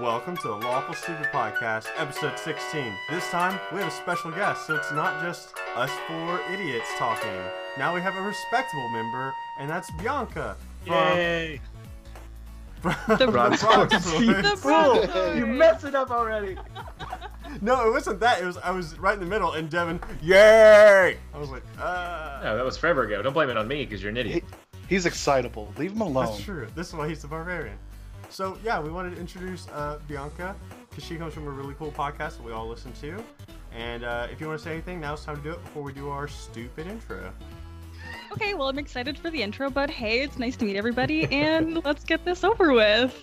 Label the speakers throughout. Speaker 1: Welcome to the Lawful Stupid Podcast, episode 16. This time, we have a special guest, so it's not just us four idiots talking. Now we have a respectable member, and that's Bianca from,
Speaker 2: Yay!
Speaker 1: from
Speaker 3: The
Speaker 1: Bronx
Speaker 3: Bronx
Speaker 1: Boys.
Speaker 3: The
Speaker 2: Fool!
Speaker 3: Bronx
Speaker 2: You
Speaker 3: Boys.
Speaker 2: messed it up already.
Speaker 1: No, it wasn't that. It was I was right in the middle, and Devin, yay! I was like, uh.
Speaker 4: No, that was forever ago. Don't blame it on me because you're an idiot.
Speaker 5: He's excitable. Leave him alone.
Speaker 1: That's true. This is why he's the barbarian. So yeah, we wanted to introduce uh, Bianca because she comes from a really cool podcast that we all listen to. And uh, if you want to say anything, now's time to do it before we do our stupid intro.
Speaker 3: Okay, well, I'm excited for the intro, but hey, it's nice to meet everybody, and let's get this over with.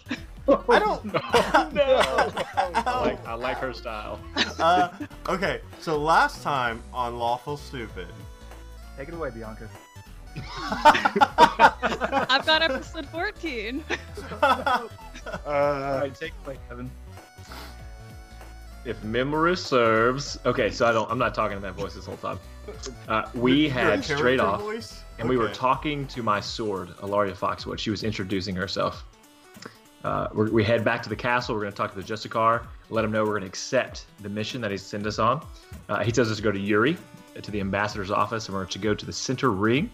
Speaker 1: I don't.
Speaker 4: no. I
Speaker 1: Ow.
Speaker 4: like, I like her style.
Speaker 1: uh, okay, so last time on Lawful Stupid.
Speaker 2: Take it away, Bianca.
Speaker 3: I've got episode 14.
Speaker 5: Uh,
Speaker 2: take it away, Kevin.
Speaker 4: If memory serves, okay. So I don't. I'm not talking in that voice this whole time. Uh, we
Speaker 1: Your
Speaker 4: had
Speaker 1: character
Speaker 4: straight off,
Speaker 1: voice?
Speaker 4: and we were
Speaker 1: Okay.
Speaker 4: talking to my sword, Alaria Foxwood. She was introducing herself. Uh, we're, we head back to the castle. We're going to talk to the Justicar. Let him know we're going to accept the mission that he's sent us on. Uh, he tells us to go to Yuri, uh, to the ambassador's office, and we're to go to the center ring.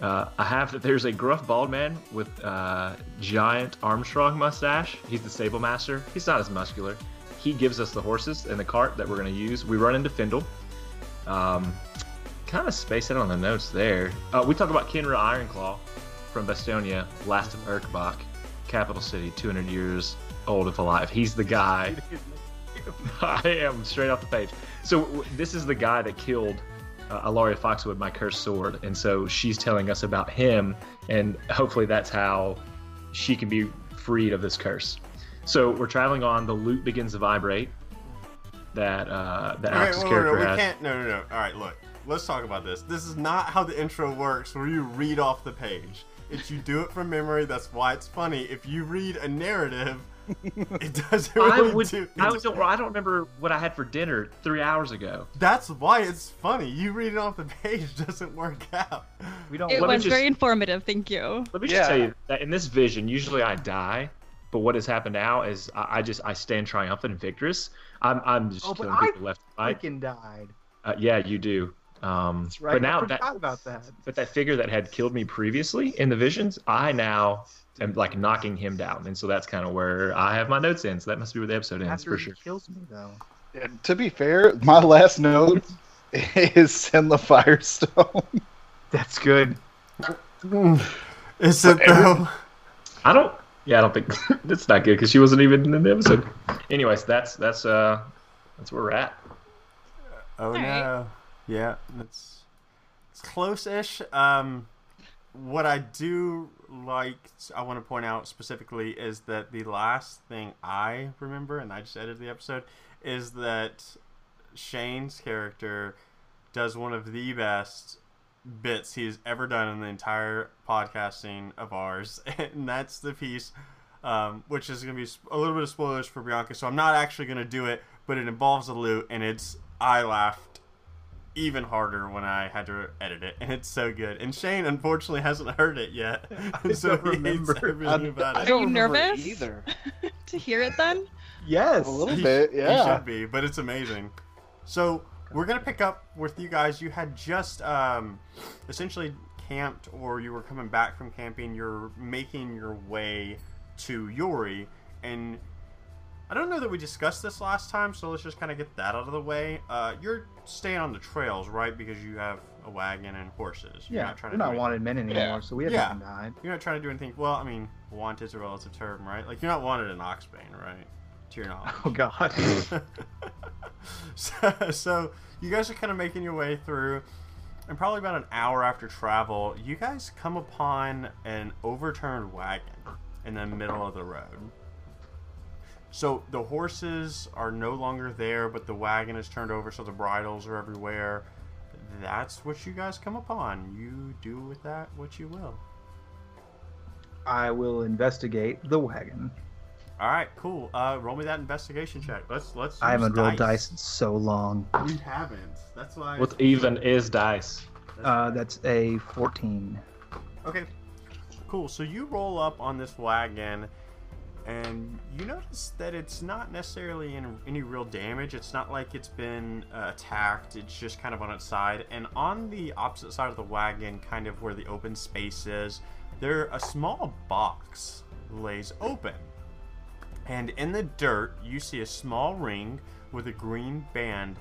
Speaker 4: Uh, I have that there's a gruff bald man with uh, giant Armstrong mustache. He's the stable master. He's not as muscular. He gives us the horses and the cart that we're going to use. We run into Findle. Um, kind of spaced out on the notes there. Uh, we talk about Kenra Ironclaw from Bastonia, last of Urkbach, capital city, 200 years old if alive. He's the guy. I am straight off the page. So w- this is the guy that killed uh, Alaria Foxwood, my cursed sword, and so she's telling us about him, and hopefully that's how she can be freed of this curse. So we're traveling on. The loot begins to vibrate. That uh, that
Speaker 1: Okay, wait,
Speaker 4: Alex's
Speaker 1: wait,
Speaker 4: character
Speaker 1: wait, we
Speaker 4: has.
Speaker 1: can't. No, no, no. All right, look. Let's talk about this. This is not how the intro works, where you read off the page. It's you do it from memory. That's why it's funny. If you read a narrative, it doesn't
Speaker 4: I
Speaker 1: really
Speaker 4: would.
Speaker 1: do.
Speaker 4: I don't. I don't remember what I had for dinner three hours ago.
Speaker 1: That's why it's funny. You reading off the page doesn't work out.
Speaker 2: We don't.
Speaker 3: It
Speaker 4: Let me
Speaker 3: was
Speaker 4: just-
Speaker 3: very informative, thank you.
Speaker 4: Let me just
Speaker 5: Yeah.
Speaker 4: tell you that in this vision, usually I die, but what has happened now is I, I just I stand triumphant and victorious. I'm I'm just
Speaker 2: Oh, but
Speaker 4: killing
Speaker 2: I
Speaker 4: people left and right.
Speaker 2: Freaking died.
Speaker 4: Uh, yeah, you do. Um,
Speaker 2: That's right.
Speaker 4: But now
Speaker 2: I
Speaker 4: that
Speaker 2: forgot about that.
Speaker 4: but that figure that had killed me previously in the visions, I now am like knocking him down, and so that's kind of where I have my notes in. So that must be where the episode ends
Speaker 2: After
Speaker 4: for
Speaker 2: he
Speaker 4: sure.
Speaker 2: kills me, though.
Speaker 5: and to be fair, my last note is send the Firestone.
Speaker 2: That's good.
Speaker 1: Is it though?
Speaker 4: I don't. Yeah, I don't think that's not good because she wasn't even in the episode. Anyways, that's that's uh that's where we're at.
Speaker 1: Oh
Speaker 3: Alright.
Speaker 1: no. Yeah, that's it's close-ish. Um, what I do like, I want to point out specifically, is that the last thing I remember, and I just edited the episode, is that Shane's character does one of the best bits he's ever done in the entire podcasting of ours, and that's the piece, um, which is going to be sp- a little bit of spoilers for Bianca. So I'm not actually going to do it, but it involves a loot, and it's I laughed even harder when I had to edit it, and it's so good. And Shane unfortunately hasn't heard it yet, and so
Speaker 2: don't
Speaker 1: he hates
Speaker 2: remember.
Speaker 1: everything about it.
Speaker 3: you
Speaker 5: remember
Speaker 3: nervous?
Speaker 5: Either.
Speaker 3: To hear it then?
Speaker 2: Yes.
Speaker 5: A little
Speaker 1: He-
Speaker 5: bit,
Speaker 1: He
Speaker 5: yeah.
Speaker 1: should be, but it's amazing. So we're gonna pick up with you guys. You had just um, essentially camped, or you were coming back from camping. You're making your way to Yuri, and I don't know that we discussed this last time, so let's just kind of get that out of the way. Uh, you're staying on the trails, right? Because you have a wagon and horses. You're
Speaker 2: Yeah,
Speaker 1: not trying
Speaker 2: we're
Speaker 1: to do
Speaker 2: not
Speaker 1: anything-
Speaker 2: wanted men anymore, so we haven't
Speaker 1: Yeah.
Speaker 2: died.
Speaker 1: You're not trying to do anything. Well, I mean, want is a relative term, right? Like you're not wanted in Oxbane, right? To your knowledge.
Speaker 2: Oh God.
Speaker 1: so, so you guys are kind of making your way through and probably about an hour after travel you guys come upon an overturned wagon in the middle of the road so the horses are no longer there but the wagon is turned over so the bridles are everywhere that's what you guys come upon you do with that what you will
Speaker 2: I will investigate the wagon.
Speaker 1: all right cool uh, roll me that investigation check let's let's
Speaker 2: I
Speaker 1: use
Speaker 2: haven't rolled dice in so long.
Speaker 1: we haven't that's why
Speaker 4: What's even is dice?
Speaker 2: Uh, that's a 14.
Speaker 1: Okay. Cool. So you roll up on this wagon, and you notice that it's not necessarily in any real damage. It's not like it's been uh, attacked. It's just kind of on its side, and on the opposite side of the wagon, kind of where the open space is, there a small box lays open, and in the dirt you see a small ring with a green band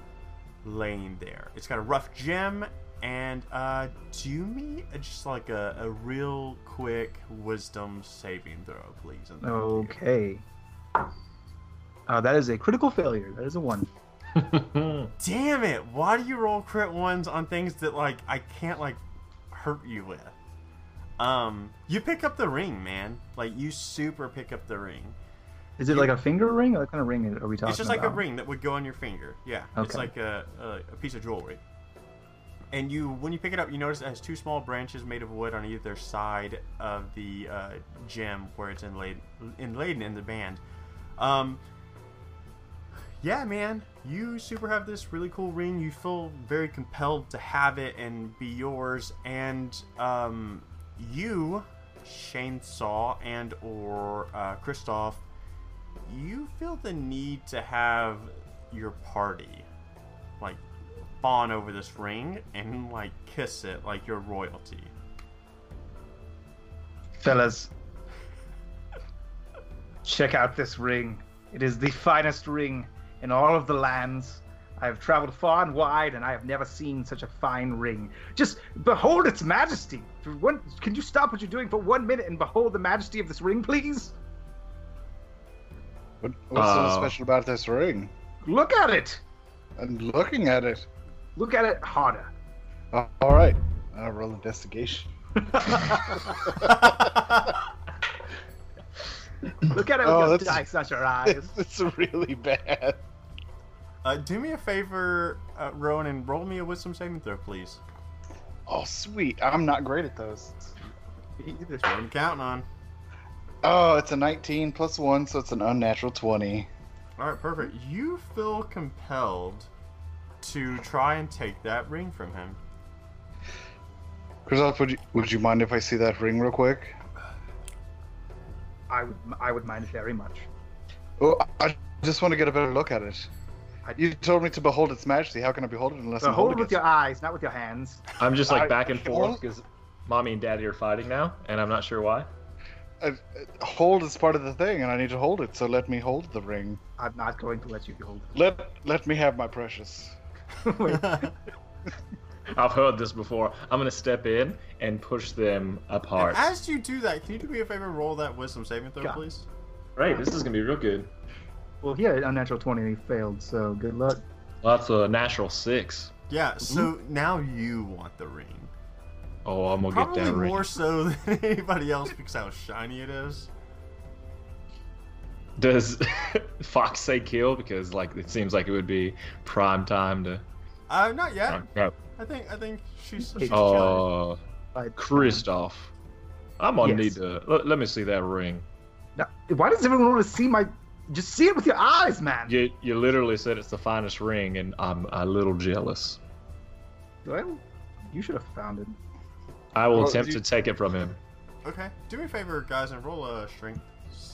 Speaker 1: laying there. It's got a rough gem. And uh, do me just like a, a real quick wisdom saving throw, please. and thank you.
Speaker 2: Oh, Okay. Uh, that is a critical failure. That is a one.
Speaker 1: Damn it! Why do you roll crit ones on things that like I can't like hurt you with? Um, you pick up the ring, man. Like you super pick up the ring.
Speaker 2: Is it like a finger ring? What kind of ring are we talking about?
Speaker 1: It's just like a ring that would go on your finger. Yeah, it's
Speaker 2: Okay.
Speaker 1: like a, a, a piece of jewelry. And you, when you pick it up, you notice it has two small branches made of wood on either side of the uh, gem where it's inlaid, inlaid in the band. Um, yeah, man, you super have this really cool ring. You feel very compelled to have it and be yours. And um, you, Shane Saw and or uh, Kristoff, you feel the need to have your party like fawn over this ring and like kiss it like your royalty
Speaker 2: Fellas, check out this ring. It is the finest ring in all of the lands. I have traveled far and wide, and I have never seen such a fine ring. Just behold its majesty. For one, can you stop what you're doing for one minute and behold the majesty of this ring, please?
Speaker 5: What, what's
Speaker 4: Oh.
Speaker 5: so special about this ring?
Speaker 2: Look at it.
Speaker 5: I'm looking at it.
Speaker 2: Look at it harder.
Speaker 5: Uh, all right. Uh, roll investigation.
Speaker 2: Look at it with
Speaker 5: Oh,
Speaker 2: your
Speaker 5: that's-
Speaker 2: dice, not your eyes.
Speaker 5: It's really bad.
Speaker 1: uh, do me a favor uh, rowan and roll me a wisdom saving throw please
Speaker 5: Oh, sweet. I'm not great at those.
Speaker 1: that's what i'm counting on
Speaker 5: Oh, it's a 19 plus 1, so it's an unnatural 20.
Speaker 1: all right perfect you feel compelled to try and take that ring from him
Speaker 5: Krizoff, would you, would you mind if I see that ring real quick?
Speaker 2: I would, I would mind very much.
Speaker 5: Oh, I- I just want to get a better look at it. You told me to behold its majesty. How can I behold it unless I'm
Speaker 2: Behold it
Speaker 5: holding
Speaker 2: with your eyes, not with your hands.
Speaker 4: I'm just like
Speaker 5: I-
Speaker 4: back and
Speaker 5: I-
Speaker 4: forth because mommy and daddy are fighting now, and I'm not sure why.
Speaker 5: Uh, uh, hold is part of the thing, and I need to hold it. So let me hold the ring.
Speaker 2: I'm not going to let you hold
Speaker 5: Let let me have my precious.
Speaker 2: it. Wait,
Speaker 4: I've heard this before. I'm gonna step in and push them apart.
Speaker 1: as you do that can you do me a favor and roll that wisdom saving throw
Speaker 2: Yeah.
Speaker 1: please
Speaker 4: Right, this is gonna be real good.
Speaker 2: Well, he had an unnatural 20 and he failed, so good luck.
Speaker 4: Well, that's a natural six.
Speaker 1: yeah so now you want the ring
Speaker 4: Oh, I'm gonna
Speaker 1: Probably
Speaker 4: get that ring.
Speaker 1: more so than anybody else because how shiny it is.
Speaker 4: Does Fox say kill? Because like it seems like it would be prime time to.
Speaker 1: Uh, not yet.
Speaker 4: Oh,
Speaker 1: I think I think she's she's chilling.
Speaker 4: oh
Speaker 2: Like,
Speaker 4: Kristoff. I'm gonna
Speaker 2: Yes.
Speaker 4: need to. Let, let me see that ring.
Speaker 2: now, why does everyone want to see my. Just see it with your eyes, man!
Speaker 4: You you literally said it's the finest ring, and I'm a little jealous.
Speaker 2: Well, you should have found it.
Speaker 4: I will
Speaker 5: Well,
Speaker 4: attempt
Speaker 5: you-
Speaker 4: to take it from him.
Speaker 1: Okay, do me a favor, guys, and roll a strength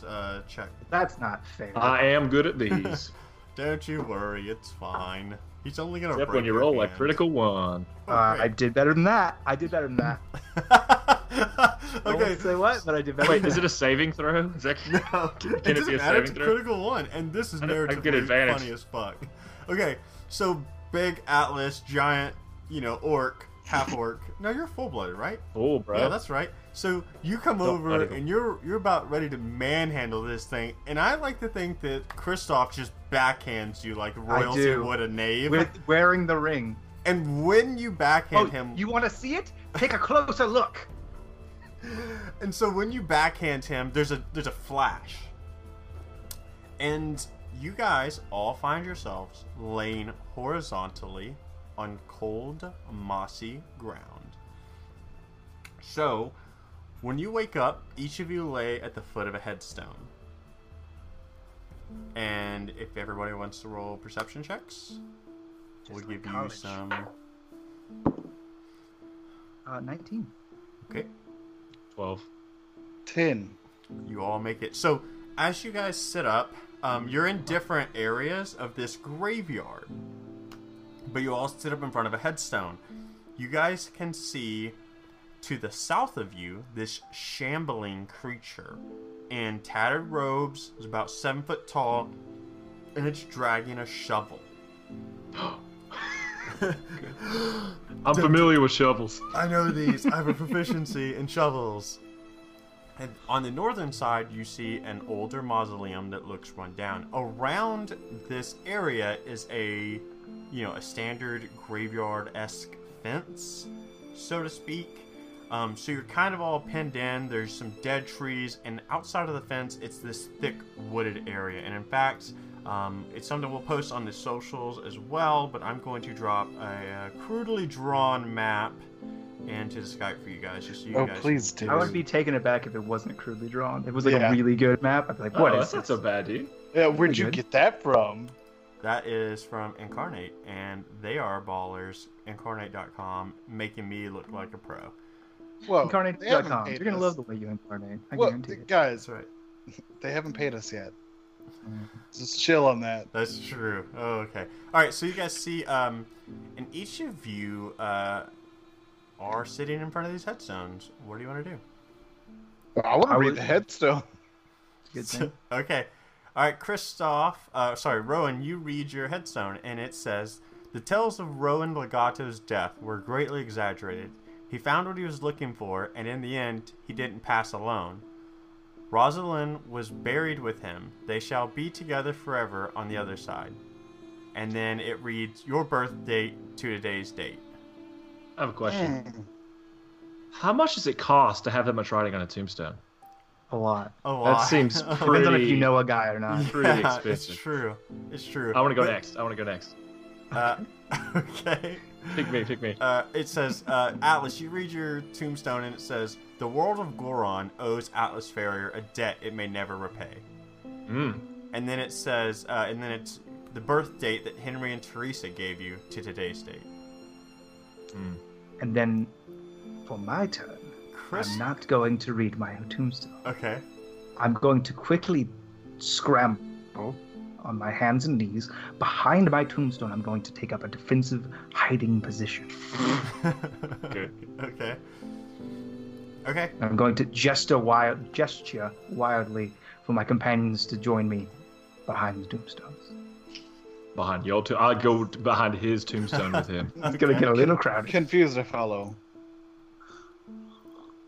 Speaker 1: uh, check.
Speaker 2: That's not fair.
Speaker 4: I am good at these.
Speaker 1: Don't you worry, it's fine. He's only gonna
Speaker 4: Except
Speaker 1: break
Speaker 4: when you
Speaker 1: your
Speaker 4: roll a
Speaker 1: hand.
Speaker 4: critical one.
Speaker 1: Oh,
Speaker 2: Uh, I
Speaker 1: great.
Speaker 2: did better than that. I did better than that. I
Speaker 1: okay.
Speaker 2: won't say what, but I did better
Speaker 4: Wait,
Speaker 2: than
Speaker 4: is it a saving throw? Is that...
Speaker 1: No,
Speaker 4: Can-
Speaker 1: it
Speaker 4: can it
Speaker 1: doesn't
Speaker 4: be a
Speaker 1: matter. It's a
Speaker 4: saving throw?
Speaker 1: critical one, and this is
Speaker 4: I don't- I
Speaker 1: narratively
Speaker 4: get advantage.
Speaker 1: funny as fuck. Okay, so big atlas, giant, you know, orc, half orc. no, you're full blooded, right?
Speaker 4: Cool, bro.
Speaker 1: Yeah, that's right. So you come
Speaker 4: Don't
Speaker 1: over
Speaker 4: let it go.
Speaker 1: and you're you're about ready to manhandle this thing, and I like to think that Kristoff just backhands you like royalty
Speaker 2: do.
Speaker 1: would a knave.
Speaker 2: that. With wearing the ring.
Speaker 1: and when you backhand
Speaker 2: Oh,
Speaker 1: him,
Speaker 2: you want to see it? Take a closer look.
Speaker 1: and so when you backhand him, there's a there's a flash, and you guys all find yourselves laying horizontally on cold mossy ground. So, when you wake up, each of you lay at the foot of a headstone. And if everybody wants to roll perception checks, we'll
Speaker 2: like
Speaker 1: give
Speaker 2: college.
Speaker 1: you some.
Speaker 2: Uh, 19.
Speaker 1: Okay.
Speaker 4: Twelve.
Speaker 5: Ten.
Speaker 1: You all make it. So as you guys sit up, um, you're in different areas of this graveyard, but you all sit up in front of a headstone. You guys can see to the south of you this shambling creature in tattered robes, is about seven foot tall, and it's dragging a shovel.
Speaker 4: I'm familiar with shovels.
Speaker 1: I know these. I have a proficiency in shovels. And on the northern side, you see an older mausoleum that looks run down. Around this area is a, you know, a standard graveyard esque fence, so to speak. Um, so you're kind of all pinned in. There's some dead trees, and outside of the fence, it's this thick wooded area. And in fact, um, it's something we'll post on the socials as well. But I'm going to drop a, uh crudely drawn map into the Skype for you guys, just so you
Speaker 5: Oh,
Speaker 1: guys
Speaker 5: please do.
Speaker 2: I would be taken aback if it wasn't crudely drawn. If It was like
Speaker 5: Yeah.
Speaker 2: a really good map. I'd be like,
Speaker 4: What
Speaker 2: what
Speaker 4: oh,
Speaker 2: is
Speaker 4: that's not
Speaker 2: this?
Speaker 4: so bad, dude.
Speaker 5: yeah, where'd you
Speaker 2: good.
Speaker 5: get that from?
Speaker 1: That is from Incarnate, and they are ballers. Incarnate.com, making me look like a pro.
Speaker 5: Well, they haven't
Speaker 2: Incarnate.com.
Speaker 5: paid
Speaker 2: You're gonna
Speaker 5: us.
Speaker 2: love the way you incarnate. I
Speaker 5: Well,
Speaker 2: guarantee
Speaker 5: th-
Speaker 2: it.
Speaker 5: guys,
Speaker 1: That's right.
Speaker 5: they haven't paid us yet.
Speaker 2: Mm.
Speaker 5: Just chill on that.
Speaker 1: That's true. Oh, okay. All right. So you guys see, um, and each of you uh, are sitting in front of these headstones. What do you want to do?
Speaker 5: I want
Speaker 2: I
Speaker 5: to read
Speaker 2: would-
Speaker 5: the headstone.
Speaker 2: Good thing.
Speaker 1: okay. All right, Christoph. Uh, sorry, Rowan. You read your headstone, and it says the tales of Rowan Legato's death were greatly exaggerated. He found what he was looking for, and in the end, he didn't pass alone. Rosalind was buried with him. They shall be together forever on the other side. And then it reads your birth date to today's date.
Speaker 4: I have a question.
Speaker 5: Mm.
Speaker 4: How much does it cost to have that much writing on a tombstone?
Speaker 2: A lot.
Speaker 1: A lot. Oh,
Speaker 4: That seems pretty.
Speaker 2: Depends on if you know a guy or not.
Speaker 4: pretty
Speaker 1: Yeah,
Speaker 4: expensive.
Speaker 1: It's true. It's true.
Speaker 4: I want to go
Speaker 1: But-
Speaker 4: next. I want to go next.
Speaker 1: Uh, okay.
Speaker 4: Pick me, pick me.
Speaker 1: Uh, it says, uh, Atlas, you read your tombstone and it says, The world of Goron owes Atlas Farrier a debt it may never repay.
Speaker 4: Mm.
Speaker 1: And then it says, uh, and then it's the birth date that Henry and Teresa gave you to today's date.
Speaker 4: Mm.
Speaker 2: And then, for my turn,
Speaker 1: Chris.
Speaker 2: I'm not going to read my tombstone.
Speaker 1: Okay.
Speaker 2: I'm going to quickly scramble on my hands and knees behind my tombstone. I'm going to take up a defensive hiding position.
Speaker 1: okay. Okay.
Speaker 2: I'm going to gesture, wild, gesture wildly for my companions to join me behind the tombstones.
Speaker 4: Behind your tomb, I'll go t- behind his tombstone with him.
Speaker 2: It's going to get a little crowded.
Speaker 5: Confused, I follow.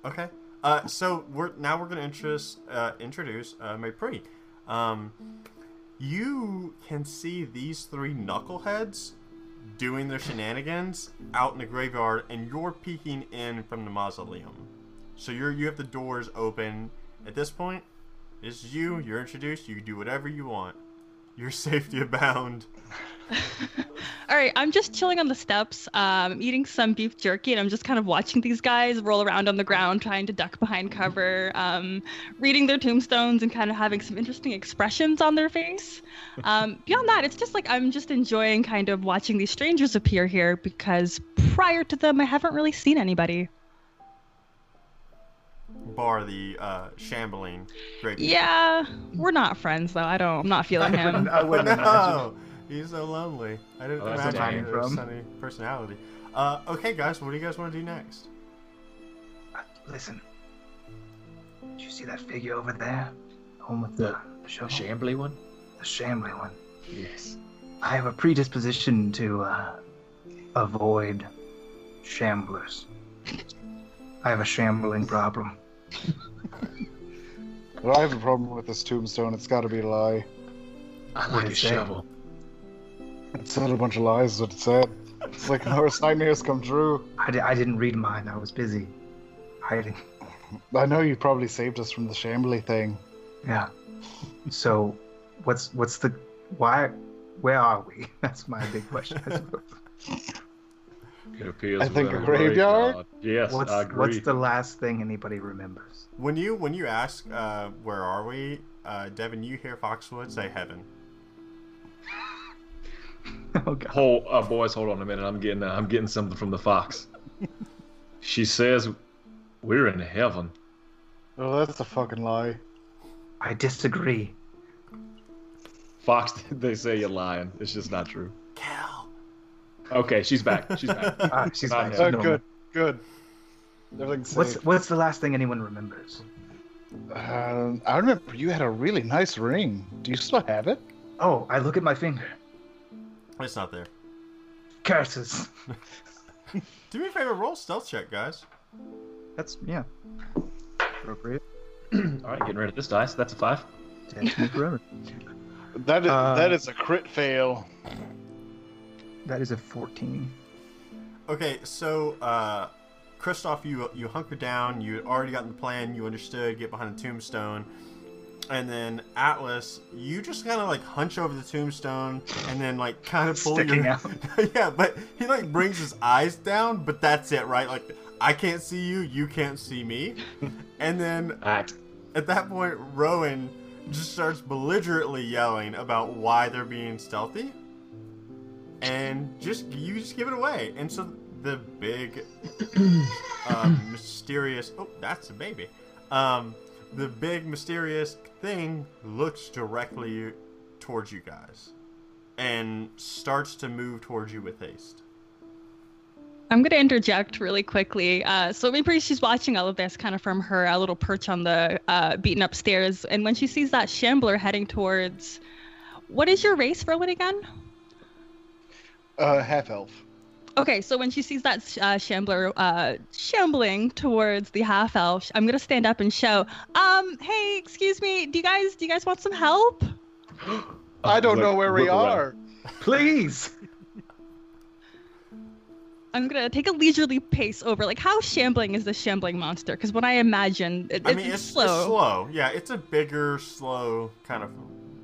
Speaker 1: Okay. Uh, so we're now we're gonna introduce uh, introduce uh, Maypri. Um, you can see these three knuckleheads doing their shenanigans out in the graveyard, and you're peeking in from the mausoleum. So you're you have the doors open at this point. It's you. You're introduced. You can do whatever you want. You're safety abound.
Speaker 3: All right, I'm just chilling on the steps, um, eating some beef jerky, and I'm just kind of watching these guys roll around on the ground, trying to duck behind cover, um, reading their tombstones, and kind of having some interesting expressions on their face. Um, beyond that, it's just like I'm just enjoying kind of watching these strangers appear here because prior to them, I haven't really seen anybody.
Speaker 1: Bar the uh, shambling graveyard.
Speaker 3: Yeah, we're not friends though. I don't. I'm not feeling him.
Speaker 2: I wouldn't imagine.
Speaker 1: no, he's so lonely. I didn't
Speaker 4: Oh, that's
Speaker 1: imagine
Speaker 2: where
Speaker 1: he
Speaker 2: I'm
Speaker 1: was
Speaker 2: from.
Speaker 1: sunny personality. Uh, okay, guys, what do you guys want to do next?
Speaker 2: Listen, did you see that figure over there? The one with the, the
Speaker 4: A
Speaker 2: shovel?
Speaker 4: shambly one.
Speaker 2: The shambling one.
Speaker 4: Yes.
Speaker 2: I have a predisposition to uh, avoid shamblers. I have a shambling problem.
Speaker 5: Well, I have a problem with this tombstone. It's got to be a lie.
Speaker 4: I
Speaker 2: What
Speaker 4: like
Speaker 2: do
Speaker 4: a
Speaker 2: you say?
Speaker 4: shovel.
Speaker 5: It said a bunch of lies. Is what it said. It's like Norris nightmares come true.
Speaker 2: I, di- I didn't read mine. I was busy hiding.
Speaker 5: I know you probably saved us from the shambly thing.
Speaker 2: Yeah. So, what's what's the why? Where are we? That's my big question. I suppose.
Speaker 4: It appears.
Speaker 5: I think
Speaker 4: we're
Speaker 5: a
Speaker 4: in
Speaker 5: graveyard?
Speaker 4: Yes,
Speaker 2: what's
Speaker 4: I agree.
Speaker 2: what's the last thing anybody remembers?
Speaker 1: When you when you ask, uh, where are we, uh, Devin? You hear Foxwood say heaven.
Speaker 2: oh God.
Speaker 4: Hold, uh, boys, hold on a minute. I'm getting, uh, I'm getting something from the fox. she says, "We're in heaven."
Speaker 5: Oh, that's a fucking lie.
Speaker 2: I disagree.
Speaker 4: Fox, they say you're lying. It's just not true.
Speaker 1: Cal.
Speaker 4: Okay, she's back. She's back.
Speaker 2: Ah, she's
Speaker 4: Not
Speaker 2: back.
Speaker 4: yet.
Speaker 5: Oh,
Speaker 2: No.
Speaker 5: good, good. Everything's
Speaker 2: What's
Speaker 5: safe.
Speaker 2: what's the last thing anyone remembers?
Speaker 5: Um, I remember you had a really nice ring. Do you still have it?
Speaker 2: Oh, I look at my finger.
Speaker 1: It's not there.
Speaker 2: Curses.
Speaker 1: Do me a favor, roll stealth check, guys.
Speaker 2: That's yeah. Appropriate.
Speaker 4: All right, getting rid of this dice. That's a five.
Speaker 2: Dead forever.
Speaker 5: That is,
Speaker 2: Uh,
Speaker 5: that is a crit fail.
Speaker 2: That is a fourteen.
Speaker 1: Okay, so uh, Kristoff, you you hunker down. You had already gotten the plan. You understood. Get behind the tombstone, and then Atlas, you just kind of like hunch over the tombstone, and then like kind of pull
Speaker 2: Sticking
Speaker 1: your
Speaker 2: out.
Speaker 1: yeah. But he like brings his eyes down, but that's it, right? Like I can't see you, you can't see me, and then
Speaker 4: Act.
Speaker 1: at that point, Rowan just starts belligerently yelling about why they're being stealthy, and just you just give it away. And so the big, um, mysterious oh, that's a baby. Um, the big mysterious thing looks directly towards you guys, and starts to move towards you with haste.
Speaker 3: I'm going to interject really quickly. Uh, so maybe she's watching all of this kind of from her uh, little perch on the uh, beaten upstairs. And when she sees that shambler heading towards. What is your race, Rowan, again?
Speaker 5: Uh, half elf.
Speaker 3: Okay, so when she sees that uh, shambler uh, shambling towards the half elf, I'm gonna stand up and shout, "Um, hey, excuse me, do you guys do you guys want some help?"
Speaker 5: I don't
Speaker 4: Look-
Speaker 5: know where we
Speaker 4: uh, look around.
Speaker 5: are.
Speaker 2: Please.
Speaker 3: I'm gonna take a leisurely pace over. Like, how shambling is this shambling monster? Because when I imagine, it,
Speaker 1: I mean,
Speaker 3: it's,
Speaker 1: it's
Speaker 3: slow.
Speaker 1: It's slow. Yeah, it's a bigger, slow kind of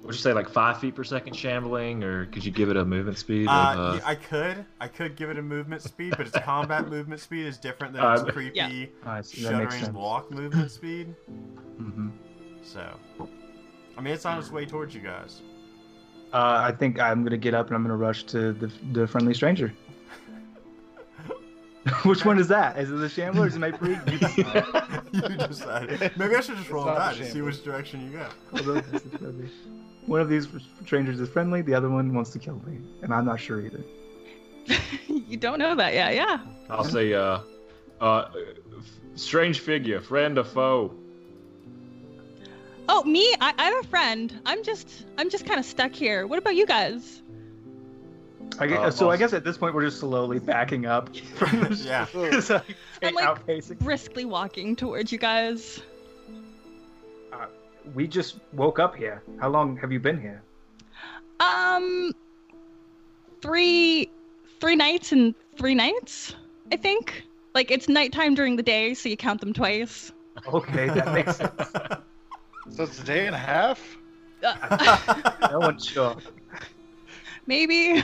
Speaker 4: Would you say like five feet per second shambling, or could you give it a movement speed? of,
Speaker 1: Uh, yeah, I could, I could give it a movement speed, but its combat movement speed is different than its
Speaker 4: Um,
Speaker 1: creepy
Speaker 3: Yeah.
Speaker 2: Ah, I see. That makes
Speaker 1: shuddering
Speaker 2: sense.
Speaker 1: walk movement speed.
Speaker 2: hmm
Speaker 1: So, I mean, it's on its way towards you guys.
Speaker 2: Uh, I think I'm gonna get up and I'm gonna rush to the, the friendly stranger. Which one is that? Is it the shambler? or Is it my pre? You decide.
Speaker 1: you decide. Maybe I should just
Speaker 5: It's
Speaker 1: roll a
Speaker 5: not
Speaker 1: die
Speaker 5: the
Speaker 1: to see
Speaker 5: shambles.
Speaker 1: which direction you go.
Speaker 2: Although this is friendly. One of these strangers is friendly. The other one wants to kill me, and I'm not sure either.
Speaker 3: you don't know that yet, yeah.
Speaker 4: I'll say, uh, uh, f- strange figure, friend or foe.
Speaker 3: Oh, me? I, I'm a friend. I'm just I'm just kind of stuck here. What about you guys?
Speaker 2: I guess,
Speaker 4: Uh,
Speaker 2: so I
Speaker 4: also-
Speaker 2: guess at this point we're just slowly backing up from the
Speaker 1: Yeah.
Speaker 2: It's like,
Speaker 3: I'm like-
Speaker 2: outpacing.
Speaker 3: Briskly walking towards you guys.
Speaker 2: We just woke up here. How long have you been here?
Speaker 3: Um, three, three nights and three nights, I think. Like it's nighttime during the day, so you count them twice.
Speaker 2: Okay, that makes sense.
Speaker 5: So it's a day and a half.
Speaker 3: Uh,
Speaker 2: No one's sure.
Speaker 3: maybe.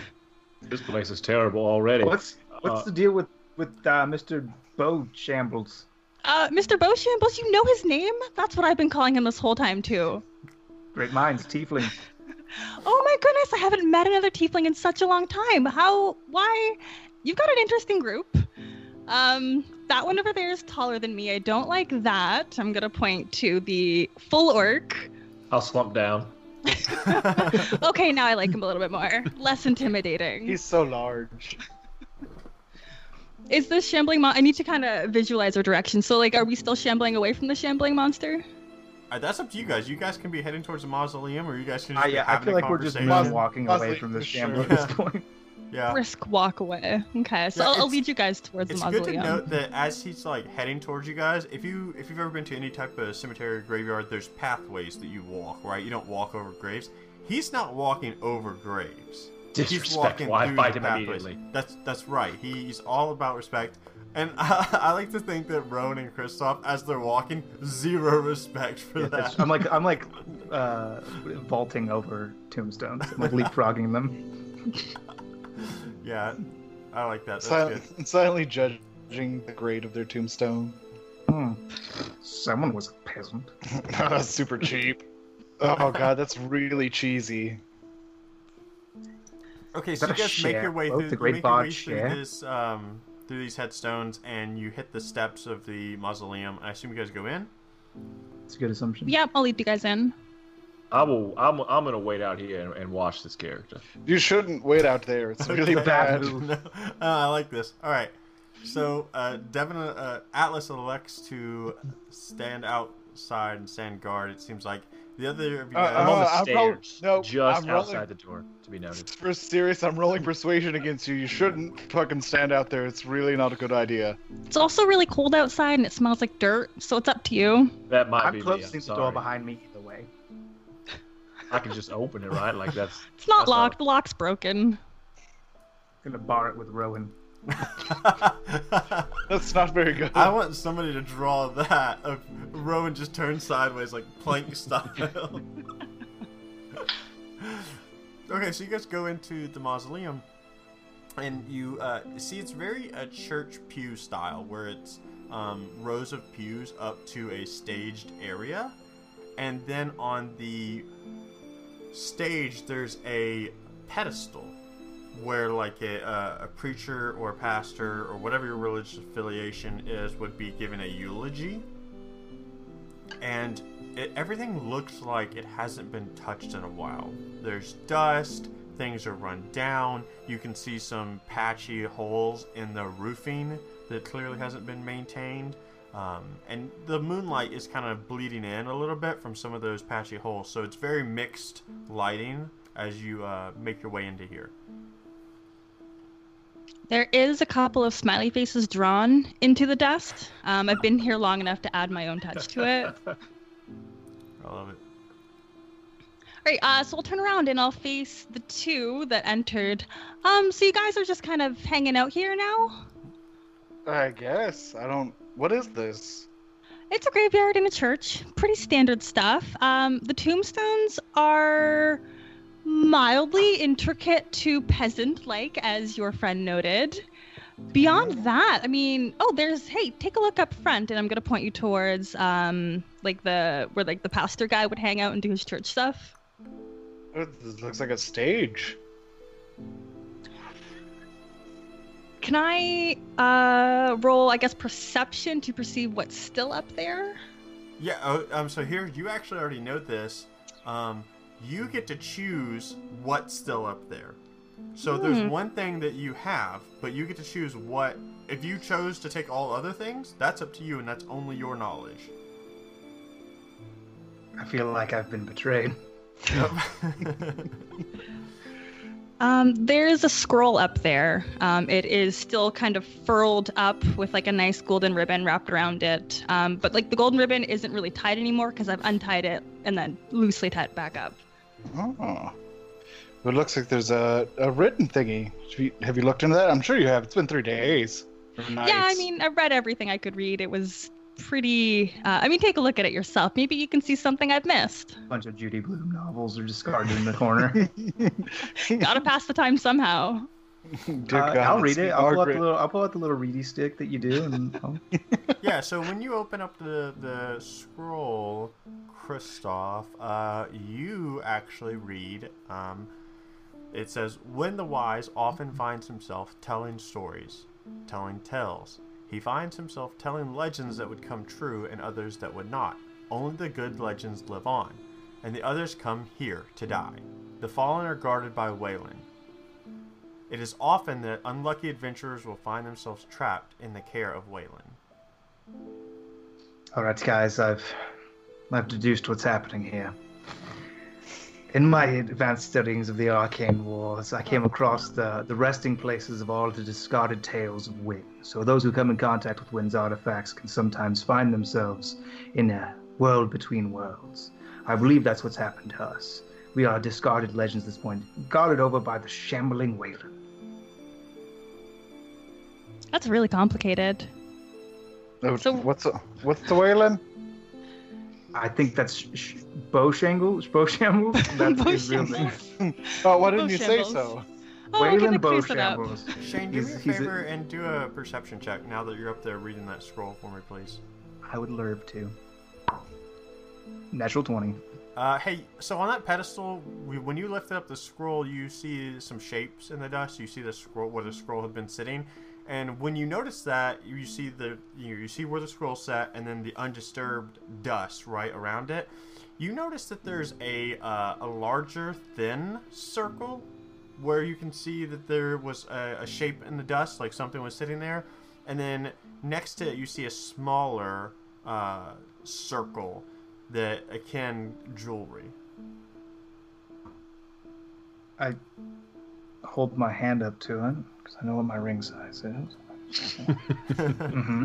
Speaker 4: This place is terrible already.
Speaker 2: What's what's
Speaker 4: Uh,
Speaker 2: the deal with with uh, Mr. Bo Shambles?
Speaker 3: Uh, Mr. Beauchamp, you know his name? That's what I've been calling him this whole time too.
Speaker 2: Great minds, tiefling.
Speaker 3: Oh my goodness, I haven't met another tiefling in such a long time. How? Why? You've got an interesting group. Um, that one over there is taller than me. I don't like that. I'm gonna point to the full orc.
Speaker 4: I'll slump down.
Speaker 3: okay, now I like him a little bit more. Less intimidating.
Speaker 5: He's so large.
Speaker 3: Is this shambling mon- I need to kind of visualize our direction. So, like, are we still shambling away from the shambling monster?
Speaker 1: Uh, that's up to you guys. You guys can be heading towards the mausoleum, or you guys can just
Speaker 2: I,
Speaker 1: be
Speaker 2: Uh, yeah, I
Speaker 1: having
Speaker 2: feel
Speaker 1: a
Speaker 2: like we're just
Speaker 1: conversation.
Speaker 5: Buzz-
Speaker 2: walking
Speaker 5: Buzz
Speaker 2: away
Speaker 5: Lee,
Speaker 2: from the
Speaker 5: for
Speaker 2: shambler
Speaker 1: sure.
Speaker 2: at this point.
Speaker 1: Yeah.
Speaker 3: Brisk walk away. Okay, so
Speaker 1: Yeah,
Speaker 3: I'll, I'll
Speaker 1: it's-
Speaker 3: lead you guys towards
Speaker 1: It's
Speaker 3: the
Speaker 1: good to
Speaker 3: mausoleum.
Speaker 1: note that as he's like heading towards you guys, if you if you've ever been to any type of cemetery or graveyard, there's pathways that you walk, right? You don't walk over graves. He's not walking over graves. He's walking
Speaker 4: Disrespectful. I
Speaker 1: through
Speaker 4: fight
Speaker 1: the
Speaker 4: him
Speaker 1: pathways.
Speaker 4: immediately.
Speaker 1: That's that's right. He's all about respect. And I, I like to think that Rowan and Kristoff, as they're walking, zero respect for
Speaker 2: Yeah,
Speaker 1: that.
Speaker 2: that's- I'm like I'm like uh, vaulting over tombstones, I'm like leapfrogging them.
Speaker 1: Yeah, I like that. That's
Speaker 5: Sil-
Speaker 1: good.
Speaker 5: silently judging the grade of their tombstone.
Speaker 2: Hmm. Someone was a peasant.
Speaker 5: that's super cheap. Oh god, that's really cheesy.
Speaker 1: Okay,
Speaker 2: Is
Speaker 1: so
Speaker 2: that
Speaker 1: you
Speaker 2: a
Speaker 1: guys make your
Speaker 2: share?
Speaker 1: way
Speaker 2: Oh,
Speaker 1: through,
Speaker 2: the
Speaker 1: you
Speaker 2: great
Speaker 1: make your
Speaker 2: bog
Speaker 1: way through
Speaker 2: share?
Speaker 1: this um, through these headstones, and you hit the steps of the mausoleum. I assume you guys go in.
Speaker 2: It's a good assumption.
Speaker 3: Yeah, I'll lead you guys in.
Speaker 4: I will. I'm. I'm gonna wait out here and, and watch this character.
Speaker 5: You shouldn't wait out there. It's really
Speaker 1: Okay.
Speaker 5: bad.
Speaker 2: move.
Speaker 1: No, uh, I like this. All right. So uh, Devin uh, Atlas elects to stand outside and stand guard. It seems like the other of you
Speaker 5: Uh,
Speaker 1: guys.
Speaker 4: I'm on the
Speaker 5: I'm roll-
Speaker 4: stairs,
Speaker 5: no,
Speaker 4: just
Speaker 5: I'm rolling-
Speaker 4: outside the door, to be noted.
Speaker 5: For serious, I'm rolling persuasion against you. You shouldn't fucking stand out there. It's really not a good idea.
Speaker 3: It's also really cold outside and it smells like dirt, so it's up to you.
Speaker 4: That might
Speaker 2: I'm
Speaker 4: be me.
Speaker 2: closing
Speaker 4: I'm
Speaker 2: the door
Speaker 4: sorry.
Speaker 2: behind me either way.
Speaker 4: I can just open it, right? Like that's.
Speaker 3: It's not
Speaker 4: That's all.
Speaker 3: locked, the lock's broken.
Speaker 2: gonna bar it with Rowan.
Speaker 5: uh, That's not very good.
Speaker 1: I want somebody to draw that. Of Rowan just turned sideways, like plank style. okay, so you guys go into the mausoleum, and you uh, see it's very uh, church pew style, where it's um, rows of pews up to a staged area, and then on the stage there's a pedestal where like a, uh, a preacher or a pastor or whatever your religious affiliation is would be given a eulogy and it, everything looks like it hasn't been touched in a while there's dust things are run down you can see some patchy holes in the roofing that clearly hasn't been maintained um, and the moonlight is kind of bleeding in a little bit from some of those patchy holes so it's very mixed lighting as you uh, make your way into here
Speaker 3: There is a couple of smiley faces drawn into the dust. Um, I've been here long enough to add my own touch to it.
Speaker 1: I love it.
Speaker 3: All right, uh, so we'll turn around and I'll face the two that entered. Um, so you guys are just kind of hanging out here now.
Speaker 5: I guess. I don't. What is this?
Speaker 3: It's a graveyard and a church, pretty standard stuff. Um, the tombstones are mildly intricate to peasant-like, as your friend noted. Beyond that, I mean, oh, there's hey, take a look up front, and I'm gonna point you towards um, like the where like the pastor guy would hang out and do his church stuff.
Speaker 5: Uh, This looks like a stage.
Speaker 3: Can I uh, roll, I guess, perception to perceive what's still up there?
Speaker 1: Yeah. Oh, um. So here, you actually already know this. Um, you get to choose what's still up there. So
Speaker 3: Hmm.
Speaker 1: there's one thing that you have, but you get to choose what. If you chose to take all other things, that's up to you, and that's only your knowledge.
Speaker 2: I feel like I've been betrayed.
Speaker 1: Yep.
Speaker 3: Um, there's a scroll up there. Um, it is still kind of furled up with like a nice golden ribbon wrapped around it. Um, but like the golden ribbon isn't really tied anymore because I've untied it and then loosely tied it back up.
Speaker 5: Oh. It looks like there's a, a written thingy. Have you, have you looked into that? I'm sure you have. It's been three days.
Speaker 3: Yeah, I
Speaker 5: Nice.
Speaker 3: mean, I read everything I could read. It was pretty. Uh, I mean, take a look at it yourself. Maybe you can see something I've missed.
Speaker 2: A bunch of Judy Bloom novels are discarded in the corner.
Speaker 3: Gotta pass the time somehow.
Speaker 5: Dear
Speaker 2: Uh,
Speaker 5: God,
Speaker 2: I'll read
Speaker 5: it's
Speaker 2: it. I'll pull, out the
Speaker 5: Margaret.
Speaker 2: little, I'll pull out the little reedy stick that you do, and I'll,
Speaker 1: yeah. So when you open up the the scroll, Kristoff, uh, you actually read. Um, it says, "When the wise often finds himself telling stories, telling tales, he finds himself telling legends that would come true and others that would not. Only the good legends live on, and the others come here to die. The fallen are guarded by Wayland." It is often that unlucky adventurers will find themselves trapped in the care of Wayland.
Speaker 2: All right, guys, I've I've deduced what's happening here. In my advanced studies of the arcane wars, I came across the, the resting places of all the discarded tales of Wynn. So those who come in contact with Wynn's artifacts can sometimes find themselves in a world between worlds. I believe that's what's happened to us. We are discarded legends at this point, guarded over by the shambling Wayland.
Speaker 3: That's really complicated.
Speaker 5: Oh,
Speaker 3: So-
Speaker 5: what's what's the Waylon?
Speaker 2: I think that's Sh- Sh- Boshangle? Boshamble? That's his real name.
Speaker 3: Boshambles.
Speaker 5: Oh, why didn't you say
Speaker 3: Shambles.
Speaker 5: so?
Speaker 3: Oh, I'm gonna
Speaker 2: Wayland Uh,
Speaker 3: clean it up.
Speaker 2: Boshambles.
Speaker 1: Shane, do me
Speaker 2: He's-
Speaker 1: a
Speaker 2: he's a-
Speaker 1: favor and do a perception check now that you're up there reading that scroll for me, please.
Speaker 2: I would love to. Natural 20.
Speaker 1: Uh, hey, so on that pedestal, we, when you lifted up the scroll, you see some shapes in the dust. You see the scroll where the scroll had been sitting, And when you notice that, you see the you, you see where the scroll set, and then the undisturbed dust right around it. You notice that there's a uh, a larger, thin circle where you can see that there was a, a shape in the dust, like something was sitting there, and then next to it you see a smaller uh, circle that akin jewelry.
Speaker 2: I hold my hand up to it because I know what my ring size is. hmm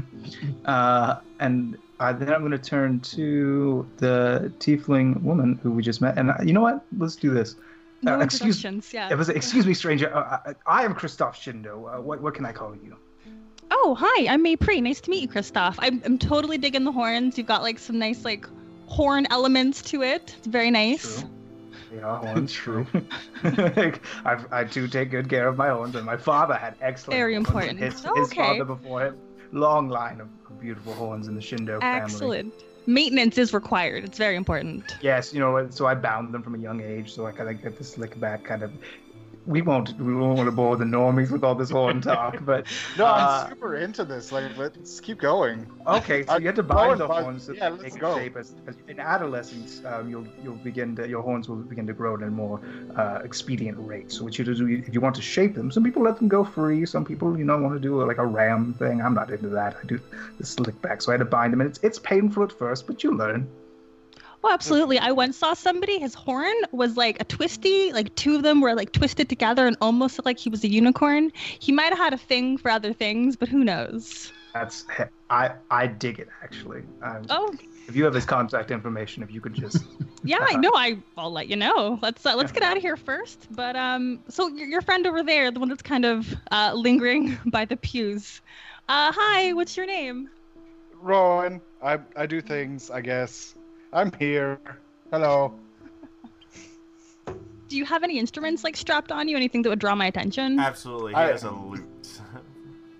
Speaker 2: uh, and I, then I'm going to turn to the tiefling woman who we just met. And I, you know what? Let's do this.
Speaker 3: No
Speaker 2: Uh, excuse,
Speaker 3: introductions, yeah.
Speaker 2: it was, excuse me, stranger. Uh, I, I am Christoph Shindo. Uh, what, what can I call you?
Speaker 3: Oh, hi, I'm May Pri. Nice to meet you, Christoph. I'm, I'm totally digging the horns. You've got like some nice like horn elements to it. It's very nice.
Speaker 2: True. They are horns.
Speaker 4: True.
Speaker 2: I've, I do take good care of my horns, and my father had excellent.
Speaker 3: Very
Speaker 2: horns.
Speaker 3: important.
Speaker 2: His, his
Speaker 3: Okay.
Speaker 2: father before him, long line of beautiful horns in the Shindo family.
Speaker 3: Excellent. Maintenance is required. It's very important.
Speaker 2: Yes, you know, so I bound them from a young age, so I kind of get this lick back kind of. We won't, we won't want to bore the normies with all this horn talk, but
Speaker 5: No,
Speaker 2: Uh,
Speaker 5: I'm super into this. Like, let's keep going.
Speaker 2: okay, so
Speaker 5: Uh,
Speaker 2: you have to
Speaker 5: go
Speaker 2: bind
Speaker 5: and
Speaker 2: the
Speaker 5: bind-
Speaker 2: horns so
Speaker 5: yeah,
Speaker 2: that they
Speaker 5: let's
Speaker 2: can
Speaker 5: go.
Speaker 2: shape as, as in adolescence, um, you'll you'll begin to, your horns will begin to grow at a more uh, expedient rate. So what you do if you want to shape them, some people let them go free, some people you know want to do uh, like a ram thing. I'm not into that. I do the slick back, so I had to bind them, and it's it's painful at first, but you learn.
Speaker 3: Oh, absolutely. I once saw somebody, his horn was like a twisty, like two of them were like twisted together and almost looked like he was a unicorn. He might have had a thing for other things, but who knows?
Speaker 2: That's I I dig it actually. Um,
Speaker 3: Oh,
Speaker 2: If you have his contact information, if you could just
Speaker 3: yeah, I know. I, I'll let you know. Let's uh, let's get out of here first. But um, so your, your friend over there, the one that's kind of uh, lingering by the pews. Uh, hi, what's your name?
Speaker 5: Rowan, I I do things. I guess I'm here. Hello.
Speaker 3: Do you have any instruments like strapped on you? Anything that would draw my attention?
Speaker 1: Absolutely, he
Speaker 5: I-
Speaker 1: has a lute.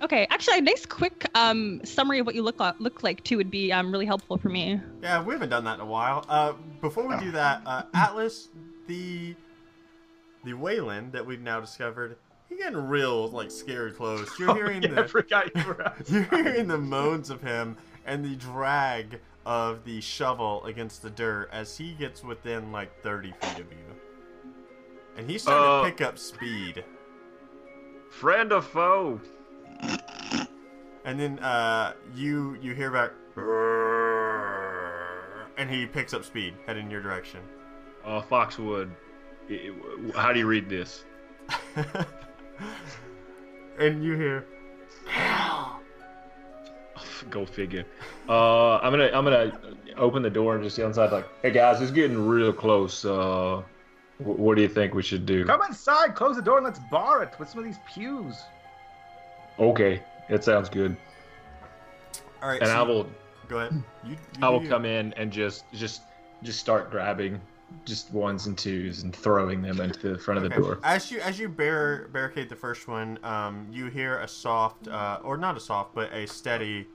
Speaker 3: Okay, actually, a nice quick um, summary of what you look o- look like too would be um, really helpful for me.
Speaker 1: yeah, we haven't done that in a while. Uh, before we do that, uh, Atlas, the the Wayland that we've now discovered, he getting real like scary close. You're hearing
Speaker 4: yeah, I
Speaker 1: the
Speaker 4: forgot you were out.
Speaker 1: you're hearing the moans of him and the drag of the shovel against the dirt as he gets within like 30 feet of you, and he's starting
Speaker 4: Uh,
Speaker 1: to pick up speed.
Speaker 4: Friend or foe?
Speaker 1: And then uh, you you hear back, and he picks up speed, heading your direction.
Speaker 4: Uh, Foxwood. i- i- how do you read this?
Speaker 1: and you hear,
Speaker 4: Go figure. Uh, I'm gonna I'm gonna open the door and just yell inside like, "Hey guys, it's getting real close. Uh, wh- what do you think we should do?"
Speaker 2: come inside, close the door, and let's bar it with some of these pews.
Speaker 4: Okay, that sounds good.
Speaker 1: "All right."
Speaker 4: And
Speaker 1: so-
Speaker 4: I will
Speaker 1: go ahead. You, you
Speaker 4: I
Speaker 1: do
Speaker 4: will
Speaker 1: you.
Speaker 4: come in and just just just start grabbing just ones and twos and throwing them into the front of the
Speaker 1: Okay.
Speaker 4: door.
Speaker 1: As you as you bar- barricade the first one, um, you hear a soft, uh, or not a soft, but a steady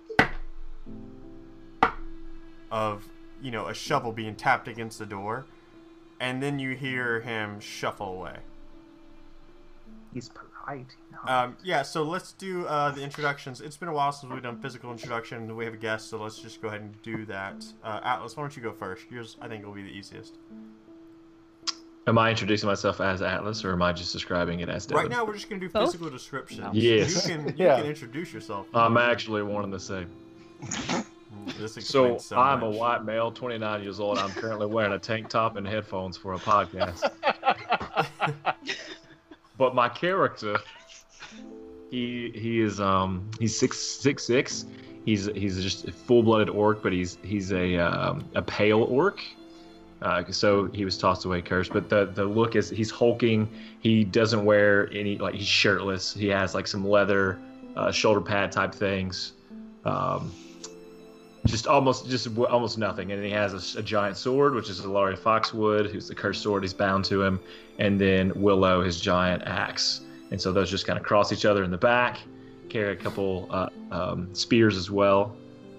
Speaker 1: of you know a shovel being tapped against the door, and then you hear him shuffle away.
Speaker 2: He's polite. you know.
Speaker 1: Um, yeah, so let's do uh, the introductions. It's been a while since we've done physical introduction. We have a guest, so let's just go ahead and do that. Uh, Atlas, why don't you go first? Yours, I think, will be the easiest.
Speaker 4: Am I introducing myself as Atlas or am I just describing it as Devin?
Speaker 1: Right now, we're just going to do
Speaker 3: Both?
Speaker 1: physical descriptions.
Speaker 4: Yes.
Speaker 1: You can, you
Speaker 5: Yeah.
Speaker 1: can introduce yourself. Mm,
Speaker 4: I'm actually one and the same.
Speaker 1: This
Speaker 4: So,
Speaker 1: explains
Speaker 4: I'm a
Speaker 1: much.
Speaker 4: white male, 29 years old. I'm currently wearing a tank top and headphones for a podcast. but my character, he he is um he's six six six. He's he's just a full-blooded orc, but he's he's a um, a pale orc. Uh, so he was tossed away, cursed. But the the look is he's hulking. He doesn't wear any like he's shirtless. He has like some leather uh, shoulder pad type things. Um, just almost just w- almost nothing and then he has a s- a, giant sword which is Ilaria foxwood who's the cursed sword he's bound to him and then willow his giant axe and so those just kind of cross each other in the back carry a couple uh, um, spears as well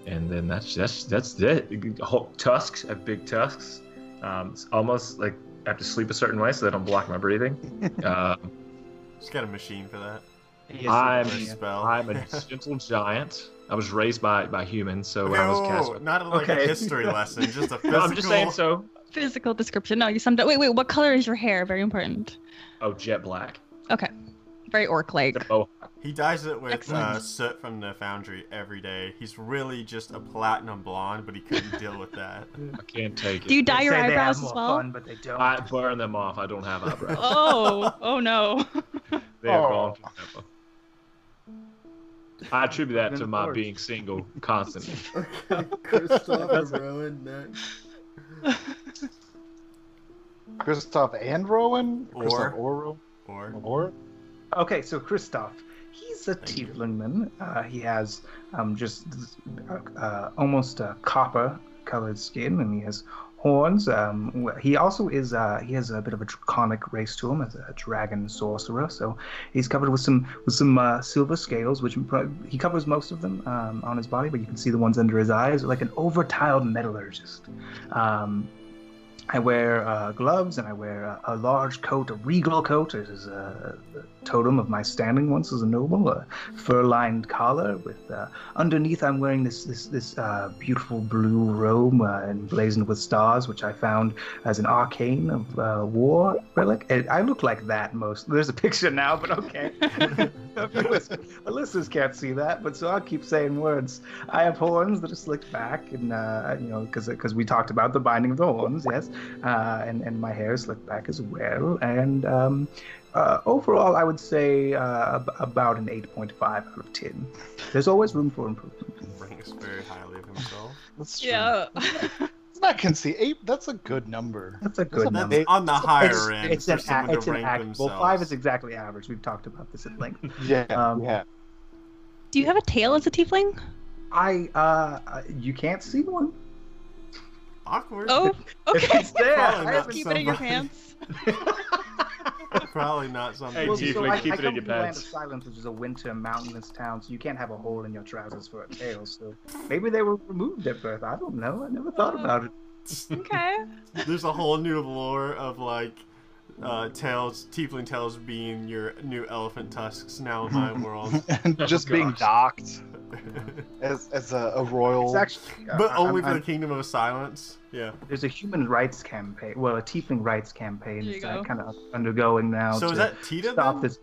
Speaker 4: and then that's that's that's it Whole- tusks have big tusks um, it's almost like i have to sleep a certain way so they don't block my breathing um,
Speaker 1: Just got a machine for that.
Speaker 2: He is
Speaker 4: I'm,
Speaker 2: a giant.
Speaker 1: spell.
Speaker 4: I'm a gentle giant. I was raised by, by humans, so when I was
Speaker 1: No,
Speaker 4: cast.
Speaker 1: not like
Speaker 2: Okay.
Speaker 1: a history lesson, just a physical.
Speaker 4: No, I'm just saying so.
Speaker 3: Physical description. No, you summed up. Wait, wait. What color is your hair? Very important.
Speaker 4: Oh, jet black.
Speaker 3: Very orc-like.
Speaker 4: The mohawk.
Speaker 1: He dyes it with
Speaker 3: Excellent.
Speaker 1: uh, soot from the foundry every day. He's really just a platinum blonde, but he couldn't deal with that.
Speaker 4: I can't take it.
Speaker 3: Do you
Speaker 2: They
Speaker 3: dye your
Speaker 2: say they have
Speaker 3: eyebrows as
Speaker 2: more
Speaker 3: well?
Speaker 2: Fun, but they don't.
Speaker 4: I burn them off. I don't have eyebrows.
Speaker 3: Oh, oh no.
Speaker 4: They have
Speaker 2: Oh.
Speaker 4: gone forever. I attribute that
Speaker 2: Then
Speaker 4: to
Speaker 2: of
Speaker 4: my
Speaker 2: course.
Speaker 4: being single constantly.
Speaker 6: Okay, Christoph Rowan next.
Speaker 5: Christoph and Rowan?
Speaker 1: Or.
Speaker 5: Christoph or Rowan?
Speaker 1: Or
Speaker 5: Or?
Speaker 2: Okay, so Christoph, he's a
Speaker 1: Thank you.
Speaker 2: tieflingman. Uh, he has um, just uh, uh, almost a copper colored skin, and he has horns. Um, wh- he also is uh, he has a bit of a draconic race to him as a dragon sorcerer. So he's covered with some with some uh, silver scales, which pro- he covers most of them um, on his body, but you can see the ones under his eyes, like an overtiled metallurgist. Um, I wear uh, gloves and I wear a, a large coat, a regal coat. It is uh, a, a totem of my standing once as a noble, a fur-lined collar. With uh, underneath, I'm wearing this this this uh, beautiful blue robe uh, emblazoned with stars, which I found as an arcane of uh, war relic. And I look like that most. There's a picture now, but okay. If you listen- Listeners can't see that, but so I'll keep saying words. I have horns that are slicked back, and uh, you know, because we talked about the binding of the horns, yes, uh, and and my hair is slicked back as well. And um, uh, overall, I would say uh, ab- about an eight point five out of ten. There's always room for improvement.
Speaker 1: ranks very highly of himself.
Speaker 5: That's true.
Speaker 3: yeah.
Speaker 5: It's not concede. Eight, that's a good number.
Speaker 2: That's a good
Speaker 1: That's
Speaker 2: number.
Speaker 5: They-
Speaker 1: on the
Speaker 2: it's,
Speaker 1: higher end
Speaker 2: it's
Speaker 1: for
Speaker 2: an, a-
Speaker 1: someone
Speaker 2: it's
Speaker 1: to
Speaker 2: an
Speaker 1: rank
Speaker 2: act. Well,
Speaker 1: themselves.
Speaker 2: five is exactly average. We've talked about this at length.
Speaker 5: Yeah.
Speaker 2: Um,
Speaker 5: yeah.
Speaker 3: Do you have a tail as a tiefling?
Speaker 2: I, uh, uh, you can't see one.
Speaker 1: Awkward.
Speaker 3: Oh, okay.
Speaker 2: It's there.
Speaker 1: Probably
Speaker 2: I
Speaker 1: not
Speaker 2: haven't
Speaker 3: Keep it in your
Speaker 1: somebody.
Speaker 3: pants.
Speaker 1: Probably not something.
Speaker 4: Hey,
Speaker 2: Well,
Speaker 4: Tiefling,
Speaker 2: so I,
Speaker 4: keep
Speaker 2: I
Speaker 4: it in
Speaker 2: come
Speaker 4: your
Speaker 2: from the land
Speaker 4: pants.
Speaker 2: of silence, which is a winter mountainous town, so you can't have a hole in your trousers for a tail. So maybe they were removed at birth. I don't know. I never thought
Speaker 1: Uh,
Speaker 2: about it.
Speaker 3: Okay.
Speaker 1: There's a whole new lore of like uh, tails, tiefling tails being your new elephant tusks now in my world.
Speaker 5: and
Speaker 4: Oh,
Speaker 5: just being
Speaker 4: gosh.
Speaker 5: docked as, as a, a royal.
Speaker 2: It's actually, uh,
Speaker 1: but oh,
Speaker 2: I-
Speaker 1: only for
Speaker 2: I'm-
Speaker 1: the
Speaker 2: I'm-
Speaker 1: Kingdom of Silence. Yeah.
Speaker 2: there's a human rights campaign, well, a tiefling rights campaign
Speaker 3: There
Speaker 2: that's
Speaker 3: you
Speaker 2: uh,
Speaker 3: go.
Speaker 2: kind of undergoing now.
Speaker 1: So
Speaker 2: to
Speaker 1: is that Tita?
Speaker 2: stop
Speaker 1: then?
Speaker 2: this?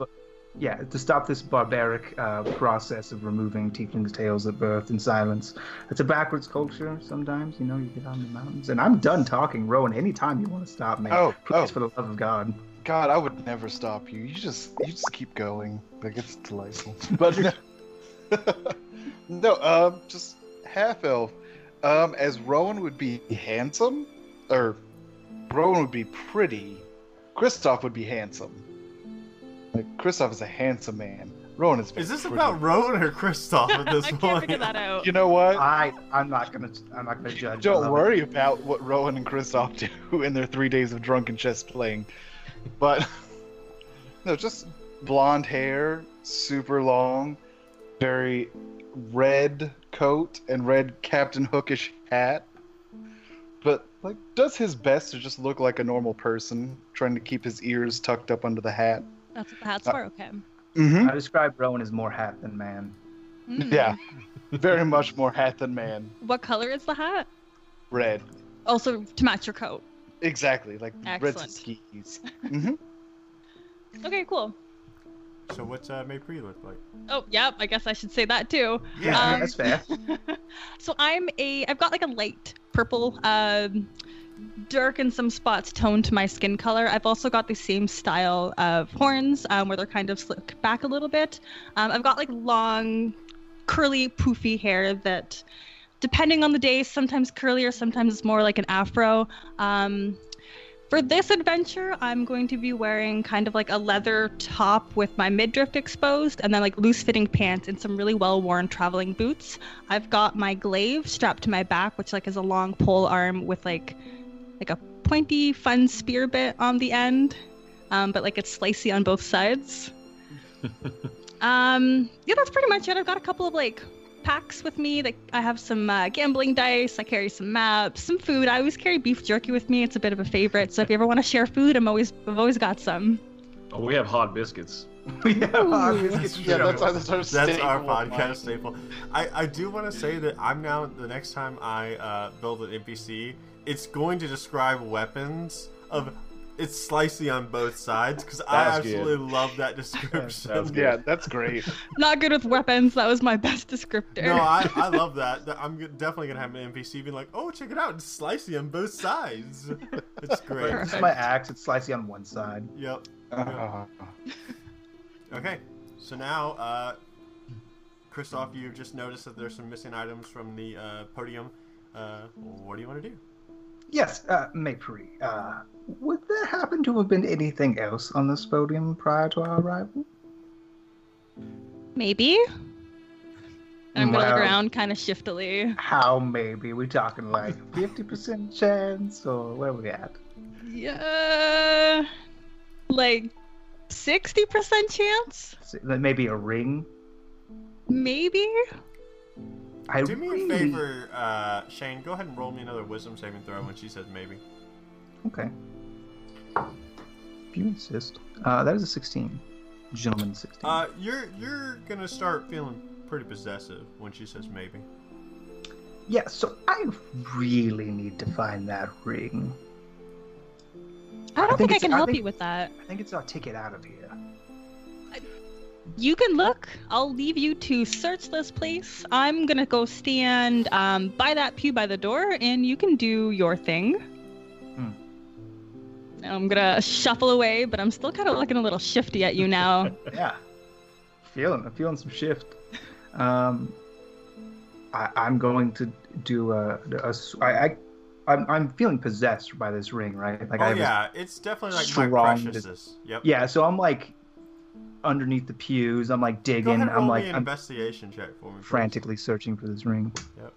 Speaker 2: Yeah, to stop this barbaric uh, process of removing tieflings' tails at birth in silence. It's a backwards culture. Sometimes, you know, you get out in the mountains, and I'm done talking, Rowan. Anytime you want to stop me,
Speaker 5: Oh,
Speaker 2: please,
Speaker 5: oh,
Speaker 2: for the love of God.
Speaker 5: God, I would never stop you. You just, you just keep going. Like, it's delightful. But no, no um, just half elf. Um, as Rowan would be handsome, or Rowan would be pretty, Kristoff would be handsome. Like, Kristoff is a handsome man. Rowan is.
Speaker 1: Is this
Speaker 5: pretty.
Speaker 1: about Rowan or Kristoff at this
Speaker 3: I can't
Speaker 1: point?
Speaker 3: figure that out.
Speaker 5: You know what?
Speaker 2: I I'm not gonna I'm not gonna judge. I love
Speaker 5: Don't
Speaker 2: it.
Speaker 5: worry about what Rowan and Kristoff do in their three days of drunken chess playing. But no, just blonde hair, super long, very red coat and red Captain Hookish hat. But like does his best to just look like a normal person, trying to keep his ears tucked up under the hat.
Speaker 3: That's what the hat's for. Okay.
Speaker 5: Mm-hmm.
Speaker 2: I describe Rowan as more hat than man.
Speaker 3: Mm.
Speaker 5: Yeah. Very much more hat than man.
Speaker 3: What color is the hat?
Speaker 5: Red.
Speaker 3: Also to match your coat.
Speaker 5: Exactly. Like red
Speaker 3: Excellent.
Speaker 5: skis. hmm
Speaker 3: Okay, cool.
Speaker 1: So what's uh, Maypri look like?
Speaker 3: Oh, yep. I guess I should say that too.
Speaker 2: Yeah,
Speaker 3: Um,
Speaker 2: that's fair.
Speaker 3: so I'm a. I've got like a light purple, um, dark in some spots tone to my skin color. I've also got the same style of horns, um, where they're kind of slick back a little bit. Um, I've got like long, curly, poofy hair that, depending on the day, sometimes curlier, sometimes it's more like an afro. Um, for this adventure, I'm going to be wearing kind of like a leather top with my midriff exposed and then like loose fitting pants and some really well worn traveling boots. I've got my glaive strapped to my back, which like is a long pole arm with like like a pointy, fun spear bit on the end, um, but like it's slicey on both sides. um, yeah, that's pretty much it. I've got a couple of like packs with me. Like I have some uh, gambling dice. I carry some maps, some food. I always carry beef jerky with me. It's a bit of a favorite. So if you ever want to share food, I'm always I've always got some.
Speaker 4: Oh, we have hot biscuits.
Speaker 2: yeah,
Speaker 5: that's, yeah, that's, our- that's our
Speaker 1: That's our
Speaker 5: staple of
Speaker 1: podcast
Speaker 5: mine.
Speaker 1: staple. I, I do want to say that I'm now the next time I uh, build an NPC, it's going to describe weapons of it's slicey on both sides because I
Speaker 4: That was good.
Speaker 1: absolutely love that description.
Speaker 4: That was good.
Speaker 5: Yeah, that's great.
Speaker 3: Not good with weapons. That was my best descriptor.
Speaker 1: No, I, I love that. That- I'm g- definitely gonna have an NPC being like, "Oh, check it out, it's slicey on both sides." It's great.
Speaker 2: It's my axe. It's slicey on one side.
Speaker 1: yep.
Speaker 5: Uh,
Speaker 1: Okay. So now, uh, Christoph, you've just noticed that there's some missing items from the uh, podium. Uh, what do you want to do?
Speaker 2: Yes, uh, Maypri. Uh, would there happen to have been anything else on this podium prior to our arrival?
Speaker 3: Maybe. And I'm gonna
Speaker 2: Wow.
Speaker 3: look around kind of shiftily.
Speaker 2: How maybe? we talking like 50% chance, or where we at?
Speaker 3: Yeah. Like 60% chance?
Speaker 2: So, like, Maybe a ring?
Speaker 3: Maybe?
Speaker 2: I
Speaker 1: Do me a
Speaker 2: really-
Speaker 1: favor, uh, Shane. Go ahead and roll me another Wisdom saving throw when she says maybe.
Speaker 2: Okay. If you insist. Uh, that is a 16. Gentleman 16.
Speaker 1: Uh, you're you're gonna start feeling pretty possessive when she says maybe.
Speaker 2: yeah, so I really need to find that ring.
Speaker 3: I don't think,
Speaker 2: think
Speaker 3: I
Speaker 2: it's-
Speaker 3: can
Speaker 2: I
Speaker 3: help
Speaker 2: think-
Speaker 3: you with that.
Speaker 2: I think it's our ticket out of here.
Speaker 3: You can look. I'll leave you to search this place. I'm gonna go stand um, by that pew by the door, and you can do your thing.
Speaker 2: Hmm.
Speaker 3: I'm gonna shuffle away, but I'm still kind of looking a little shifty at you now.
Speaker 2: yeah feeling i'm feeling some shift um i i'm going to do a, a s- i I- I'm, I'm feeling possessed by this ring right like
Speaker 1: oh
Speaker 2: i have this-
Speaker 1: yeah, it's definitely like my
Speaker 2: strong
Speaker 1: preciousness. Yep.
Speaker 2: yeah so i'm like underneath the pews i'm like
Speaker 1: Go ahead
Speaker 2: digging
Speaker 1: and roll
Speaker 2: i'm like
Speaker 1: me an
Speaker 2: i'm
Speaker 1: investigation check for me. please.
Speaker 2: frantically searching for this ring
Speaker 1: Yep.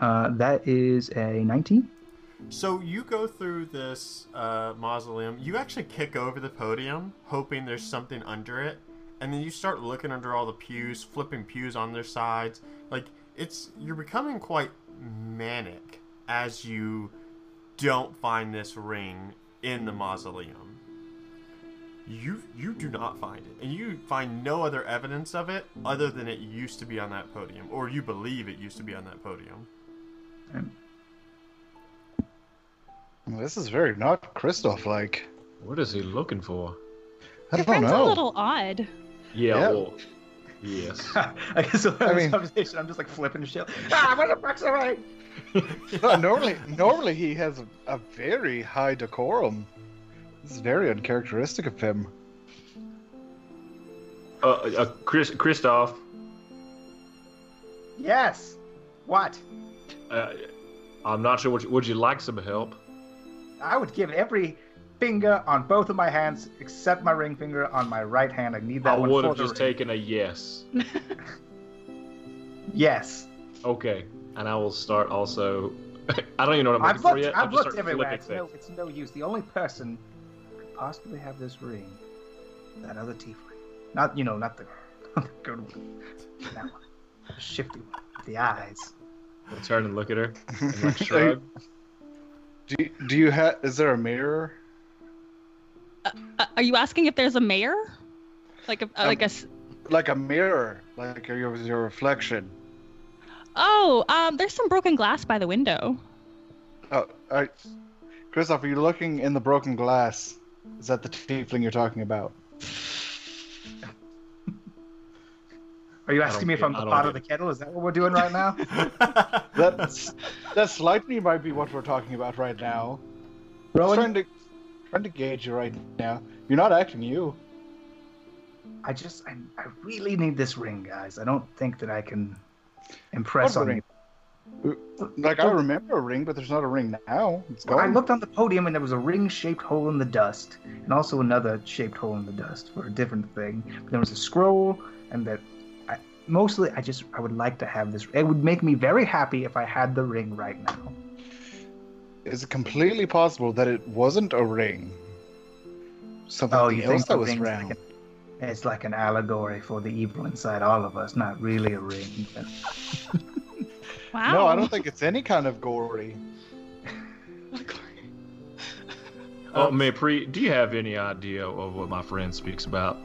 Speaker 2: uh that is a 19
Speaker 1: So you go through this uh, mausoleum. You actually kick over the podium, hoping there's something under it, and then you start looking under all the pews, flipping pews on their sides. Like it's you're becoming quite manic as you don't find this ring in the mausoleum. You you do not find it, and you find no other evidence of it other than it used to be on that podium, or you believe it used to be on that podium.
Speaker 2: Um,
Speaker 5: this is very not Christoph like.
Speaker 4: What is he looking for?
Speaker 5: I
Speaker 3: Your
Speaker 5: don't
Speaker 3: friend's a
Speaker 5: know.
Speaker 3: little odd.
Speaker 4: Yeah.
Speaker 5: Yeah.
Speaker 4: Well, yes. Uh,
Speaker 2: i guess we'll have
Speaker 5: I
Speaker 2: this
Speaker 5: mean-
Speaker 2: conversation i'm just like flipping shit ah what the fuck's the ring
Speaker 5: No, normally, normally he has a, a very high decorum. This is very uncharacteristic of him.
Speaker 4: Uh, uh, Chris, Christoph,
Speaker 2: yes what
Speaker 4: uh, I'm not sure. Would you, would you like some help?
Speaker 2: I would give every finger on both of my hands except my ring finger on my right hand. I need that
Speaker 4: I
Speaker 2: one
Speaker 4: would
Speaker 2: for
Speaker 4: have
Speaker 2: the
Speaker 4: just
Speaker 2: ring.
Speaker 4: taken a yes.
Speaker 2: Yes,
Speaker 4: Okay, and I will start also. I don't even know what I'm looking
Speaker 2: I've
Speaker 4: for
Speaker 2: looked.
Speaker 4: yet.
Speaker 2: I've
Speaker 4: just
Speaker 2: looked
Speaker 4: start flipping
Speaker 2: everywhere. It's
Speaker 4: things.
Speaker 2: no, it's no use. The only person who could possibly have this ring, that other tiefling. Not you know, not the, not the good one. That one, the shifty one, with the eyes.
Speaker 4: I'll turn and look at her. And like
Speaker 5: Hey,
Speaker 4: shrug.
Speaker 5: do, you- do you have? Is there a mirror?
Speaker 3: Uh, are you asking if there's a mayor? Like a
Speaker 5: Um,
Speaker 3: like a s-
Speaker 5: Like a mirror? Like your your reflection?
Speaker 3: oh um there's some broken glass by the window.
Speaker 5: Oh, I, Christoph, are you looking in the broken glass? Is that the tiefling you're talking about?
Speaker 2: Are you
Speaker 4: I
Speaker 2: asking
Speaker 4: don't
Speaker 2: me if
Speaker 4: get-
Speaker 2: I'm
Speaker 4: I
Speaker 2: the
Speaker 4: don't
Speaker 2: pot
Speaker 4: get
Speaker 2: of the kettle? Is that what we're doing right now?
Speaker 5: That's that slightly might be what we're talking about right now. I'm trying
Speaker 2: Rowan,
Speaker 5: to trying to gauge you right now. You're not acting you.
Speaker 2: I just, I, I really need this ring, guys. I don't think that I can impress
Speaker 5: What
Speaker 2: on
Speaker 5: ring?
Speaker 2: you.
Speaker 5: Like I remember a ring, but there's not a ring now. It's
Speaker 2: Well, I
Speaker 5: gone.
Speaker 2: looked on the podium and there was a ring shaped hole in the dust, and also another shaped hole in the dust for a different thing. But there was a scroll, and that I, mostly I just I would like to have this. It would make me very happy if I had the ring right now.
Speaker 5: Is it completely possible that it wasn't a ring? Something
Speaker 2: Oh, you
Speaker 5: else
Speaker 2: think
Speaker 5: that
Speaker 2: the
Speaker 5: was
Speaker 2: ring's
Speaker 5: round.
Speaker 2: like an, it's like an allegory for the evil inside all of us, not really a ring. but-
Speaker 3: Wow.
Speaker 5: No, I don't think it's any kind of gory.
Speaker 2: Oh.
Speaker 4: Oh, Maypri, do you have any idea of what my friend speaks about?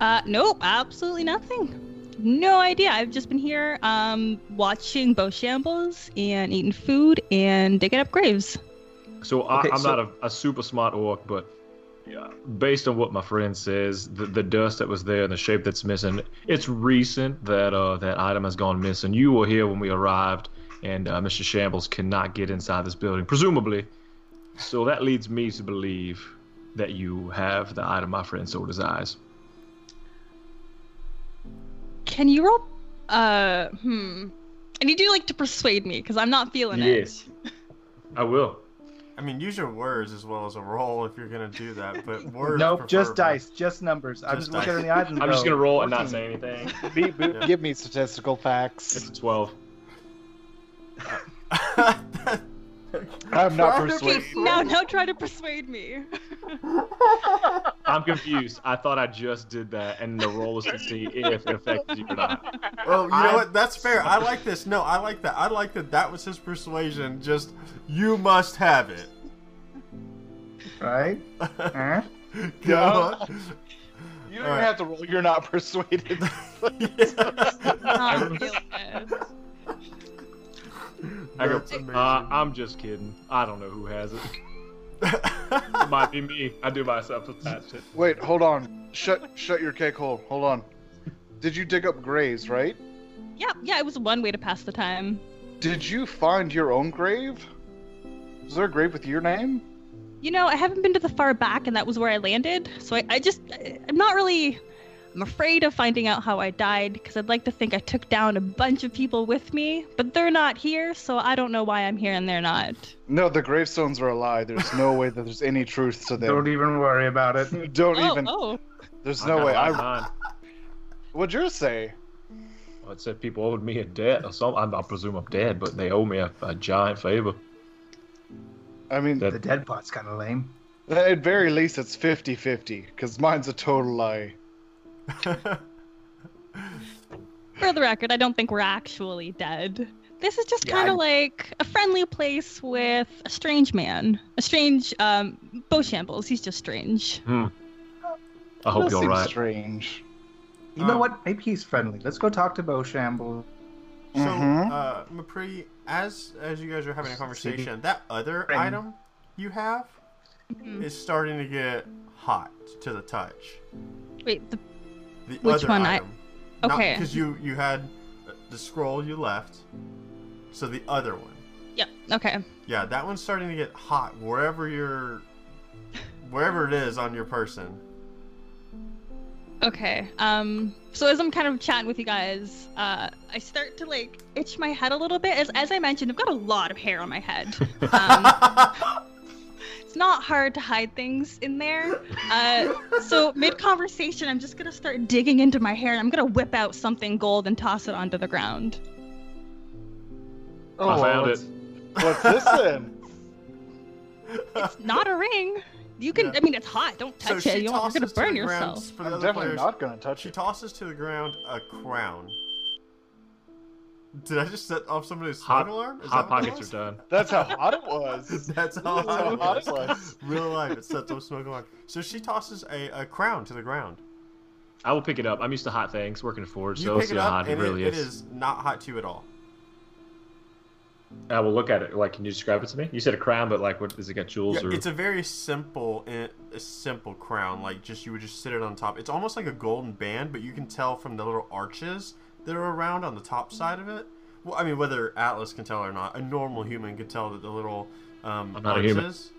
Speaker 3: Uh, nope, absolutely nothing. No idea. I've just been here um, watching Boshambles and eating food and digging up graves.
Speaker 4: So I,
Speaker 2: Okay,
Speaker 4: I'm
Speaker 2: so-
Speaker 4: not a, a super smart orc, but yeah, based on what my friend says, the, the dust that was there and the shape that's missing, it's recent that uh, that item has gone missing. You were here when we arrived, and uh, Mr. Shambles cannot get inside this building, presumably. So that leads me to believe that you have the item my friend so desires.
Speaker 3: Can you roll? Uh, hmm. I need you like to persuade me because I'm not feeling
Speaker 4: Yes. I will.
Speaker 1: I mean, use your words as well as a roll if you're gonna do that. But words.
Speaker 2: Nope, just
Speaker 1: preferably.
Speaker 2: dice, just numbers. I
Speaker 1: Just
Speaker 2: just look at her
Speaker 1: dice.
Speaker 2: in the eyes and
Speaker 4: I'm just
Speaker 2: go,
Speaker 4: gonna roll and not
Speaker 2: 14.
Speaker 4: Oh, say anything.
Speaker 5: Be- be-
Speaker 1: Yeah.
Speaker 5: Give me statistical
Speaker 4: It's
Speaker 5: facts.
Speaker 4: a 12.
Speaker 5: I'm not
Speaker 6: Try to
Speaker 5: persuaded.
Speaker 3: it. Now, now try to persuade me.
Speaker 4: I'm confused. I thought I just did that, and the roll was to see if it affected you or not.
Speaker 1: Well, you know
Speaker 4: I-
Speaker 1: what? That's fair. I like this. No, I like that. I like that. That was his persuasion. Just you must have it.
Speaker 2: right? Eh? Huh?
Speaker 1: Go
Speaker 5: Yeah.
Speaker 1: on.
Speaker 5: You don't
Speaker 1: All
Speaker 5: even
Speaker 1: right.
Speaker 5: have to roll. You're not persuaded.
Speaker 3: Not feeling it.
Speaker 4: I go,
Speaker 1: That's amazing.
Speaker 4: uh, I'm just kidding. I don't know who has it. It might be me. I do myself sometimes.
Speaker 5: Wait, hold on. Shut shut your cake hole. Hold on. Did you dig up graves, right?
Speaker 3: Yeah, yeah. It was one way to pass the time.
Speaker 5: Did you find your own grave? Is there a grave with your name?
Speaker 3: You know, I haven't been to the far back, and that was where I landed. So I, I just, I- I'm not really. I'm afraid of finding out how I died because I'd like to think I took down a bunch of people with me, but they're not here, so I don't know why I'm here and they're not.
Speaker 5: No, the gravestones are a lie. There's no way that there's any truth to
Speaker 2: Don't
Speaker 5: them.
Speaker 2: even worry about it.
Speaker 5: Don't
Speaker 3: oh,
Speaker 5: even.
Speaker 3: oh.
Speaker 5: There's no way. I,
Speaker 4: I.
Speaker 5: what'd yours say?
Speaker 4: Well, it said people owed me a debt or something. I, I presume I'm dead, but they owe me a, a giant favor.
Speaker 5: I mean,
Speaker 4: That-
Speaker 2: The dead part's kind of lame.
Speaker 5: at very least, it's 50 50, because mine's a total lie.
Speaker 3: For the record, I don't think we're actually dead. This is just
Speaker 2: Yeah,
Speaker 3: kind
Speaker 2: I-
Speaker 3: of like a friendly place with a strange man, a strange um, Bochambles. He's just strange.
Speaker 4: I hope
Speaker 5: That
Speaker 4: you're
Speaker 5: seems
Speaker 4: right.
Speaker 5: strange.
Speaker 2: You know
Speaker 1: Um,
Speaker 2: what? Maybe he's friendly. Let's go talk to Boshamble.
Speaker 1: So,
Speaker 5: Mhm.
Speaker 1: uh, Mapri, as as you guys are having a conversation, that other
Speaker 2: Friend.
Speaker 1: item you have
Speaker 3: Mhm.
Speaker 1: is starting to get hot to the touch.
Speaker 3: Wait, the,
Speaker 1: The
Speaker 3: Which
Speaker 1: other
Speaker 3: one? I-
Speaker 1: Item.
Speaker 3: Okay.
Speaker 1: Because you you had the scroll you left, so the other one.
Speaker 3: yeah, okay.
Speaker 1: Yeah, that one's starting to get hot wherever you're, wherever it is on your person.
Speaker 3: Okay. Um. So as I'm kind of chatting with you guys, uh, I start to like itch my head a little bit. As as I mentioned, I've got a lot of hair on my head. Um, it's not hard to hide things in there. Uh, so mid conversation, I'm just gonna start digging into my hair and I'm gonna whip out something gold and toss it onto the ground.
Speaker 5: Oh,
Speaker 4: I found
Speaker 5: what's-
Speaker 4: it.
Speaker 5: What's this then?
Speaker 3: It's not a ring. You can.
Speaker 1: Yeah.
Speaker 3: I mean, it's hot. Don't
Speaker 1: so
Speaker 3: touch
Speaker 1: she
Speaker 3: it. You are
Speaker 1: tosses
Speaker 3: gonna
Speaker 1: to
Speaker 3: burn
Speaker 1: the ground
Speaker 3: yourself.
Speaker 1: For the
Speaker 5: I'm
Speaker 1: other
Speaker 5: definitely
Speaker 1: players.
Speaker 5: not going to touch
Speaker 1: She
Speaker 5: it.
Speaker 1: tosses to the ground a crown. Did I just set off somebody's
Speaker 4: Hot-
Speaker 1: smoke alarm? Is
Speaker 4: Hot
Speaker 1: that what it
Speaker 4: pockets are
Speaker 1: was?
Speaker 4: done.
Speaker 5: That's how hot it was.
Speaker 1: That's how
Speaker 5: That's how hot it was.
Speaker 1: Real life, it sets off smoke alarm. So she tosses a, a crown to the ground.
Speaker 4: I will pick it up. I'm used to hot things, working forward,
Speaker 1: You
Speaker 4: so let's
Speaker 1: pick
Speaker 4: see
Speaker 1: it
Speaker 4: how
Speaker 1: up,
Speaker 4: hot it
Speaker 1: and
Speaker 4: really
Speaker 1: it,
Speaker 4: is.
Speaker 1: it is not hot to you at all.
Speaker 4: I will look at it. Like, can you describe it to me? You said a crown, but like, what is it got jewels
Speaker 1: Yeah,
Speaker 4: or?
Speaker 1: it's a very simple, eh, a simple crown. Like just you would just sit it on top. It's almost like a golden band, but you can tell from the little arches that are around on the top side of it. Well, I mean, whether Atlas can tell or not, a normal human could tell that the little um,
Speaker 4: I'm not a human.
Speaker 1: arches.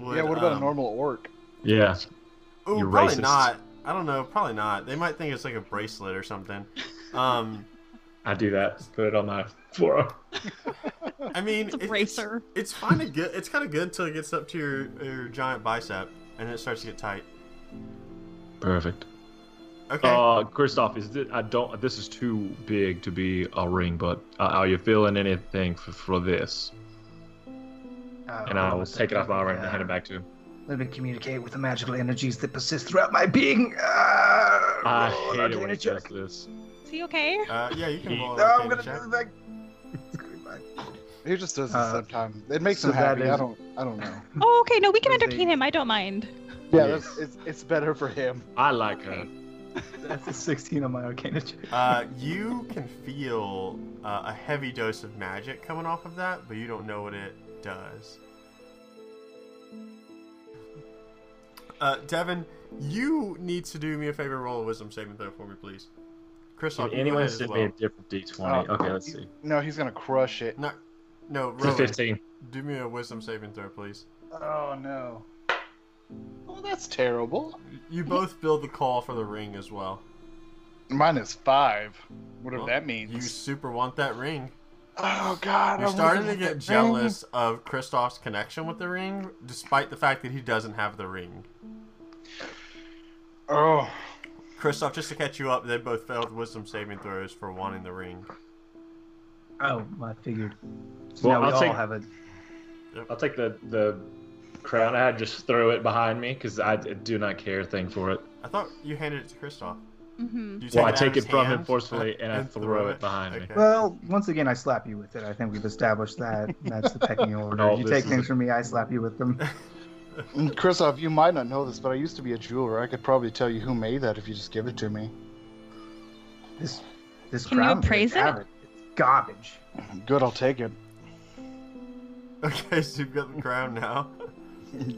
Speaker 5: yeah, what about
Speaker 1: um,
Speaker 5: a normal orc?
Speaker 4: yeah.
Speaker 1: Ooh,
Speaker 4: You're
Speaker 1: probably
Speaker 4: racist.
Speaker 1: not. I don't know. Probably not. They might think it's like a bracelet or something. Um,
Speaker 4: I do that. Put it on my forearm.
Speaker 1: I mean,
Speaker 3: It's a
Speaker 1: it-
Speaker 3: bracer.
Speaker 1: It's kind of good. It's kind of good until it gets up to your, your giant bicep, and it starts to get tight.
Speaker 4: Perfect.
Speaker 1: Okay.
Speaker 4: Uh, Christoph, is this, I don't. This is too big to be a ring, but uh, are you feeling anything for, for this?
Speaker 2: Oh,
Speaker 4: And I will take it off my arm and hand it back to him.
Speaker 2: uh, Let me communicate with the magical energies that persist throughout my being. Uh, Ah,
Speaker 4: Oh, I
Speaker 2: roll an
Speaker 4: hate it when
Speaker 2: arcana
Speaker 4: he
Speaker 2: check.
Speaker 4: does this.
Speaker 3: Is he okay?
Speaker 1: uh, yeah, you can roll.
Speaker 2: No, I'm
Speaker 1: okay,
Speaker 2: gonna
Speaker 1: check.
Speaker 2: do that. Screw my-
Speaker 5: He just does this
Speaker 2: Uh,
Speaker 5: sometimes. It makes
Speaker 2: so
Speaker 5: him happy.
Speaker 2: that
Speaker 5: I
Speaker 2: is-
Speaker 5: don't. I don't know.
Speaker 3: Oh, okay. No, we can
Speaker 2: Is he-
Speaker 3: entertain him. I don't mind.
Speaker 5: Yeah,
Speaker 4: Yeah.
Speaker 5: that's, it's it's better for him.
Speaker 4: I like her.
Speaker 2: That's a 16 on my Arcana check.
Speaker 1: Uh, you can feel uh, a heavy dose of magic coming off of that, but you don't know what it does. Uh, Devin, you need to do me a favor. Roll a wisdom saving throw for me, please. Chris,
Speaker 4: Can
Speaker 1: you go
Speaker 4: anyone
Speaker 1: ahead as
Speaker 4: send
Speaker 1: well.
Speaker 4: me a different d20?
Speaker 5: Oh,
Speaker 4: okay, let's
Speaker 5: you-
Speaker 4: see.
Speaker 5: No, he's gonna crush it.
Speaker 1: No, no,
Speaker 4: It's a
Speaker 1: Rowan,
Speaker 4: 15.
Speaker 1: do me a wisdom saving throw, please.
Speaker 5: Oh no. Well, Oh, that's terrible.
Speaker 1: You both build the call for the ring as well.
Speaker 5: Mine is five. Whatever
Speaker 1: Well,
Speaker 5: that
Speaker 1: You
Speaker 5: means.
Speaker 1: super want that ring.
Speaker 5: Oh god,
Speaker 1: You're
Speaker 5: I
Speaker 1: starting to
Speaker 5: wanted
Speaker 1: get
Speaker 5: that
Speaker 1: jealous of Kristoff's connection with the ring, despite the fact that he doesn't have the ring.
Speaker 5: thing. Oh,
Speaker 1: Kristoff, just to catch you up, they both failed wisdom saving throws for wanting the ring.
Speaker 2: Oh, I figured. So
Speaker 4: Well,
Speaker 2: now we
Speaker 4: I'll
Speaker 2: all
Speaker 4: take-
Speaker 2: have it.
Speaker 4: I'll take the, the crown I had, just throw it behind me because I d- do not care a thing for it.
Speaker 1: I thought you handed it to Kristoff.
Speaker 3: Mm-hmm.
Speaker 1: You
Speaker 4: Well, I
Speaker 1: out
Speaker 4: take
Speaker 1: of his
Speaker 4: it from him
Speaker 1: hand
Speaker 4: forcefully and I throw it behind me.
Speaker 2: Well, once again, I slap you with it. I think we've established that. That's the pecking order.
Speaker 4: No,
Speaker 2: you
Speaker 4: this
Speaker 2: take
Speaker 4: is
Speaker 2: things
Speaker 4: a-
Speaker 2: from me, I slap you with them.
Speaker 5: Kristoff, you might not know this, but I used to be a jeweler. I could probably tell you who made that if you just give it to me.
Speaker 2: This, this
Speaker 3: Can you
Speaker 2: crown here,
Speaker 3: appraise it?
Speaker 2: garbage. It's garbage.
Speaker 5: Good, I'll take it.
Speaker 1: Okay, so you've got the crown now.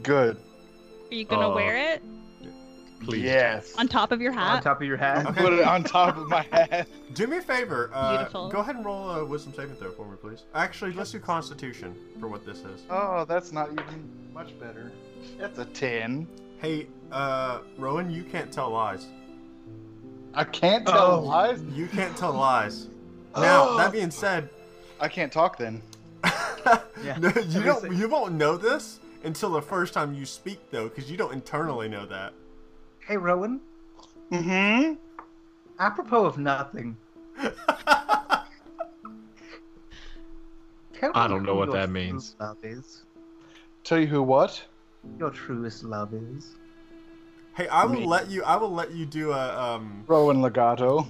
Speaker 5: Good.
Speaker 3: Are you gonna
Speaker 1: Oh.
Speaker 4: Uh,
Speaker 3: wear it
Speaker 4: Please.
Speaker 5: Yes.
Speaker 3: on top of your
Speaker 2: On
Speaker 3: hat?
Speaker 2: top of your head.
Speaker 1: Okay.
Speaker 5: Put it on top of my head.
Speaker 1: Do me a favor. Uh,
Speaker 3: Beautiful.
Speaker 1: Go ahead and roll a wisdom saving throw for me, please. Actually, let's do Constitution for what this is.
Speaker 5: Oh, that's not even much better. That's a ten.
Speaker 1: Hey, uh, Rowan, you can't tell lies.
Speaker 5: I can't tell
Speaker 2: Oh.
Speaker 5: lies.
Speaker 1: You can't tell lies. Now,
Speaker 5: Oh.
Speaker 1: that being said,
Speaker 5: I can't talk then.
Speaker 1: no, you don't. You won't know this until the first time you speak, though, because you don't internally know that.
Speaker 2: Hey, Rowan.
Speaker 5: Mm-hmm.
Speaker 2: Apropos of nothing, tell
Speaker 4: I
Speaker 2: me
Speaker 4: don't know
Speaker 2: who
Speaker 4: what
Speaker 2: your
Speaker 4: that
Speaker 2: true
Speaker 4: means.
Speaker 2: Love is
Speaker 5: Tell you who what?
Speaker 2: your truest love is.
Speaker 1: hey, I will
Speaker 5: Me.
Speaker 1: let you. I will let you do a. Um,
Speaker 5: Rowan Legato.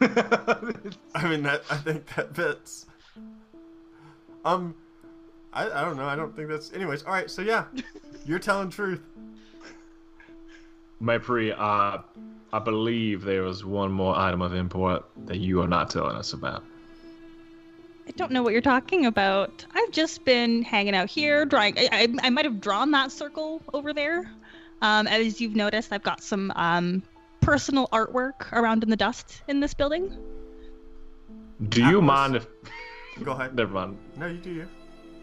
Speaker 1: I mean that I think that fits. Um, I, I don't know. I don't think that's. Anyways, all right. So yeah, you're telling truth.
Speaker 4: Mapri, uh, I believe there was one more item of import that you are not telling us about.
Speaker 3: I don't know what you're talking about. I've just been hanging out here, drawing. I, I, I might have drawn that circle over there. Um, as you've noticed, I've got some um, personal artwork around in the dust in this building.
Speaker 4: Do you
Speaker 1: Atlas.
Speaker 4: mind if.
Speaker 1: Go ahead.
Speaker 4: Never mind.
Speaker 1: No, you do you.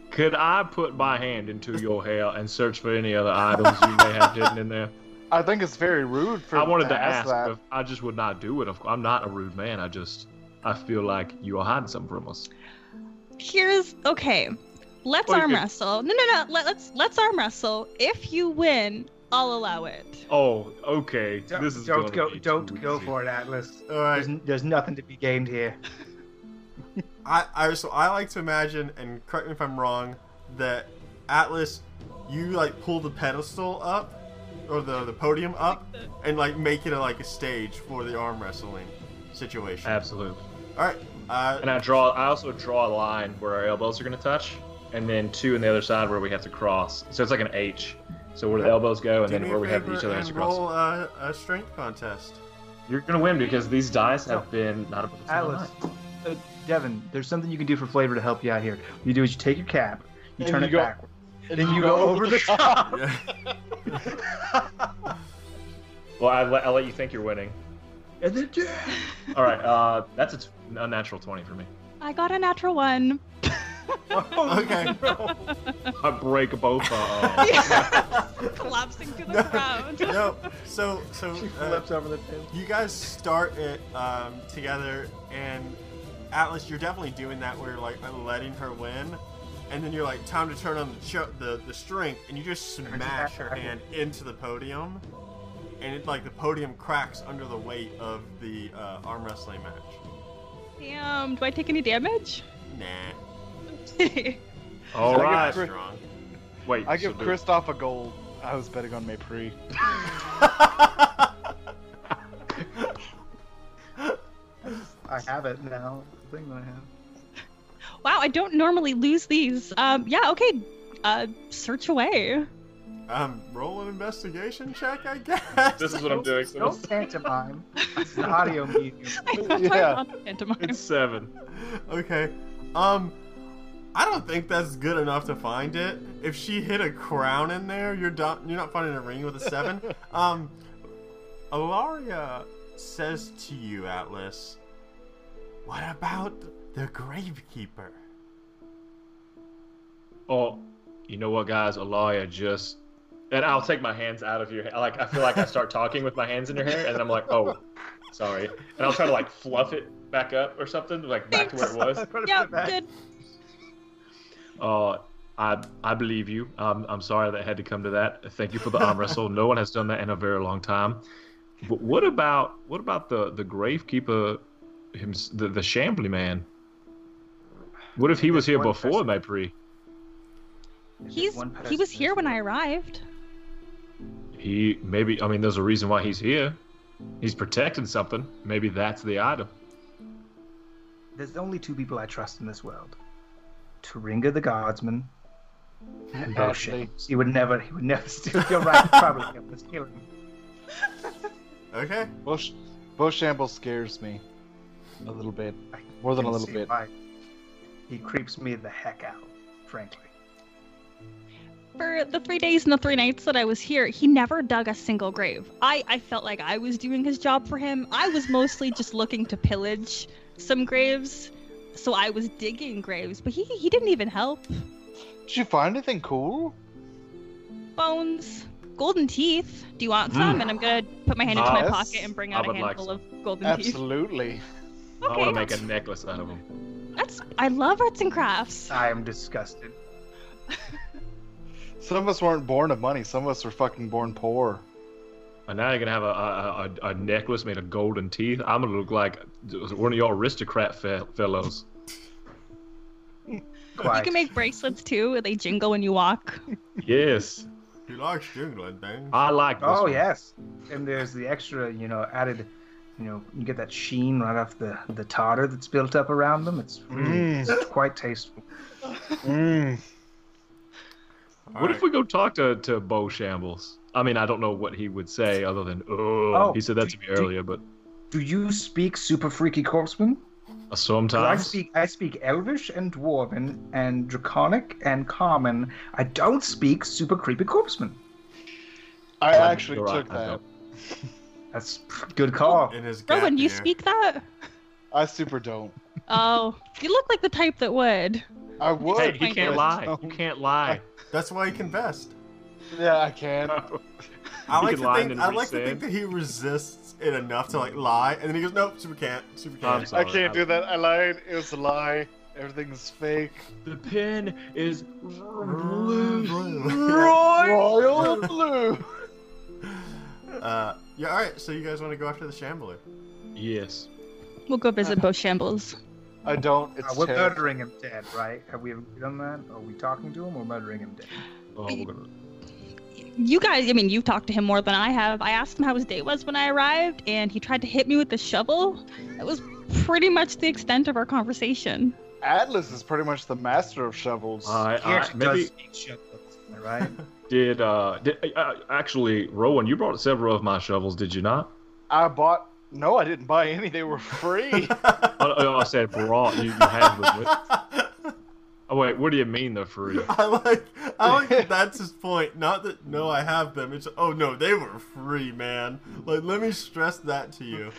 Speaker 4: Could I put my hand into your hair and search for any other items you may have hidden in there?
Speaker 5: I think it's very rude for
Speaker 4: I wanted
Speaker 5: them
Speaker 4: to ask,
Speaker 5: that.
Speaker 4: but I just would not do it. Of course, I'm not a rude man. I just, I feel like you are hiding something from us.
Speaker 3: Here's okay. Let's
Speaker 4: Well,
Speaker 3: arm
Speaker 4: if-
Speaker 3: wrestle. No, no, no. Let, let's let's arm wrestle. If you win, I'll allow it.
Speaker 4: Oh, okay.
Speaker 2: Don't,
Speaker 4: this is
Speaker 2: don't
Speaker 4: gonna
Speaker 2: go.
Speaker 4: be
Speaker 2: Don't
Speaker 4: too
Speaker 2: go
Speaker 4: easy.
Speaker 2: for it, Atlas.
Speaker 1: All right.
Speaker 2: There's, n- there's nothing to be gained here.
Speaker 1: I, I so I like to imagine, and correct me if I'm wrong, that Atlas, you like pull the pedestal up, or the the podium up, and like make it a, like a stage for the arm wrestling situation.
Speaker 4: Absolutely.
Speaker 1: All right. Uh,
Speaker 4: And I draw. I also draw a line where our elbows are going to touch, and then two on the other side where we have to cross. So it's like an H. So where the elbows go, and
Speaker 1: do
Speaker 4: then
Speaker 1: me
Speaker 4: where
Speaker 1: a
Speaker 4: we have each
Speaker 1: favor
Speaker 4: other has
Speaker 1: and
Speaker 4: to cross.
Speaker 1: roll uh, a strength contest.
Speaker 4: You're going to win because these dice have been not able to
Speaker 2: Atlas,
Speaker 4: tonight.
Speaker 2: uh, Devin, there's something you can do for flavor to help you out here. What you do is you take your cap, you
Speaker 5: And
Speaker 2: turn
Speaker 5: you
Speaker 2: it
Speaker 5: go-
Speaker 2: backward, then you go over the top.
Speaker 1: Yeah.
Speaker 4: Well, I let, I'll let you think you're winning.
Speaker 2: And then
Speaker 4: All right. Uh, that's a t- a natural twenty for me.
Speaker 3: I got a natural one.
Speaker 1: Okay.
Speaker 4: I break both. Uh,
Speaker 3: Collapsing to the
Speaker 1: No.
Speaker 3: ground.
Speaker 1: no. So so
Speaker 2: she
Speaker 1: uh,
Speaker 2: flips over the table.
Speaker 1: you guys start it um, together, and Atlas, you're definitely doing that where you're like letting her win, and then you're like time to turn on the cho- the the strength, and you just smash her hand into the podium, and it like the podium cracks under the weight of the uh, arm wrestling match.
Speaker 3: Damn. Do I take any damage?
Speaker 1: Nah,
Speaker 4: all
Speaker 5: I get
Speaker 4: right.
Speaker 5: three.
Speaker 1: strong.
Speaker 4: Wait.
Speaker 5: I
Speaker 4: so
Speaker 5: give
Speaker 4: do-
Speaker 5: Kristoff a gold. I was betting on Maypri.
Speaker 2: I have it now. It's the thing that I have.
Speaker 3: Wow, I don't normally lose these. Um, yeah, okay. Uh, search away.
Speaker 1: Um, roll an investigation check, I guess.
Speaker 4: This is what I'm doing. So
Speaker 2: Don't pantomime. It's an audio medium.
Speaker 5: Yeah.
Speaker 4: it's seven.
Speaker 1: okay. Um, I don't think that's good enough to find it. If she hid a crown in there, you're done. You're not finding a ring with a seven. um, Alaria says to you, Atlas, "What about the gravekeeper?"
Speaker 4: Oh, you know what, guys? Alaya just. And I'll take my hands out of your hair. Like I feel like I start talking with my hands in your hair, and then I'm like, "Oh, sorry," and I'll try to like fluff it back up or something, like back to where it was.
Speaker 3: Yeah, good.
Speaker 4: Uh, I I believe you. Um, I'm sorry that I had to come to that. Thank you for the arm wrestle. No one has done that in a very long time. But what about what about the the gravekeeper, him the the Shambly man? What if he was here
Speaker 2: One
Speaker 4: before
Speaker 2: person.
Speaker 4: Mapri?
Speaker 3: He's he was here when I arrived.
Speaker 4: He maybe I mean there's a reason why he's here. He's protecting something. Maybe that's the item.
Speaker 2: There's only two people I trust in this world: Turinga the Guardsman and Belsham. He would never, he would never steal. You're right, probably never steal him.
Speaker 1: Okay.
Speaker 5: Bush, Bochamble scares me a little bit, more than a
Speaker 2: Can
Speaker 5: little
Speaker 2: see
Speaker 5: bit.
Speaker 2: why. He creeps me the heck out, frankly.
Speaker 3: For the three days and the three nights that I was here, he never dug a single grave. I, I felt like I was doing his job for him. I was mostly just looking to pillage some graves. So I was digging graves, but he, he didn't even help.
Speaker 5: Did you find anything cool?
Speaker 3: Bones, golden teeth. Do you want
Speaker 4: Mm.
Speaker 3: some? And I'm gonna put my hand into my
Speaker 5: Yes,
Speaker 3: pocket and bring
Speaker 4: I
Speaker 3: out a
Speaker 4: would like
Speaker 3: handful of golden
Speaker 5: Absolutely.
Speaker 3: teeth.
Speaker 4: I want
Speaker 3: Okay,
Speaker 4: to make a necklace out of him.
Speaker 3: that's I love arts and crafts.
Speaker 2: I am disgusted.
Speaker 5: Some of us weren't born of money. Some of us were fucking born poor.
Speaker 4: And now you're gonna have a, a, a, a necklace made of golden teeth. I'm gonna look like one of your aristocrat fe- fellows.
Speaker 3: You
Speaker 2: Quite.
Speaker 3: can make bracelets too, where they jingle when you walk.
Speaker 4: Yes,
Speaker 1: He likes jingling things.
Speaker 4: I like this.
Speaker 2: Oh
Speaker 4: one.
Speaker 2: yes, and there's the extra, you know, added, you know, you get that sheen right off the the tartar that's built up around them. It's
Speaker 3: Mm.
Speaker 4: Hmm.
Speaker 2: really it's quite tasteful.
Speaker 5: Mm.
Speaker 4: Uh, What if we go talk to to Bo Shambles? I mean, I don't know what he would say other than "oh."
Speaker 2: Oh,
Speaker 4: he said that to me
Speaker 2: do- do-
Speaker 4: earlier, but
Speaker 2: Do you speak super freaky corpseman? 'Cause
Speaker 4: uh,
Speaker 2: I
Speaker 4: sometimes
Speaker 2: speak I speak Elvish and Dwarven and Draconic and Common. I don't speak super creepy corpseman.
Speaker 5: I
Speaker 4: I'm-
Speaker 5: actually
Speaker 4: you're right,
Speaker 5: took
Speaker 4: I
Speaker 5: that.
Speaker 4: don't.
Speaker 2: That's good call.
Speaker 1: In his gap
Speaker 3: Rowan, do you
Speaker 1: year.
Speaker 3: speak that?
Speaker 5: I super don't.
Speaker 3: Oh, you look like the type that would.
Speaker 5: I would.
Speaker 4: Hey, he
Speaker 3: Point
Speaker 4: can't
Speaker 5: but
Speaker 4: lie.
Speaker 5: don't.
Speaker 4: You can't lie.
Speaker 1: That's why he confessed.
Speaker 5: Yeah, I can.
Speaker 1: I
Speaker 4: You
Speaker 1: like
Speaker 4: can
Speaker 1: to
Speaker 4: lie
Speaker 1: think.
Speaker 4: and
Speaker 1: I
Speaker 4: then
Speaker 1: like to
Speaker 4: re-say
Speaker 1: think that he resists it enough to like lie, and then he goes, "Nope, super can't, super
Speaker 4: I'm
Speaker 1: can't."
Speaker 4: sorry.
Speaker 5: I can't do that. I lied. It was a lie. Everything's fake.
Speaker 4: The pin is
Speaker 5: Royal blue.
Speaker 1: uh, yeah, all right. So you guys want to go after the Shambler?
Speaker 4: Yes.
Speaker 3: We'll go visit Bo Shambles.
Speaker 5: I don't.
Speaker 2: Uh,
Speaker 5: It's
Speaker 2: we're
Speaker 5: terrible.
Speaker 2: murdering him dead, right? Have we agreed on that? Are we talking to him or murdering him dead?
Speaker 4: Oh, we're gonna-
Speaker 3: You guys, I mean, you've talked to him more than I have. I asked him how his day was when I arrived, and he tried to hit me with the shovel. That was pretty much the extent of our conversation.
Speaker 5: Atlas is pretty much the master of shovels.
Speaker 4: I, I, Uh, maybe
Speaker 2: All right.
Speaker 4: did uh, did uh, actually Rowan? You brought several of my shovels, did you not?
Speaker 5: I bought. No, I didn't buy any. They were free.
Speaker 4: Oh, oh, I said brought. You, you had them. With, oh wait, what do you mean they're free?
Speaker 1: I like. I like that that's his point. Not that no, I have them. It's oh no, they were free, man. Like, let me stress that to you.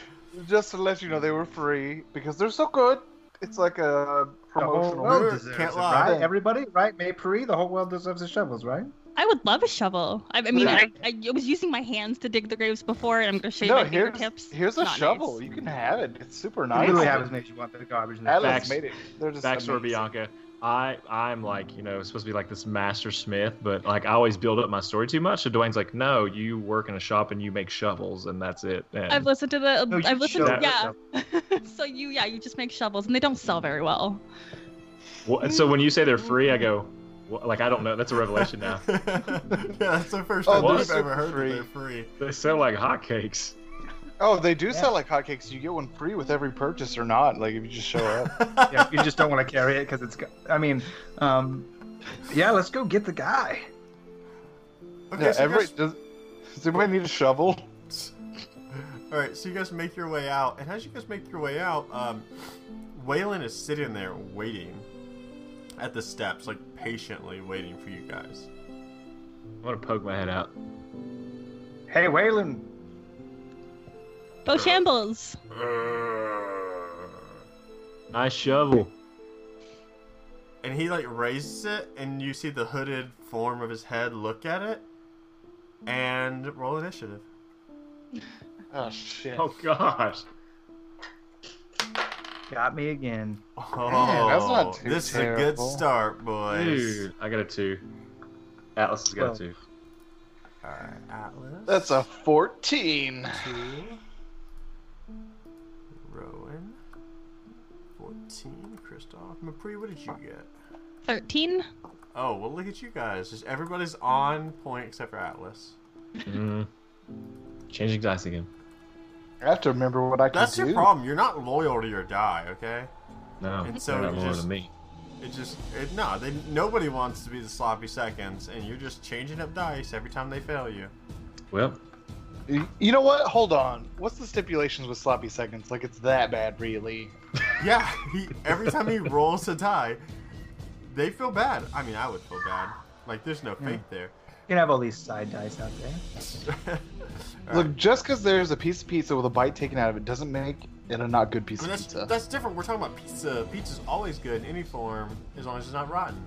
Speaker 5: Just to let you know, they were free because they're so good. It's like a
Speaker 2: The whole
Speaker 5: promotional.
Speaker 2: world
Speaker 1: Can't
Speaker 2: deserves it,
Speaker 1: lie.
Speaker 2: right? Everybody, right? May Prix, the whole world deserves the shovels, right?
Speaker 3: I would love a shovel. I, I mean,
Speaker 5: Right.
Speaker 3: I, I, I was using my hands to dig the graves before, and I'm going to show you
Speaker 5: no,
Speaker 3: my
Speaker 5: here's
Speaker 3: fingertips.
Speaker 5: here's a
Speaker 3: Not
Speaker 5: shovel.
Speaker 3: nice.
Speaker 5: You can have it. It's super
Speaker 2: It
Speaker 5: nice.
Speaker 2: literally happens if you want the garbage in the
Speaker 5: Atlas
Speaker 4: Facts.
Speaker 5: made it. They're just
Speaker 4: Backstory,
Speaker 5: amazing.
Speaker 4: Bianca. I I'm like you know supposed to be like this master smith, but like I always build up my story too much. So Dwayne's like, no, you work in a shop and you make shovels, and that's it. And
Speaker 3: I've listened to the.
Speaker 2: No, you
Speaker 3: I've listened.
Speaker 2: showed
Speaker 3: To,
Speaker 4: it.
Speaker 3: yeah. so you, yeah, you just make shovels, and they don't sell very well.
Speaker 4: Well, and so when you say they're free, I go, well, like I don't know. That's a revelation now.
Speaker 1: yeah, that's the first
Speaker 5: Oh,
Speaker 1: time
Speaker 4: they're
Speaker 1: we've
Speaker 5: super
Speaker 1: ever heard
Speaker 5: free.
Speaker 1: that they're free.
Speaker 4: They sell like hotcakes.
Speaker 5: Oh, they do
Speaker 2: Yeah.
Speaker 5: sell like hotcakes. You get one free with every purchase or not. Like if you just show up.
Speaker 2: yeah, you just don't want to carry it because it's. go- I mean, um, yeah, let's go get the guy.
Speaker 1: Okay,
Speaker 5: Yeah,
Speaker 1: so you
Speaker 5: every,
Speaker 1: guys-
Speaker 5: does, does anybody need a shovel?
Speaker 1: All right, so you guys make your way out, and as you guys make your way out, um, Waylon is sitting there waiting at the steps, like patiently waiting for you guys.
Speaker 4: I'm gonna poke my head out.
Speaker 2: Hey, Waylon.
Speaker 3: Boshambles.
Speaker 4: Nice shovel.
Speaker 1: And he like raises it, and you see the hooded form of his head look at it, and roll initiative.
Speaker 5: Oh shit!
Speaker 4: Oh gosh.
Speaker 2: Got me again.
Speaker 1: Oh,
Speaker 5: that's not too
Speaker 1: this is a good
Speaker 5: terrible.
Speaker 1: start, boys.
Speaker 4: Dude, I got a two. Atlas has got a two.
Speaker 1: All right, Atlas.
Speaker 5: That's a fourteen.
Speaker 1: two. Rowan. 14. Kristoff. Mapri, what did you get?
Speaker 3: 13.
Speaker 1: Oh, well, look at you guys. Just everybody's on point except for Atlas.
Speaker 4: Mm. Changing Mm-hmm. dice again.
Speaker 5: I have to remember what I can
Speaker 1: That's
Speaker 5: do.
Speaker 1: your problem. You're not loyal to your die, okay?
Speaker 4: No,
Speaker 1: And so
Speaker 4: they're not
Speaker 1: you
Speaker 4: lower
Speaker 1: just-
Speaker 4: than me.
Speaker 1: It just, it, no, they, nobody wants to be the sloppy seconds, and you're just changing up dice every time they fail you.
Speaker 4: Well,
Speaker 5: You- You know what? Hold on. What's the stipulations with sloppy seconds? Like it's that bad, really?
Speaker 1: Yeah, he, every time he rolls a die, they feel bad. I mean, I would feel bad. Like, there's no faith there.
Speaker 2: You can have all these side dice out there.
Speaker 1: All
Speaker 5: Look, just because there's a piece of pizza with a bite taken out of it doesn't make it a not good piece
Speaker 1: I mean,
Speaker 5: of
Speaker 1: that's
Speaker 5: pizza.
Speaker 1: that's different. We're talking about pizza. Pizza's always good in any form, as long as it's not rotten.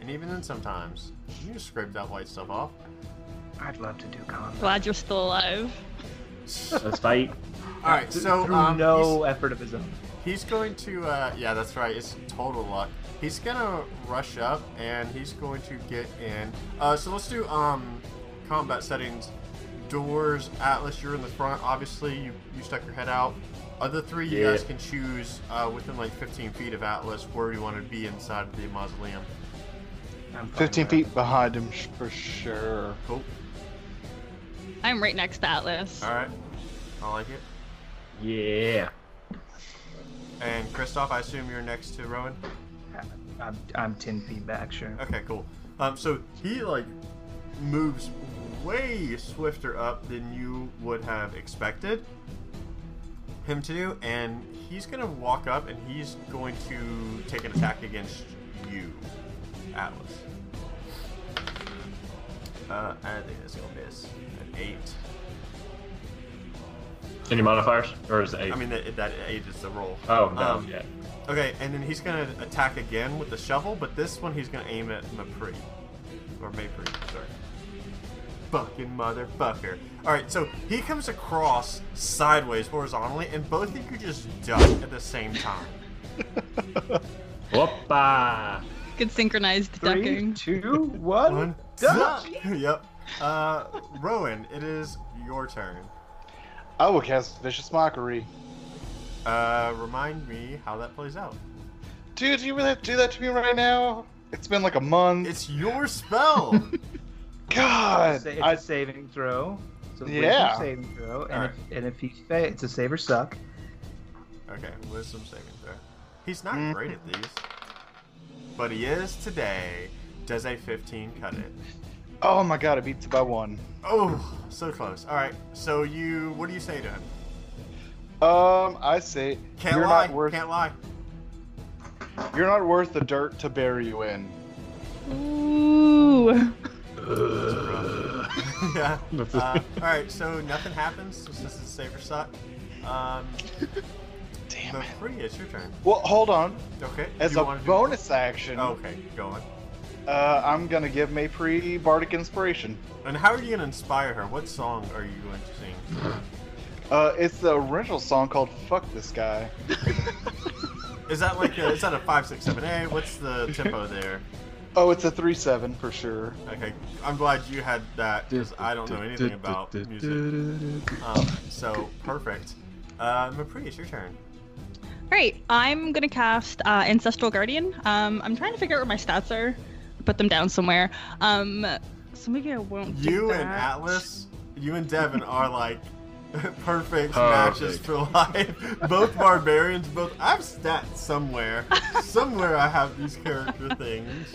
Speaker 1: And even then, sometimes you just scrape that white stuff off.
Speaker 2: I'd love to do combat.
Speaker 3: Glad you're still alive.
Speaker 4: let's fight.
Speaker 1: All right, so
Speaker 2: Through
Speaker 1: um,
Speaker 2: no effort of his own.
Speaker 1: he's, he's going to. Uh, yeah, that's right. It's total luck. He's gonna rush up and he's going to get in. Uh, so let's do um, combat settings. Doors, Atlas, you're in the front. Obviously, you you stuck your head out. Other three, you
Speaker 4: Yeah.
Speaker 1: guys can choose uh, within like 15 feet of Atlas where you want to be inside of the mausoleum.
Speaker 2: I'm fine
Speaker 5: 15
Speaker 2: with
Speaker 5: feet behind him sh- for sure.
Speaker 1: Cool.
Speaker 3: I'm right next to Atlas.
Speaker 1: All right, I like it.
Speaker 4: Yeah.
Speaker 1: And Kristoff, I assume you're next to Rowan.
Speaker 2: that. I'm, I'm 10 feet back, sure.
Speaker 1: Okay, cool. Um, so he like moves way swifter up than you would have expected him to do, and he's gonna walk up and he's going to take an attack against you, Atlas. Uh, I think that's gonna miss. An eight.
Speaker 4: Any modifiers? Or is it eight?
Speaker 1: I mean, that, that eight is the roll.
Speaker 4: oh, no,
Speaker 1: Um,
Speaker 4: yeah.
Speaker 1: Okay, and then he's gonna attack again with the shovel, but this one he's gonna aim at Mapri. Or Mapri, sorry. Fucking motherfucker. Alright, so he comes across sideways horizontally, and both of you just duck at the same time.
Speaker 4: Whoopa!
Speaker 3: Good synchronized
Speaker 2: Three,
Speaker 3: ducking.
Speaker 2: two, one.
Speaker 1: One,
Speaker 2: duck!
Speaker 1: yep. Uh, Rowan, it is your turn.
Speaker 5: I will cast Oh, Vicious Mockery.
Speaker 1: Uh, remind me how that plays out.
Speaker 5: Dude, you really have to do that to me right now? It's been like a month.
Speaker 1: It's your spell!
Speaker 5: God.
Speaker 2: Sa- It's
Speaker 5: I,
Speaker 2: a saving throw. It's a wisdom
Speaker 5: Yeah.
Speaker 2: saving throw. And,
Speaker 1: Alright.
Speaker 2: if, and if he fails, it's a save or suck.
Speaker 1: Okay, wisdom saving throw. He's not
Speaker 5: Mhm.
Speaker 1: great at these, but he is today. Does a 15 cut it?
Speaker 5: oh my god, it beats it by one.
Speaker 1: Oh, so close. All right, so you, what do you say to him?
Speaker 5: Um, I say
Speaker 1: Can't
Speaker 5: you're
Speaker 1: lie.
Speaker 5: not worth
Speaker 1: Can't lie.
Speaker 5: you're not worth the dirt to bury you in.
Speaker 3: Ooh.
Speaker 1: yeah.
Speaker 4: That's
Speaker 1: Uh, all
Speaker 4: it.
Speaker 1: right, so nothing happens. So this is safer suck. Um,
Speaker 5: Damn
Speaker 1: the free, it's your turn.
Speaker 5: Well, hold on.
Speaker 1: Okay.
Speaker 5: As
Speaker 1: you
Speaker 5: a
Speaker 1: wanna do- Oh.
Speaker 5: bonus action,
Speaker 1: Okay, go on.
Speaker 5: uh, I'm gonna give Maypri Bardic Inspiration.
Speaker 1: And how are you gonna inspire her? What song are you going to sing?
Speaker 5: Uh, it's the original song called "Fuck This Guy."
Speaker 1: Is that like a, is that a five, six, seven, eight? What's the tempo there?
Speaker 5: Oh, it's a three seven for sure.
Speaker 1: Okay, I'm glad you had that because I don't know anything about music. Um, so perfect. Uh, Mapri, it's your turn.
Speaker 3: Great. I'm gonna cast uh, Ancestral Guardian. Um, I'm trying to figure out where my stats are. Put them down somewhere. Um, so maybe I won't. do
Speaker 1: You and
Speaker 3: that.
Speaker 1: Atlas, you and Devin are like perfect
Speaker 4: Perfect.
Speaker 1: matches for life. Both barbarians. Both I've stats somewhere. somewhere I have these character things.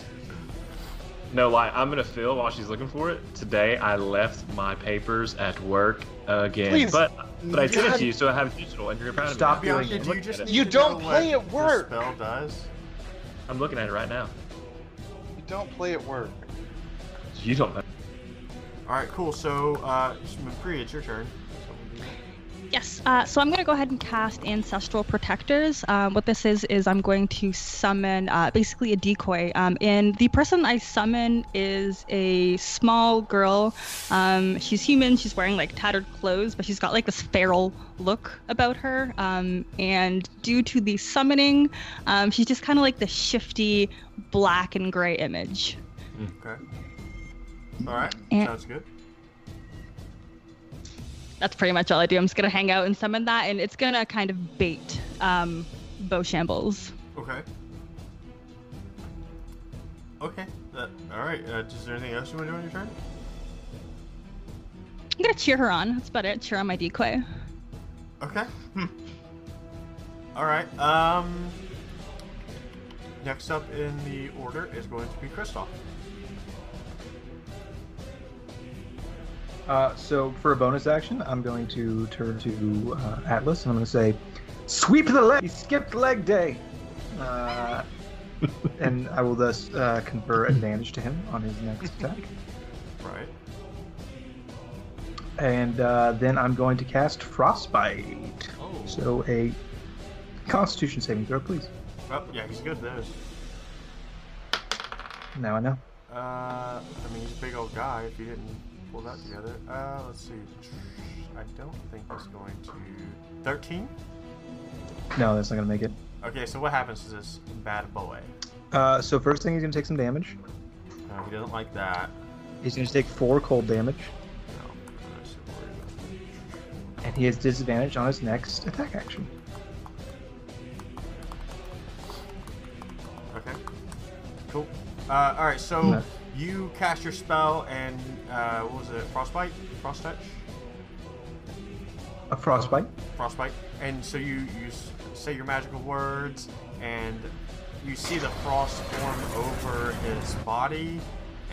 Speaker 4: No lie, I'm gonna feel while she's looking for it. Today I left my papers at work again.
Speaker 5: Please.
Speaker 4: But but I sent it
Speaker 5: God.
Speaker 4: to you, so I have digital, and you're proud of me.
Speaker 2: Stop
Speaker 4: I'm
Speaker 2: doing
Speaker 1: Bianca, do you
Speaker 4: looking
Speaker 2: it.
Speaker 4: at
Speaker 1: just
Speaker 4: it.
Speaker 1: need
Speaker 5: You
Speaker 1: to
Speaker 5: don't
Speaker 1: know
Speaker 5: play
Speaker 1: what
Speaker 5: at work.
Speaker 1: The spell does.
Speaker 4: I'm looking at it right now.
Speaker 5: You don't play at work.
Speaker 4: You don't know.
Speaker 1: All right, cool. So, uh, Mapri, it's your turn. So we'll do that.
Speaker 3: Yes. Uh, so I'm going to go ahead and cast Ancestral Protectors. Um, what this is is I'm going to summon uh, basically a decoy, um, and the person I summon is a small girl. Um, she's human. She's wearing like tattered clothes, but she's got like this feral look about her. Um, and due to the summoning, um, she's just kind of like the shifty black and gray image.
Speaker 1: Okay. All right.
Speaker 3: And-
Speaker 1: Sounds good.
Speaker 3: That's pretty much all I do. I'm just going to hang out and summon that, and it's going to kind of bait um, Bow Shambles.
Speaker 1: Okay. Okay. That, all right. Uh, is there anything else you want to do on your turn?
Speaker 3: I'm gonna cheer her on. That's about it. Cheer on my decoy.
Speaker 1: Okay. Hmm. All right. Um. Next up in the order is going to be Kristoff.
Speaker 2: Uh, so for a bonus action, I'm going to turn to uh, Atlas and I'm going to say, "Sweep the leg." He skipped leg day, uh, and I will thus uh, confer advantage to him on his next attack.
Speaker 1: Right.
Speaker 2: And uh, then I'm going to cast Frostbite.
Speaker 1: Oh.
Speaker 2: So a Constitution saving throw, please.
Speaker 1: Oh, yeah, he's good at those.
Speaker 2: Now I know.
Speaker 1: Uh, I mean, he's a big old guy. If you didn't pull that together, uh, let's see. I don't think he's going to thirteen.
Speaker 2: No, that's not going to make it.
Speaker 1: Okay, so what happens to this bad boy?
Speaker 2: Uh, so first thing, he's going to take some damage.
Speaker 1: Uh, he doesn't like that.
Speaker 2: He's going to take four cold damage,
Speaker 1: No, I'm not so worried about
Speaker 2: and he has disadvantage on his next attack action.
Speaker 1: that. Okay, cool. Uh, all right, so
Speaker 2: No.
Speaker 1: you cast your spell and uh, what was it? Frostbite, frost touch,
Speaker 2: A Frostbite.
Speaker 1: frostbite. And so you you s- say your magical words, and you see the frost form over his body,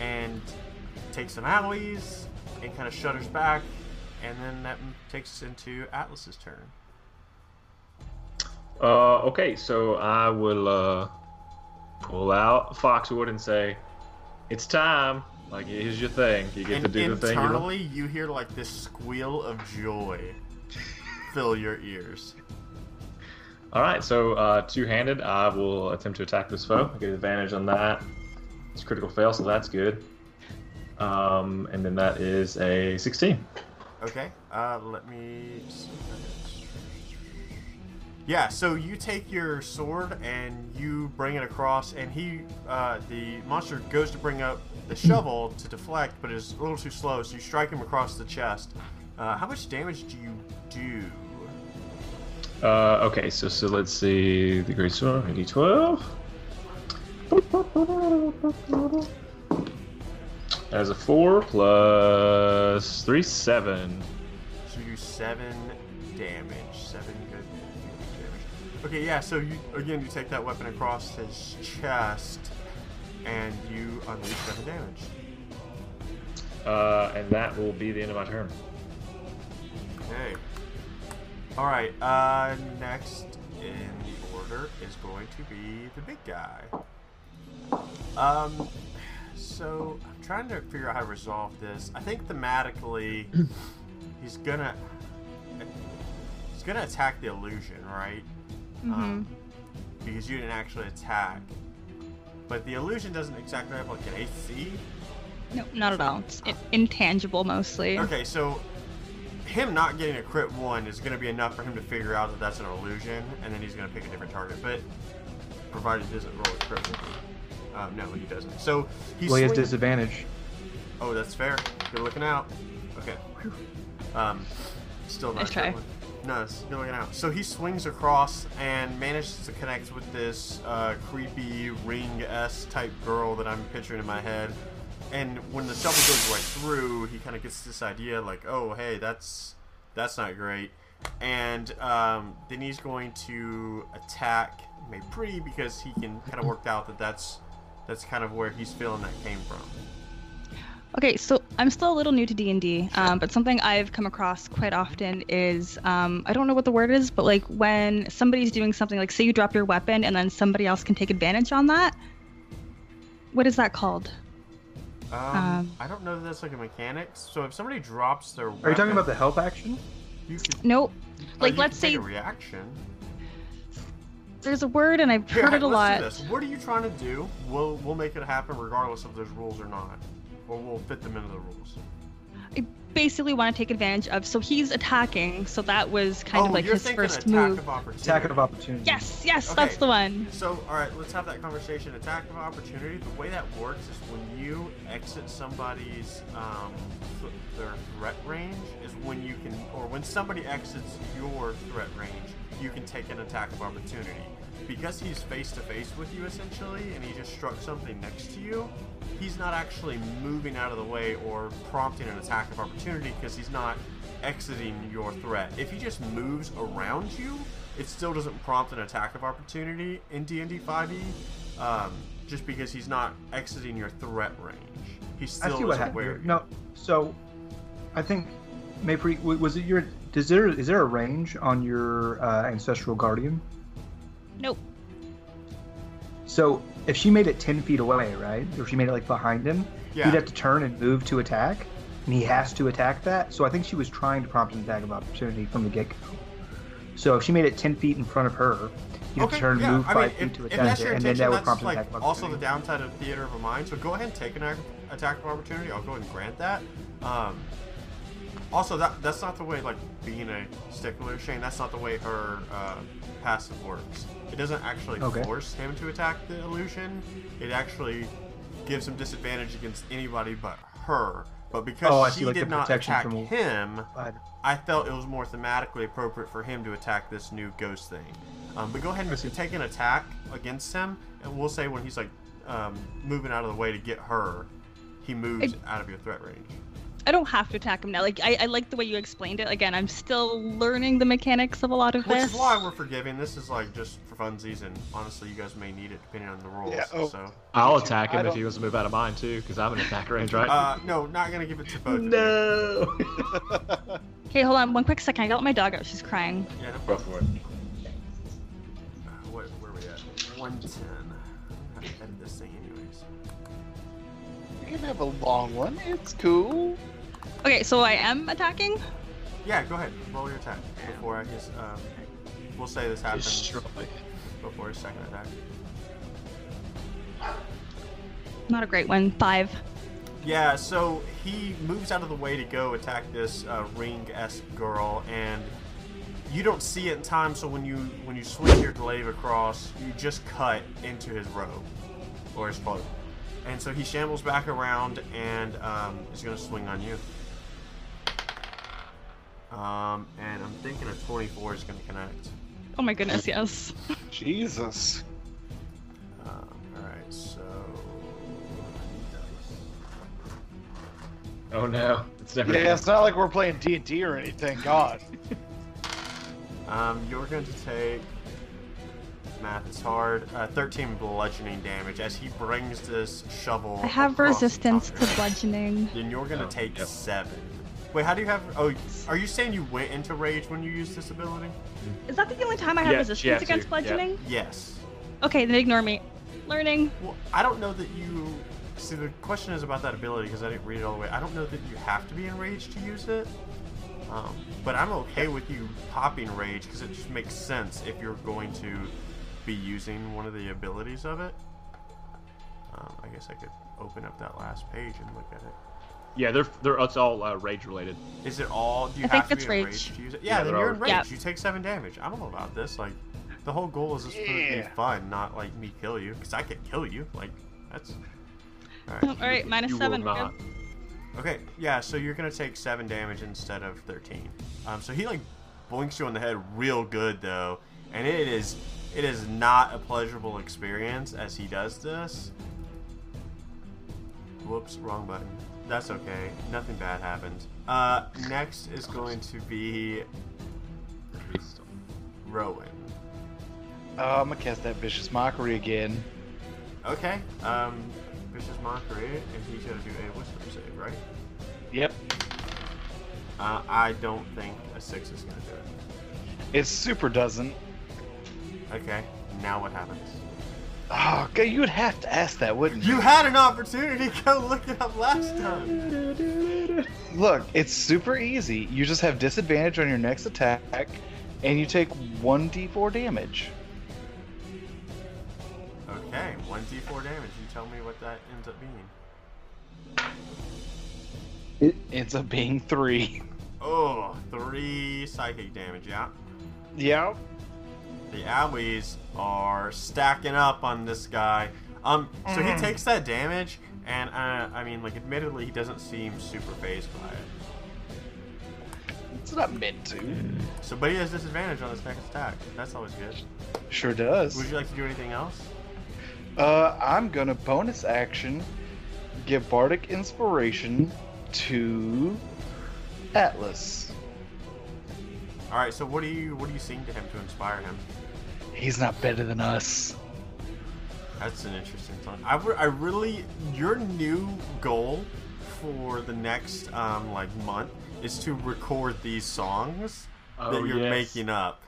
Speaker 1: and takes some alleys and kind of shudders back, and then that takes us into Atlas's turn.
Speaker 4: Uh, okay, so I will uh, pull out Foxwood and say, "It's time. Like here's your thing. You get
Speaker 1: and
Speaker 4: to do the thing." you love."
Speaker 1: internally, you hear like this squeal of joy fill your ears.
Speaker 4: All right, so uh, two-handed, I will attempt to attack this foe. I get advantage on that. It's a critical fail, so that's good. Um, and then that is a 16.
Speaker 1: Okay, uh, let me. see if I can- Yeah, so you take your sword and you bring it across, and he, uh, the monster goes to bring up the shovel to deflect, but is a little too slow, so you strike him across the chest. Uh, how much damage do you do?
Speaker 4: Uh, okay, so so let's see the great sword, a d12. As a four plus three, seven.
Speaker 1: So you do seven damage. Seven good damage. Okay, yeah. So you again, you take that weapon across his chest, and you unleash seven damage.
Speaker 4: Uh, and that will be the end of my turn.
Speaker 1: Okay. All right. Uh, next in the order is going to be the big guy. Um, so I'm trying to figure out how to resolve this. I think thematically, he's gonna he's gonna attack the illusion, right?
Speaker 3: Ah.
Speaker 1: Um, because you didn't actually attack. But the illusion doesn't exactly have like an AC.
Speaker 3: No, not at all. It's in- intangible mostly.
Speaker 1: Okay, so him not getting a crit one is going to be enough for him to figure out that that's an illusion, and then he's going to pick a different target. But provided he doesn't roll a crit one, um, no, he doesn't. So he's
Speaker 2: Well, he has disadvantage.
Speaker 1: Oh, that's fair. Good looking out. Okay. Um, still not
Speaker 3: Nice try.
Speaker 1: that one. No, it's good looking out. So he swings across and manages to connect with this uh, creepy ring s type girl that I'm picturing in my head. And when the shovel goes right through, he kind of gets this idea like, "Oh, hey, that's that's not great." And um, then he's going to attack Maypri because he can kind of worked out that that's that's kind of where he's feeling that came from.
Speaker 3: Okay, so I'm still a little new to D and D, um, but something I've come across quite often is um, I don't know what the word is, but like when somebody's doing something, like say you drop your weapon and then somebody else can take advantage on that. What is that called?
Speaker 1: Um,
Speaker 3: Um.
Speaker 1: I don't know if that's like a mechanic. So if somebody drops their,
Speaker 2: Are you talking about the help action?
Speaker 1: You could,
Speaker 3: Nope.
Speaker 1: oh,
Speaker 3: Like
Speaker 1: you
Speaker 3: let's
Speaker 1: could
Speaker 3: say
Speaker 1: take a reaction.
Speaker 3: there's a word and I've
Speaker 1: Here,
Speaker 3: heard it a
Speaker 1: let's do
Speaker 3: lot.
Speaker 1: this. What are you trying to do? We'll we'll make it happen regardless of those rules or not, or we'll fit them into the rules.
Speaker 3: I basically want to take advantage of. So he's attacking, so that was kind
Speaker 1: oh,
Speaker 3: of like
Speaker 1: you're
Speaker 3: his
Speaker 1: thinking
Speaker 3: first
Speaker 1: attack
Speaker 3: move.
Speaker 1: of opportunity.
Speaker 2: Attack of opportunity.
Speaker 3: Yes, yes,
Speaker 1: Okay.
Speaker 3: that's the one.
Speaker 1: So, all right, let's have that conversation. Attack of opportunity. The way that works is when you exit somebody's um, th- their threat range is when you can, or when somebody exits your threat range, you can take an attack of opportunity. Because he's face to face with you essentially, and he just struck something next to you, he's not actually moving out of the way or prompting an attack of opportunity because he's not exiting your threat. If he just moves around you, it still doesn't prompt an attack of opportunity in D&D 5e, um, just because he's not exiting your threat range. He's
Speaker 2: I see
Speaker 1: still
Speaker 2: what
Speaker 1: is aware.
Speaker 2: happened.
Speaker 1: of you.
Speaker 2: No, so I think Maypre, w- was it your? Is there is there a range on your uh, ancestral guardian?
Speaker 3: Nope.
Speaker 2: So if she made it ten feet away, right? Or if she made it like behind him,
Speaker 1: Yeah.
Speaker 2: he'd have to turn and move to attack, and he has to attack that. So I think she was trying to prompt an attack of opportunity from the get go. So if she made it ten feet in front of her, he'd have to turn and move
Speaker 1: I
Speaker 2: five
Speaker 1: mean,
Speaker 2: feet
Speaker 1: if,
Speaker 2: to
Speaker 1: if
Speaker 2: attack
Speaker 1: that's
Speaker 2: it,
Speaker 1: your
Speaker 2: and then
Speaker 1: intention,
Speaker 2: that would
Speaker 1: that's
Speaker 2: prompt an
Speaker 1: like
Speaker 2: attack of
Speaker 1: also the
Speaker 2: opportunity.
Speaker 1: downside of theater of a mind. So go ahead and take an ac- attack of opportunity. I'll go ahead and grant that. Um, also, that that's not the way like being a stickler, Shane. That's not the way her uh, passive works. It doesn't actually
Speaker 2: Okay.
Speaker 1: force him to attack the illusion. It actually gives him disadvantage against anybody but her. But because
Speaker 2: Oh, I
Speaker 1: she
Speaker 2: see, like, the
Speaker 1: did not
Speaker 2: protection
Speaker 1: attack
Speaker 2: from-
Speaker 1: him,
Speaker 2: But-
Speaker 1: I felt it was more thematically appropriate for him to attack this new ghost thing. Um, but go ahead
Speaker 2: see.
Speaker 1: and take an attack against him, and we'll say when he's like um, moving out of the way to get her, he moves out of your threat range.
Speaker 3: I don't have to attack him now. Like I, I like the way you explained it. Again, I'm still learning the mechanics of a lot of
Speaker 1: Which
Speaker 3: this.
Speaker 1: is why we're forgiving. This is like just for funsies, and honestly, you guys may need it depending on the rules.
Speaker 5: Yeah, oh.
Speaker 1: So,
Speaker 4: I'll
Speaker 5: Me too.
Speaker 4: attack
Speaker 5: I
Speaker 4: him if
Speaker 5: don't-
Speaker 4: he wants to move out of mine too, because I'm in attack range, right?
Speaker 1: uh, no, not gonna give it to both. Of
Speaker 4: no.
Speaker 3: Okay, hold on one quick second. I got my dog out. She's crying.
Speaker 1: you. Yeah, no
Speaker 4: Go
Speaker 1: problem.
Speaker 4: for it.
Speaker 1: Uh, what, where are we at? One ten. I have to edit this thing anyways.
Speaker 5: You can have a long one. It's cool.
Speaker 3: Okay, so I am attacking.
Speaker 1: Yeah, go ahead. Roll your attack before I guess. Um, we'll say this happens.
Speaker 4: Destroy.
Speaker 1: before his second attack.
Speaker 3: Not a great one. Five.
Speaker 1: Yeah, so he moves out of the way to go attack this uh, ring-esque girl, and you don't see it in time. So when you when you swing your glaive across, you just cut into his robe or his cloak, and so he shambles back around and um, is going to swing on you. Um, and I'm thinking a 24 is going to connect.
Speaker 3: Oh my goodness, yes.
Speaker 5: Jesus.
Speaker 1: Um, all right, so
Speaker 4: Oh no. It's never.
Speaker 5: Yeah, it's not like we're playing D and D or anything. God.
Speaker 1: Um, you're going to take. Math is hard. Uh, 13 bludgeoning damage as he brings this shovel.
Speaker 3: I have
Speaker 1: across the
Speaker 3: resistance
Speaker 1: top
Speaker 3: to
Speaker 1: of you.
Speaker 3: bludgeoning.
Speaker 1: Then you're going to
Speaker 4: Oh,
Speaker 1: take
Speaker 4: yep.
Speaker 1: seven. Wait, how do you have. Oh, are you saying you went into rage when you used this ability?
Speaker 3: Is that the only time I have
Speaker 4: Yeah, she has
Speaker 3: resistance
Speaker 4: to,
Speaker 3: against
Speaker 4: yeah.
Speaker 3: bludgeoning?
Speaker 1: Yes.
Speaker 3: Okay, then ignore me. Learning.
Speaker 1: Well, I don't know that you. See, the question is about that ability because I didn't read it all the way. I don't know that you have to be enraged to use it. Um, but I'm okay with you popping rage because it just makes sense if you're going to be using one of the abilities of it. Um, I guess I could open up that last page and look at it.
Speaker 4: Yeah, they're they're it's all uh, rage related.
Speaker 1: Is it all? Do you
Speaker 3: I
Speaker 1: have to
Speaker 3: think that's
Speaker 1: be
Speaker 3: rage.
Speaker 1: enraged to use it?
Speaker 4: Yeah,
Speaker 1: Yeah, then
Speaker 4: they're
Speaker 1: you're
Speaker 4: all-
Speaker 1: enraged.
Speaker 3: Yeah.
Speaker 1: You take seven damage. I'm all about this. Like, the whole goal is just for it to be
Speaker 5: Yeah.
Speaker 1: fun, not like me kill you because I could kill you. Like, that's. All right.
Speaker 3: Oh, All right, minus
Speaker 4: you
Speaker 3: seven.
Speaker 4: Will
Speaker 3: we're
Speaker 4: not.
Speaker 3: good.
Speaker 1: Okay, yeah, so you're gonna take seven damage instead of thirteen. Um, so he like blinks you on the head real good though, and it is it is not a pleasurable experience as he does this. Whoops, wrong button. That's okay. Nothing bad happened. Uh, next is going to be Rowan.
Speaker 5: Uh, I'm gonna cast that vicious mockery again.
Speaker 1: Okay. Um, vicious mockery, and he's gonna do a wisdom save, right?
Speaker 5: Yep.
Speaker 1: Uh, I don't think a six is gonna do
Speaker 5: It super doesn't.
Speaker 1: it. Okay. Now what happens?
Speaker 5: Oh, God, you would have to ask that, wouldn't you?
Speaker 1: You had an opportunity. Go look it up last time.
Speaker 5: Look, it's super easy. You just have disadvantage on your next attack, and you take 1d4 damage.
Speaker 1: Okay. One d4 damage. You tell me what that ends up being.
Speaker 5: Ends up being 3.
Speaker 1: Oh, three psychic damage. Yeah.
Speaker 5: Yep.
Speaker 1: The Owies are stacking up on this guy. Um, so he takes that damage, and uh, I mean, like, admittedly, he doesn't seem super phased by it.
Speaker 5: It's not meant to.
Speaker 1: So, but he has disadvantage on his next attack. That's always good.
Speaker 5: Sure
Speaker 1: Would
Speaker 5: does.
Speaker 1: you like to do anything else?
Speaker 5: Uh, I'm gonna bonus action give Bardic Inspiration to Atlas.
Speaker 1: All right. So, what do you what do you sing to him to inspire him?
Speaker 5: He's not better than us.
Speaker 1: That's an interesting song. I, re- I really your new goal for the next um like month is to record these songs
Speaker 4: Oh,
Speaker 1: that you're
Speaker 4: yes.
Speaker 1: making up.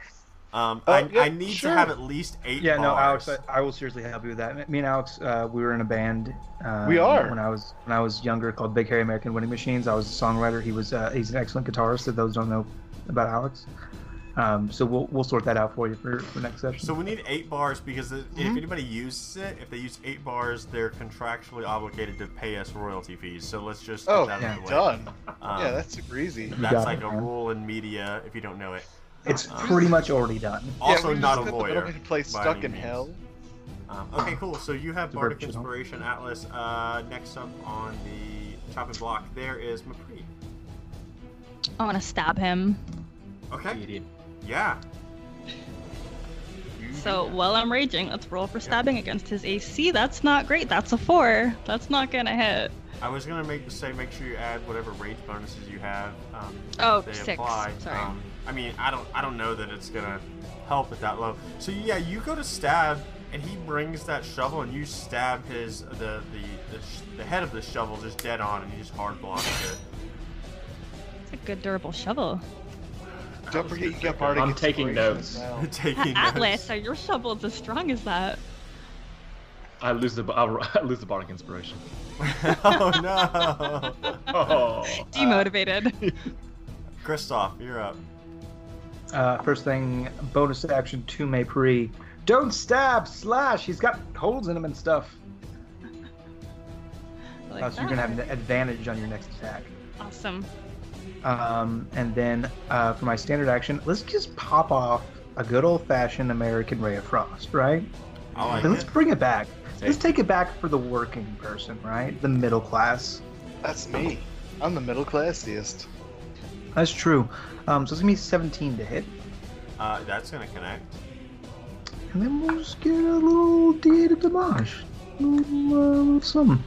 Speaker 1: Um,
Speaker 5: Oh,
Speaker 1: I,
Speaker 5: yeah,
Speaker 1: I need
Speaker 5: sure.
Speaker 1: to have at least eight.
Speaker 2: Yeah, no,
Speaker 1: bars.
Speaker 2: Alex, I, I will seriously help you with that. Me and Alex, uh, we were in a band. Uh,
Speaker 5: We are.
Speaker 2: When I was when I was younger, called Big Hairy American Winning Machines. I was a songwriter. He was uh, he's an excellent guitarist. If those don't know about Alex, um, so we'll we'll sort that out for you for, for next session.
Speaker 1: So we need eight bars because if if
Speaker 2: Mm-hmm.
Speaker 1: anybody uses it, if they use eight bars, they're contractually obligated to pay us royalty fees. So let's just get
Speaker 5: Oh,
Speaker 1: that out of the way.
Speaker 5: done.
Speaker 1: Um,
Speaker 5: yeah, that's super easy.
Speaker 2: You
Speaker 1: that's
Speaker 2: got
Speaker 1: like
Speaker 2: it,
Speaker 1: a
Speaker 2: man.
Speaker 1: rule in media. If you don't know it,
Speaker 2: it's pretty much already done.
Speaker 1: also
Speaker 5: yeah, we
Speaker 1: not
Speaker 5: just
Speaker 1: a
Speaker 5: got the
Speaker 1: lawyer.
Speaker 5: middle Place
Speaker 1: by
Speaker 5: stuck
Speaker 1: any
Speaker 5: in
Speaker 1: means.
Speaker 5: hell.
Speaker 1: Um, okay, cool. So you have
Speaker 2: It's a
Speaker 1: Bardic
Speaker 2: virtual.
Speaker 1: Inspiration Atlas. Uh, next up on the chopping block, there is Mapri.
Speaker 3: I want to stab him.
Speaker 1: Okay. Yeah. You
Speaker 3: So
Speaker 1: do that.
Speaker 3: while I'm raging, let's roll for stabbing against his AC. That's not great. That's a four. That's not gonna hit.
Speaker 1: I was gonna make say make sure you add whatever rage bonuses you have. Um,
Speaker 3: Oh,
Speaker 1: if they
Speaker 3: six.
Speaker 1: apply.
Speaker 3: Sorry.
Speaker 1: Um, I mean, I don't I don't know that it's gonna help at that low. So yeah, you go to stab, and he brings that shovel, and you stab his the the the, sh- the head of the shovel just dead on, and he just hard blocks it.
Speaker 3: It's a good durable shovel.
Speaker 5: Don't forget you got Bardic
Speaker 4: I'm taking
Speaker 5: Inspiration
Speaker 4: notes.
Speaker 5: as well.
Speaker 1: Taking
Speaker 3: Atlas,
Speaker 1: notes.
Speaker 3: are your shovels as strong as that?
Speaker 4: I lose the I'll, I lose the bardic inspiration.
Speaker 1: oh no,
Speaker 4: Oh,
Speaker 3: Demotivated.
Speaker 1: Kristoff, you're up.
Speaker 2: Uh, first thing, bonus action to Maypri. Don't stab, slash. He's got holes in him and stuff.
Speaker 3: Like
Speaker 2: Uh, so you're gonna have
Speaker 3: that.
Speaker 2: an advantage on your next attack.
Speaker 3: Awesome.
Speaker 2: Um, and then uh, for my standard action, let's just pop off a good old fashioned American Ray of Frost, right?
Speaker 1: I like
Speaker 2: And let's
Speaker 1: it.
Speaker 2: bring it back. Let's take it back for the working person, right? The middle class.
Speaker 5: That's me. I'm the middle classiest.
Speaker 2: That's true. Um, so it's gonna be 17 to hit,
Speaker 1: Uh, that's gonna connect.
Speaker 2: and then we'll just get a little D8 of damage, a little, uh, little something.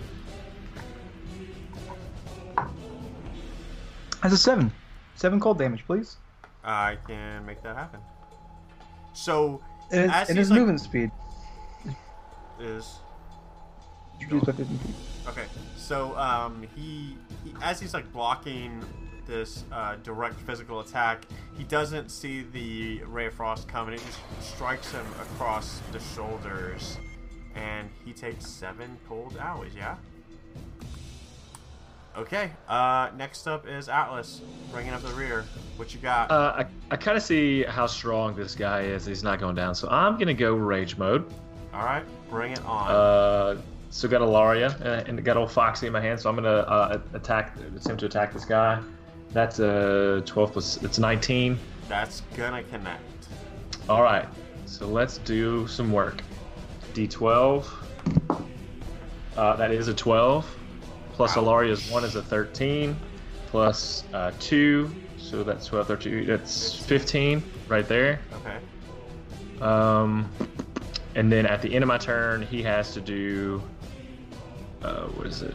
Speaker 2: That's a seven. Seven cold damage, please.
Speaker 1: I can make that happen. So
Speaker 2: And,
Speaker 1: As
Speaker 2: it's,
Speaker 1: he's,
Speaker 2: and his
Speaker 1: like-
Speaker 2: movement speed.
Speaker 1: is
Speaker 2: Reduced by 15 feet.
Speaker 1: Okay, so um, he, he as he's like blocking this uh, direct physical attack, he doesn't see the ray of frost coming. It just strikes him across the shoulders, and he takes seven cold hours. Yeah. Okay. Uh, next up is Atlas, bringing up the rear. What you got?
Speaker 4: Uh, I, I kind of see how strong this guy is. He's not going down, so I'm gonna go rage mode.
Speaker 1: All right, bring it on.
Speaker 4: Uh, so got Alaria uh, and got old Foxy in my hand, so I'm gonna uh, attack, attempt to attack this guy. That's a 12 plus. It's 19.
Speaker 1: That's gonna connect.
Speaker 4: All right, so let's do some work. D12. Uh, that is a 12. Plus Alaria's one is a 13. Plus uh, two, so that's 12, 13. That's 15 right there.
Speaker 1: Okay.
Speaker 4: Um, and then at the end of my turn, he has to do. Uh, what is it?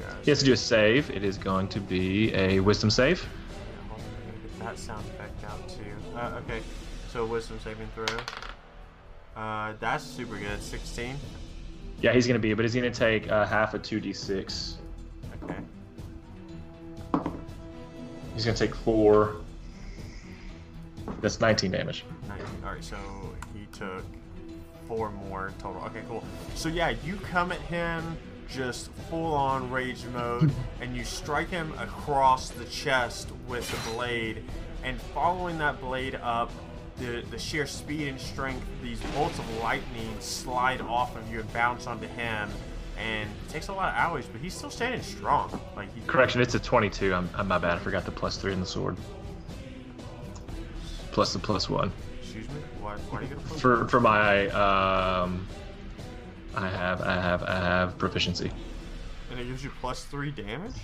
Speaker 1: Yeah.
Speaker 4: He has to do a save. It is going to be a wisdom save.
Speaker 1: Yeah, hold on, I'm gonna get that sound effect out too. Uh, okay, so wisdom saving throw. Uh, that's super good. 16.
Speaker 4: Yeah, he's gonna be, but he's gonna take uh, half of two d six.
Speaker 1: Okay.
Speaker 4: He's gonna take four. That's 19 damage.
Speaker 1: Nice. All right, so he took four more total. Okay, cool. So yeah, you come at him just full on rage mode, and you strike him across the chest with the blade, and following that blade up. The, the sheer speed and strength, these bolts of lightning slide off of you and bounce onto him, and it takes a lot of hours, but he's still standing strong. Like he,
Speaker 4: Correction, it's a 22. I'm, I'm my bad. I forgot the plus three in the sword. Plus the plus one
Speaker 1: Excuse me. What? What are you gonna put?
Speaker 4: for for my um. I have I have I have proficiency.
Speaker 1: and it gives you plus three damage.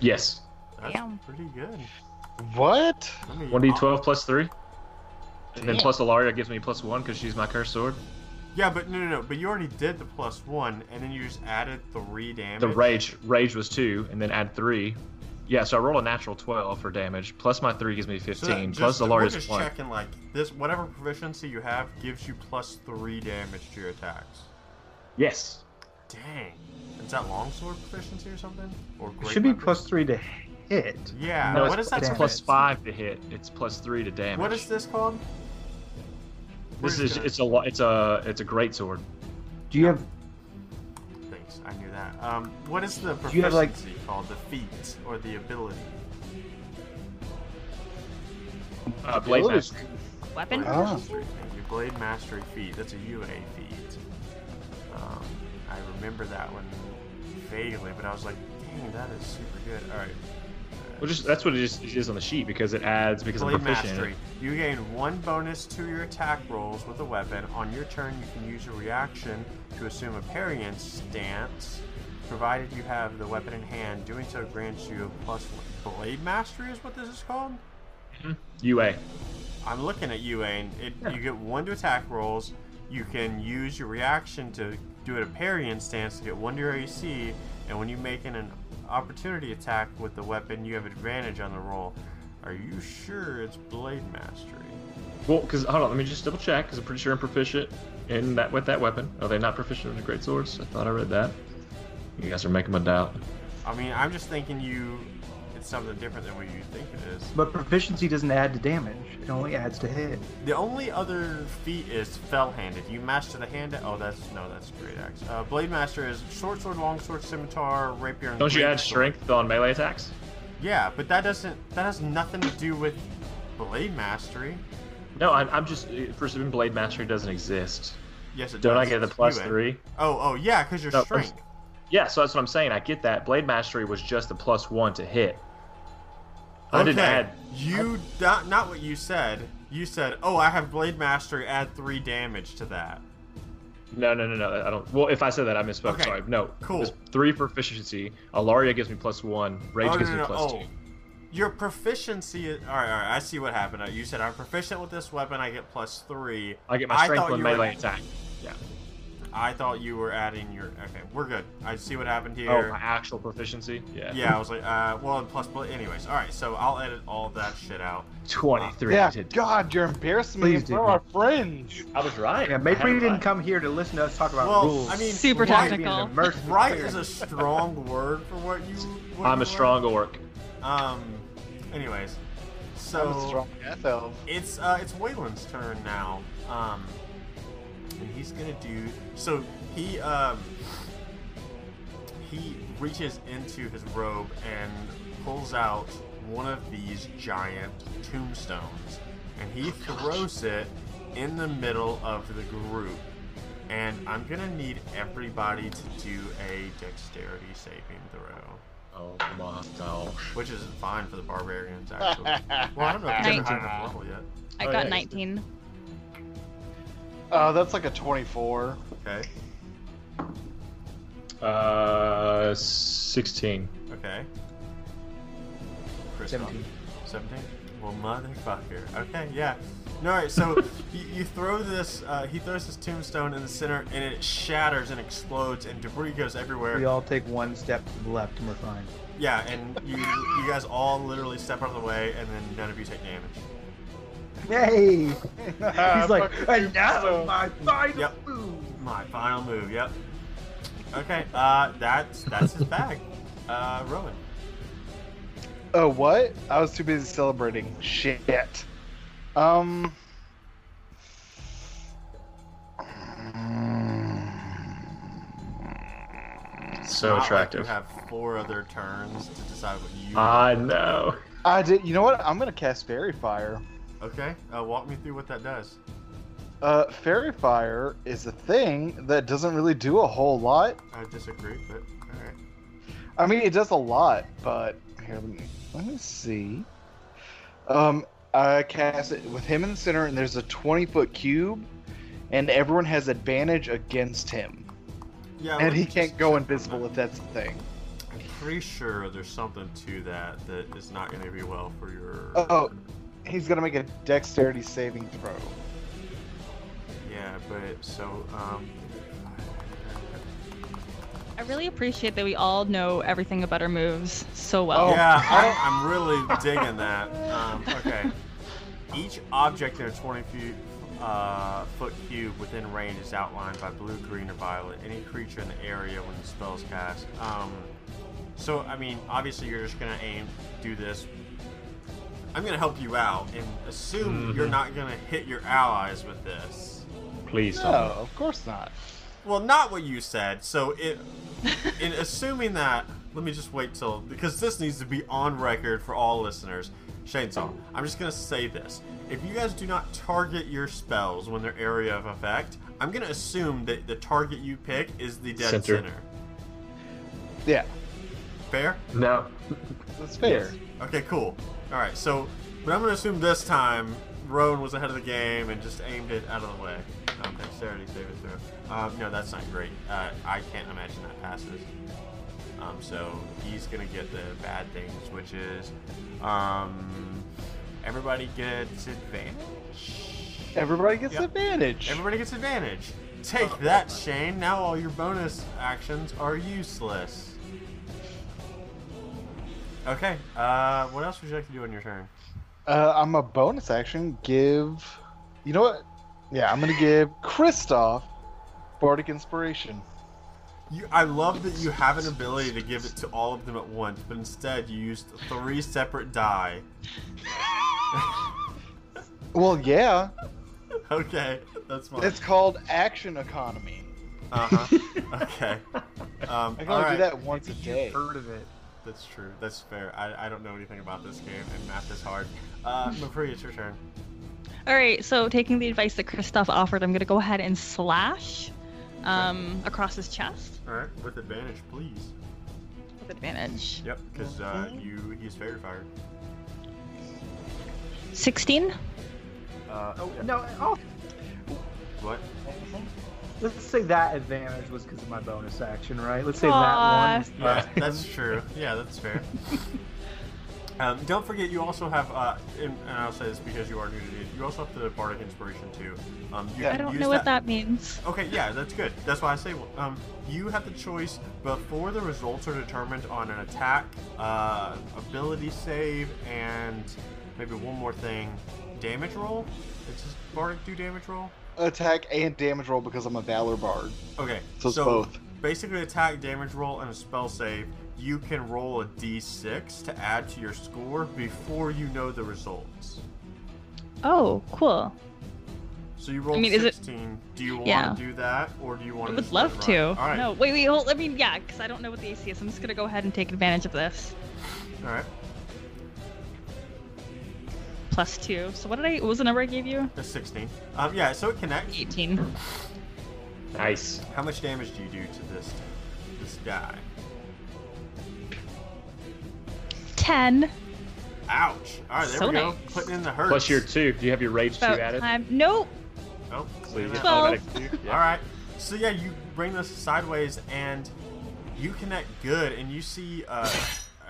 Speaker 4: Yes,
Speaker 1: That's
Speaker 3: Damn.
Speaker 1: pretty good.
Speaker 5: What?
Speaker 1: I mean,
Speaker 4: 1d12 plus three, and then
Speaker 5: Damn.
Speaker 4: plus Alaria gives me plus one because she's my cursed sword.
Speaker 1: Oh, Yeah, but no, no, no. But you already did the plus one, and then you just added three damage.
Speaker 4: The rage rage was two, and then add three. Yeah, so I roll a natural 12 for damage. Plus my three gives me
Speaker 1: So
Speaker 4: 15.
Speaker 1: that
Speaker 4: plus
Speaker 1: just, we're
Speaker 4: Alaria's
Speaker 1: just
Speaker 4: one.
Speaker 1: checking like this. Whatever proficiency you have gives you plus three damage to your attacks.
Speaker 4: Yes.
Speaker 1: Dang. Is that longsword proficiency or something? Or great
Speaker 2: Should be
Speaker 1: weapon?
Speaker 2: plus three to hit.
Speaker 1: Yeah.
Speaker 4: No,
Speaker 1: what
Speaker 4: it's,
Speaker 1: is that?
Speaker 4: it's
Speaker 1: spell?
Speaker 4: plus five to hit. It's plus three to damage.
Speaker 1: What is this called? We're
Speaker 4: This
Speaker 1: just
Speaker 4: is
Speaker 1: gonna-
Speaker 4: it's a lo- it's a it's a great sword.
Speaker 2: Do you have?
Speaker 1: Thanks, I knew that. Um, what is the proficiency
Speaker 2: you have, like-
Speaker 1: called? The feat or the ability?
Speaker 4: Uh, blade
Speaker 5: Ability-
Speaker 4: master.
Speaker 3: Weapon?
Speaker 5: Ah.
Speaker 1: Mastery. Thank you. Blade Mastery feat. That's a UA feat. Um, I remember that one vaguely, but I was like, dang, that is super good. All right. Uh,
Speaker 4: Well, just that's what it is, it is on the sheet because it adds because
Speaker 1: Blade
Speaker 4: I'm proficient. in
Speaker 1: Mastery.
Speaker 4: it.
Speaker 1: You gain one bonus to your attack rolls with a weapon. On your turn, you can use a reaction to assume a parrying stance, provided you have the weapon in hand. Doing so grants you a plus one. Blade Mastery is what this is called?
Speaker 4: UA.
Speaker 1: I'm looking at you, and it, you get one to attack rolls. You can use your reaction to do it a parrying stance to get one to your AC, and when you make an, an opportunity attack with the weapon, you have advantage on the roll. Are you sure it's Blade Mastery?
Speaker 4: Well, because hold on, let me just double check because I'm pretty sure I'm proficient in that with that weapon. Are they not proficient in great swords? I thought I read that. You guys are making my doubt.
Speaker 1: I mean, I'm just thinking you. It's something different than what you think it is.
Speaker 2: But proficiency doesn't add to damage. It only adds to hit.
Speaker 1: The only other feat is fell-handed. You master the hand. Oh, that's no, that's great axe. Uh, Blade Master is short sword, long sword, scimitar, rapier. And
Speaker 4: Don't you add
Speaker 1: greatsword.
Speaker 4: strength on melee attacks?
Speaker 1: Yeah, but that doesn't that has nothing to do with blade mastery.
Speaker 4: No, I'm, I'm just pursuing blade mastery doesn't exist.
Speaker 1: Yes, it
Speaker 4: Don't
Speaker 1: does.
Speaker 4: I get the
Speaker 1: It's
Speaker 4: plus
Speaker 1: UA.
Speaker 4: three?
Speaker 1: Oh, oh yeah, because your
Speaker 4: No, I'm
Speaker 1: strength.
Speaker 4: Yeah, so that's what I'm saying. I get that. Blade mastery was just the plus one to hit. I
Speaker 1: okay.
Speaker 4: didn't add.
Speaker 1: You not not what you said. You said, "Oh, I have blade mastery. Add three damage to that."
Speaker 4: No, no, no, no. I don't. Well, if I said that, I misspoke.
Speaker 1: Okay,
Speaker 4: Sorry. No.
Speaker 1: cool.
Speaker 4: It's three proficiency. Alaria gives me plus one. Rage
Speaker 1: oh,
Speaker 4: gives
Speaker 1: no,
Speaker 4: me
Speaker 1: no, no.
Speaker 4: plus
Speaker 1: oh.
Speaker 4: two.
Speaker 1: Your proficiency. Is, all right, all right. I see what happened. Uh, You said I'm proficient with this weapon. I get plus three.
Speaker 4: I get
Speaker 1: I
Speaker 4: my strength
Speaker 1: thought
Speaker 4: on
Speaker 1: you were-
Speaker 4: melee attack. Yeah.
Speaker 1: I thought you were adding your. Okay, we're good. I see what happened here.
Speaker 4: Oh, my actual proficiency. Yeah.
Speaker 1: yeah, I was like, uh, well, and plus, blade. anyways, all right. So I'll edit all that shit out.
Speaker 4: Twenty-three.
Speaker 5: Yeah,
Speaker 4: I did.
Speaker 5: God, you're embarrassing me in
Speaker 2: Please
Speaker 5: front of
Speaker 2: do.
Speaker 5: our friends.
Speaker 4: I was right.
Speaker 2: Yeah,
Speaker 4: I
Speaker 2: maybe
Speaker 4: had
Speaker 2: you
Speaker 4: it
Speaker 2: didn't
Speaker 4: right.
Speaker 2: come here to listen to us talk about
Speaker 1: Well,
Speaker 2: rules.
Speaker 1: I mean,
Speaker 3: Super
Speaker 1: right,
Speaker 2: Being
Speaker 3: tactical.
Speaker 2: immersed in
Speaker 1: Right
Speaker 2: clear.
Speaker 1: is a strong word for what you. What
Speaker 4: I'm
Speaker 1: you
Speaker 4: a strong orc.
Speaker 1: Are. Um. Anyways,
Speaker 5: I'm a
Speaker 1: so
Speaker 5: strong death elf.
Speaker 1: it's uh it's Waylon's turn now. Um, and he's gonna do so. He um. He reaches into his robe and pulls out one of these giant tombstones, and he throws it in the middle of the group. And I'm gonna need everybody to do a dexterity saving throw.
Speaker 4: Oh my gosh.
Speaker 1: Which is fine for the barbarians, actually. well, I don't know if they're high enough level yet.
Speaker 3: I
Speaker 4: Oh,
Speaker 3: got
Speaker 4: yeah,
Speaker 3: 19.
Speaker 5: Uh, that's like a 24.
Speaker 1: Okay.
Speaker 4: Uh, sixteen.
Speaker 1: Okay. Chris,
Speaker 2: Seventeen.
Speaker 1: 17? Well, motherfucker. Okay, yeah. No, all right, so you, you throw this, uh, he throws this tombstone in the center and it shatters and explodes and debris goes everywhere.
Speaker 2: We all take one step to the left and we're fine.
Speaker 1: Yeah, and you you guys all literally step out of the way and then none of you take damage.
Speaker 2: Yay! He's
Speaker 5: Ah,
Speaker 2: like,
Speaker 5: fuck you,
Speaker 2: and now
Speaker 5: so-
Speaker 2: my final
Speaker 1: Yep.
Speaker 2: move.
Speaker 1: My final move, yep. Okay, uh, that's that's his bag. Uh, Rowan.
Speaker 5: Oh, what? I was too busy celebrating. Shit. Um.
Speaker 4: So
Speaker 1: Not like
Speaker 4: attractive. Uh-huh.
Speaker 1: you have four other turns to decide what you.
Speaker 4: I know.
Speaker 5: I did. You know what? I'm gonna cast Fairy Fire.
Speaker 1: okay, uh, walk me through what that does.
Speaker 5: Uh, Fairy Fire is a thing that doesn't really do a whole lot.
Speaker 1: I disagree, but all right.
Speaker 5: I mean, it does a lot, but here, let me, let me see. Um, I cast it with him in the center, and there's a 20 foot cube, and everyone has advantage against him,
Speaker 1: Yeah,
Speaker 5: and
Speaker 1: let's
Speaker 5: he
Speaker 1: just
Speaker 5: can't go
Speaker 1: check on
Speaker 5: invisible
Speaker 1: that.
Speaker 5: if that's the thing.
Speaker 1: I'm pretty sure there's something to that that is not going to be well for your.
Speaker 5: Oh. He's gonna make a dexterity saving throw.
Speaker 1: Yeah, but so um.
Speaker 3: I really appreciate that we all know everything about our moves so well.
Speaker 5: Oh.
Speaker 1: Yeah, I, I'm really digging that. Um, okay. Each object in a 20 feet, uh, foot cube within range is outlined by blue, green, or violet. Any creature in the area when the spell is cast. Um, so, I mean, obviously, you're just going to aim, do this. I'm going to help you out and assume
Speaker 4: Mhm.
Speaker 1: you're not going to hit your allies with this.
Speaker 4: Please
Speaker 5: No,
Speaker 4: don't.
Speaker 5: of course not.
Speaker 1: Well, not what you said. So, it, in assuming that, let me just wait till because this needs to be on record for all listeners. Shane Song, I'm just gonna say this: if you guys do not target your spells when they're area of effect, I'm gonna assume that the target you pick is the dead
Speaker 4: Center.
Speaker 1: center.
Speaker 5: Yeah,
Speaker 1: Fair?
Speaker 4: No.
Speaker 5: that's fair.
Speaker 1: Okay, cool. All right, so but I'm gonna assume this time Rowan was ahead of the game and just aimed it out of the way. Um, dexterity save it throw. Um, no, that's not great. Uh, I can't imagine that passes. Um, so he's gonna get the bad things, which is um, everybody gets advantage.
Speaker 5: Everybody gets
Speaker 1: Yep.
Speaker 5: advantage.
Speaker 1: Everybody gets advantage. Take that, Shane. Now all your bonus actions are useless. Okay. Uh, what else would you like to do on your turn?
Speaker 5: Uh, I'm a bonus action. Give. You know what? Yeah, I'm gonna give Kristoff Bardic Inspiration.
Speaker 1: You, I love that you have an ability to give it to all of them at once, but instead you used three separate die.
Speaker 5: Well, yeah,
Speaker 1: Okay, that's fine.
Speaker 5: it's called Action Economy.
Speaker 1: Uh huh. Okay. Um,
Speaker 5: I can
Speaker 1: all
Speaker 5: only do
Speaker 1: right.
Speaker 5: that once a day.
Speaker 2: Heard of it?
Speaker 1: That's true. That's fair. I, I don't know anything about this game, and math is hard. Uh, Mapri, it's your turn.
Speaker 3: All right, so taking the advice that Kristoff offered, I'm going to go ahead and slash um, across his chest
Speaker 1: All right, with advantage, please.
Speaker 3: with advantage.
Speaker 1: Yep, because uh, you he's fairy fire.
Speaker 3: 16?
Speaker 1: Uh,
Speaker 2: Oh no! Oh,
Speaker 1: what?
Speaker 2: let's say that advantage was because of my bonus action, right? Let's say
Speaker 3: Aw.
Speaker 2: that one.
Speaker 1: Yeah, that's true. Yeah, that's fair. um, don't forget, you also have, uh, and, and I'll say this because you are new to it. You also have the bardic inspiration too. Um, you
Speaker 5: Yeah.
Speaker 1: can
Speaker 3: I don't
Speaker 1: use
Speaker 3: know what that means.
Speaker 1: Okay, yeah, that's good. That's why I say um, you have the choice before the results are determined on an attack, uh, ability save, and maybe one more thing, damage roll. It's just bardic do damage roll.
Speaker 5: Attack and damage roll because I'm a Valor Bard.
Speaker 1: Okay,
Speaker 5: So it's both.
Speaker 1: basically attack, damage roll, and a spell save. You can roll a d6 to add to your score before you know the results.
Speaker 3: Oh, cool.
Speaker 1: So you roll
Speaker 3: I mean, is it-
Speaker 1: 16. Do you want
Speaker 3: Yeah.
Speaker 1: to do that, or do you want
Speaker 3: I
Speaker 1: to?
Speaker 3: would love to.
Speaker 1: All right.
Speaker 3: No, wait, wait, hold. I mean, yeah, because I don't know what the AC is. I'm just going to go ahead and take advantage of this.
Speaker 1: All right.
Speaker 3: Plus two. So what did I, what was the number I gave you?
Speaker 1: That's 16. Um, yeah. So it connects.
Speaker 3: 18.
Speaker 4: Nice.
Speaker 1: How much damage do you do to this this guy?
Speaker 3: 10.
Speaker 1: Ouch. All right, there
Speaker 3: So
Speaker 1: we go.
Speaker 3: nice.
Speaker 1: Putting in the hurt.
Speaker 4: Plus your two. Do you have your rage two
Speaker 3: About
Speaker 4: added?
Speaker 3: time. Nope.
Speaker 1: Oh,
Speaker 4: So you
Speaker 1: look
Speaker 4: get
Speaker 1: at that.
Speaker 3: Twelve.
Speaker 4: automatic two.
Speaker 1: All right. So yeah, you bring this sideways and you connect good, and you see uh,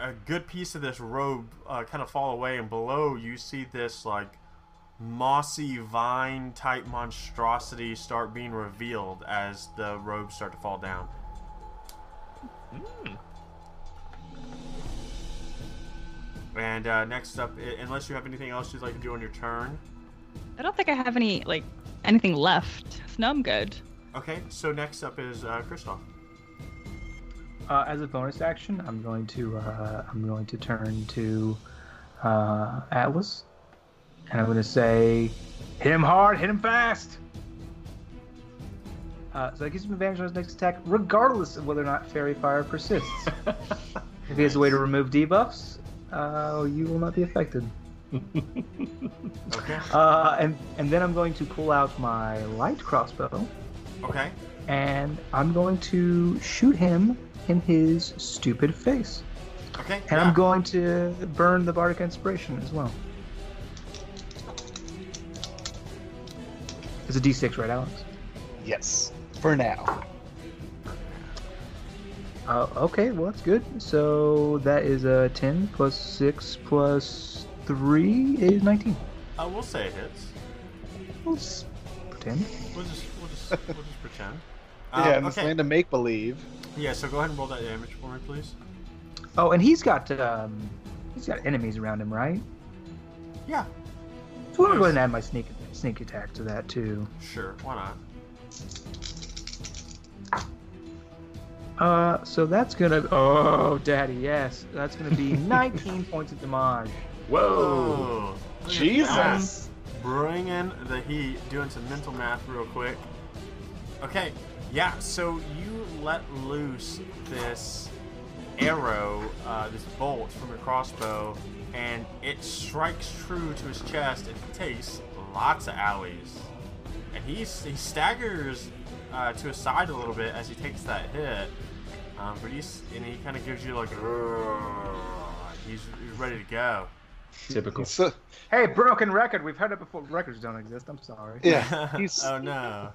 Speaker 1: a good piece of this robe uh, kind of fall away, and below you see this like mossy vine type monstrosity start being revealed as the robes start to fall down. And uh, next up, i- unless you have anything else you'd like to do on your turn,
Speaker 3: I don't think I have any, like, anything left. So now I'm good.
Speaker 1: okay. So next up is uh, Kristoff.
Speaker 2: Uh, as a bonus action, I'm going to uh, I'm going to turn to uh, Atlas, and I'm going to say, "Hit him hard, hit him fast." Uh, so that gives him advantage on his next attack, regardless of whether or not Fairy Fire persists. if he has a way to remove debuffs, uh, you will not be affected.
Speaker 1: Okay.
Speaker 2: Uh, and and then I'm going to pull out my light crossbow,
Speaker 1: Okay.
Speaker 2: and I'm going to shoot him in his stupid face.
Speaker 1: Okay.
Speaker 2: And
Speaker 1: yeah.
Speaker 2: I'm going to burn the bardic inspiration as well. It's a d6, right, Alex?
Speaker 5: Yes. For now.
Speaker 2: Uh, okay, well that's good. So that is a 10 plus 6 plus 3 is 19.
Speaker 1: I will say it hits.
Speaker 2: We'll just pretend.
Speaker 1: We'll just we'll just we'll just pretend.
Speaker 5: yeah,
Speaker 1: Um,
Speaker 5: in this
Speaker 1: okay.
Speaker 5: land of make believe.
Speaker 1: Yeah. So go ahead and roll that damage for me, please.
Speaker 2: Oh, and he's got um, he's got enemies around him, right?
Speaker 1: Yeah.
Speaker 2: So I'm gonna go ahead and add my sneak sneak attack to that too.
Speaker 1: Sure. Why not?
Speaker 2: Uh, so that's gonna oh, daddy, yes, that's gonna be 19 points of damage.
Speaker 4: Whoa.
Speaker 1: Oh, Look at that.
Speaker 5: Jesus.
Speaker 1: Bring in the heat. Doing some mental math real quick. Okay. Yeah. So you let loose this arrow, uh, this bolt from your crossbow, and it strikes true to his chest, and he takes lots of alleys. And he's, he staggers uh, to his side a little bit as he takes that hit. Um, but he's and he kind of gives you like, he's, he's ready to go.
Speaker 4: Typical.
Speaker 5: So,
Speaker 2: Hey, broken record. We've heard it before. Records don't exist. I'm sorry.
Speaker 5: yeah. He's,
Speaker 1: oh no.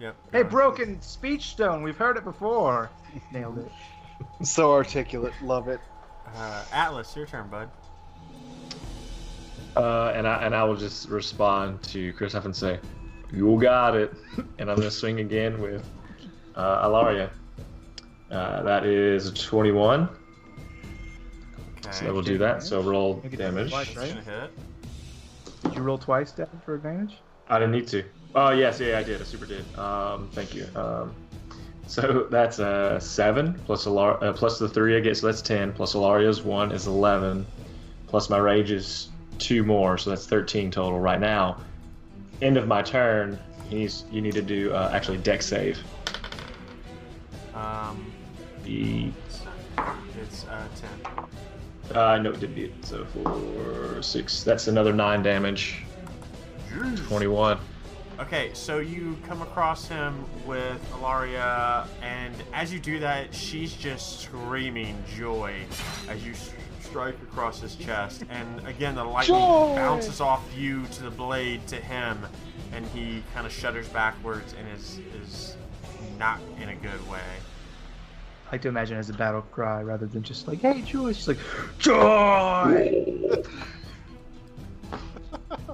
Speaker 1: Yep.
Speaker 2: Hey,
Speaker 1: go on.
Speaker 2: broken speech stone. We've heard it before. Nailed it.
Speaker 5: so articulate. Love it.
Speaker 1: Uh, Atlas, your turn, bud.
Speaker 4: Uh, and I and I will just respond to Christoph and say, "You got it," and I'm gonna swing again with uh, Alaria. Uh, that is a 21,
Speaker 1: Okay.
Speaker 4: so that will do that. So roll
Speaker 2: Make it
Speaker 4: damage.
Speaker 2: twice,
Speaker 1: It's
Speaker 2: right?
Speaker 1: gonna hit.
Speaker 2: Did you roll twice, Dad, for advantage?
Speaker 4: I didn't need to. Oh yes, yeah, I did. I super did. Um, thank you. Um, so that's uh, seven plus Alar- uh, plus the three I get, so that's ten. Plus Alaria's one is eleven. Plus my rage is two more, so that's thirteen total right now. End of my turn. He needs, you need to do uh, actually deck save.
Speaker 1: Um,
Speaker 4: The
Speaker 1: it's uh, ten.
Speaker 4: uh, no, it did beat. So four, six. That's another nine damage. Twenty-one.
Speaker 1: Okay, so you come across him with Alaria, and as you do that, she's just screaming joy as you s- strike across his chest. And again, the lightning
Speaker 5: Joy!
Speaker 1: bounces off you to the blade to him, and he kind of shudders backwards and is is not in a good way.
Speaker 2: I like to imagine it as a battle cry rather than just like, hey, joy. She's like, joy!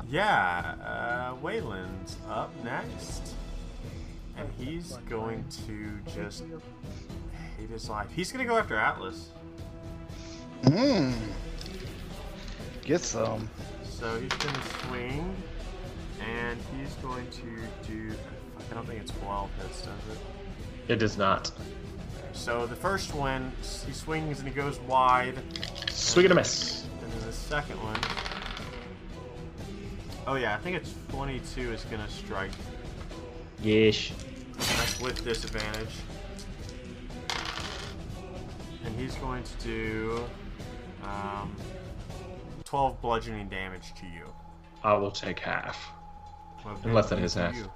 Speaker 1: Yeah, uh, Wayland's up next. And he's going to just hate his life. He's going to go after Atlas.
Speaker 5: Mm. Get some.
Speaker 1: So he's going to swing. And he's going to do. I don't think it's 12 hits, does it?
Speaker 4: It does not.
Speaker 1: So the first one, he swings and he goes wide.
Speaker 4: Swing and a miss.
Speaker 1: And then the second one. Oh, yeah, I think it's 22 is going to strike.
Speaker 4: Yes.
Speaker 1: And That's with disadvantage. And he's going to do um, 12 bludgeoning damage to you.
Speaker 4: I will take half.
Speaker 1: Well,
Speaker 4: Unless that
Speaker 1: damage
Speaker 4: is
Speaker 1: to
Speaker 4: half.
Speaker 1: you.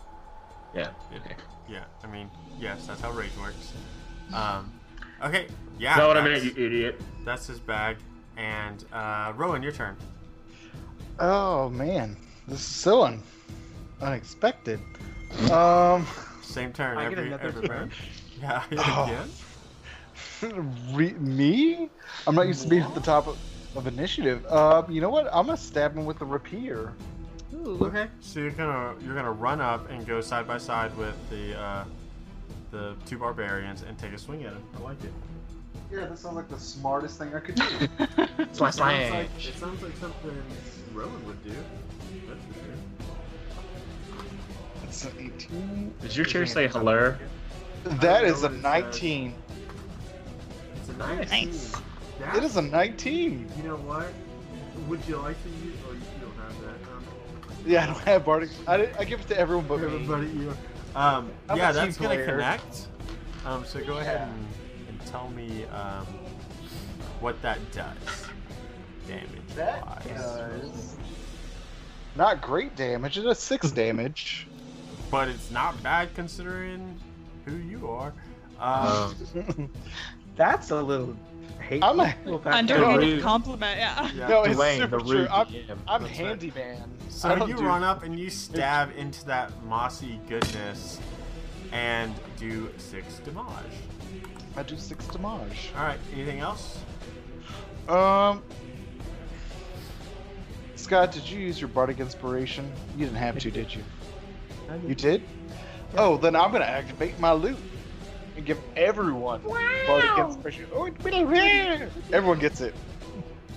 Speaker 4: Yeah.
Speaker 1: Yeah.
Speaker 4: Okay.
Speaker 1: Yeah, I mean, yes, that's how rage works. Um, okay,
Speaker 2: Ah,
Speaker 1: yeah.
Speaker 4: Know what I meant,
Speaker 1: that's,
Speaker 4: you idiot.
Speaker 1: that's his bag. And uh, Rowan, your turn.
Speaker 5: Oh man, this is so un- unexpected. Um,
Speaker 1: Same turn
Speaker 2: I get
Speaker 1: every,
Speaker 2: another
Speaker 1: every
Speaker 2: turn?
Speaker 1: round. Yeah,
Speaker 5: Oh.
Speaker 1: again?
Speaker 5: re- me? I'm not used to being at the top of, of initiative. Uh, you know what? I'm gonna stab him with the rapier.
Speaker 3: Ooh.
Speaker 1: Okay, so you're gonna you're gonna run up and go side by side with the uh, the two barbarians and take a swing at him. I like it.
Speaker 5: Yeah, that sounds like the smartest thing I could do.
Speaker 1: Sounds
Speaker 4: Slash slash.
Speaker 1: like, it sounds like something Rowan would do. That's for sure.
Speaker 5: That's an 18.
Speaker 4: Does your chair say hello?
Speaker 5: That
Speaker 1: I don't
Speaker 5: is
Speaker 1: know
Speaker 5: a
Speaker 1: what it says.
Speaker 5: 19.
Speaker 1: Nice.
Speaker 3: Nice.
Speaker 5: It is a 19.
Speaker 1: You know what? Would you like to use? Oh, you don't have that. Um,
Speaker 5: Yeah, I don't have bardic. I, didn't- I give it to everyone but me.
Speaker 1: everybody, you. Um,
Speaker 5: How
Speaker 1: yeah,
Speaker 5: about you,
Speaker 1: that's gonna
Speaker 5: Blair?
Speaker 1: connect. Um, so go ahead
Speaker 5: Yeah.
Speaker 1: and, and tell me um, what that does. Damage.
Speaker 5: That
Speaker 1: wise.
Speaker 5: does not great damage. It does six damage.
Speaker 1: But it's not bad considering who you are. Um,
Speaker 4: Um,
Speaker 2: That's a little hateful.
Speaker 5: I'm a-
Speaker 3: Underhanded
Speaker 4: rude.
Speaker 3: compliment, yeah.
Speaker 1: yeah.
Speaker 5: no, it's
Speaker 4: Dwayne,
Speaker 5: super
Speaker 4: the
Speaker 5: true.
Speaker 4: rude
Speaker 5: I'm,
Speaker 4: DM.
Speaker 5: I'm
Speaker 4: That's right.
Speaker 5: handyman. I
Speaker 1: So
Speaker 5: don't
Speaker 1: you
Speaker 5: do-
Speaker 1: run up and you stab into that mossy goodness and do six damage.
Speaker 5: I do six damage.
Speaker 1: All right. Anything else?
Speaker 5: Um, Scott, did you use your bardic inspiration? You didn't have to, did you? You did. Oh, then I'm gonna activate my loot and give everyone bardic inspiration. Oh, it's really rare. Everyone gets it.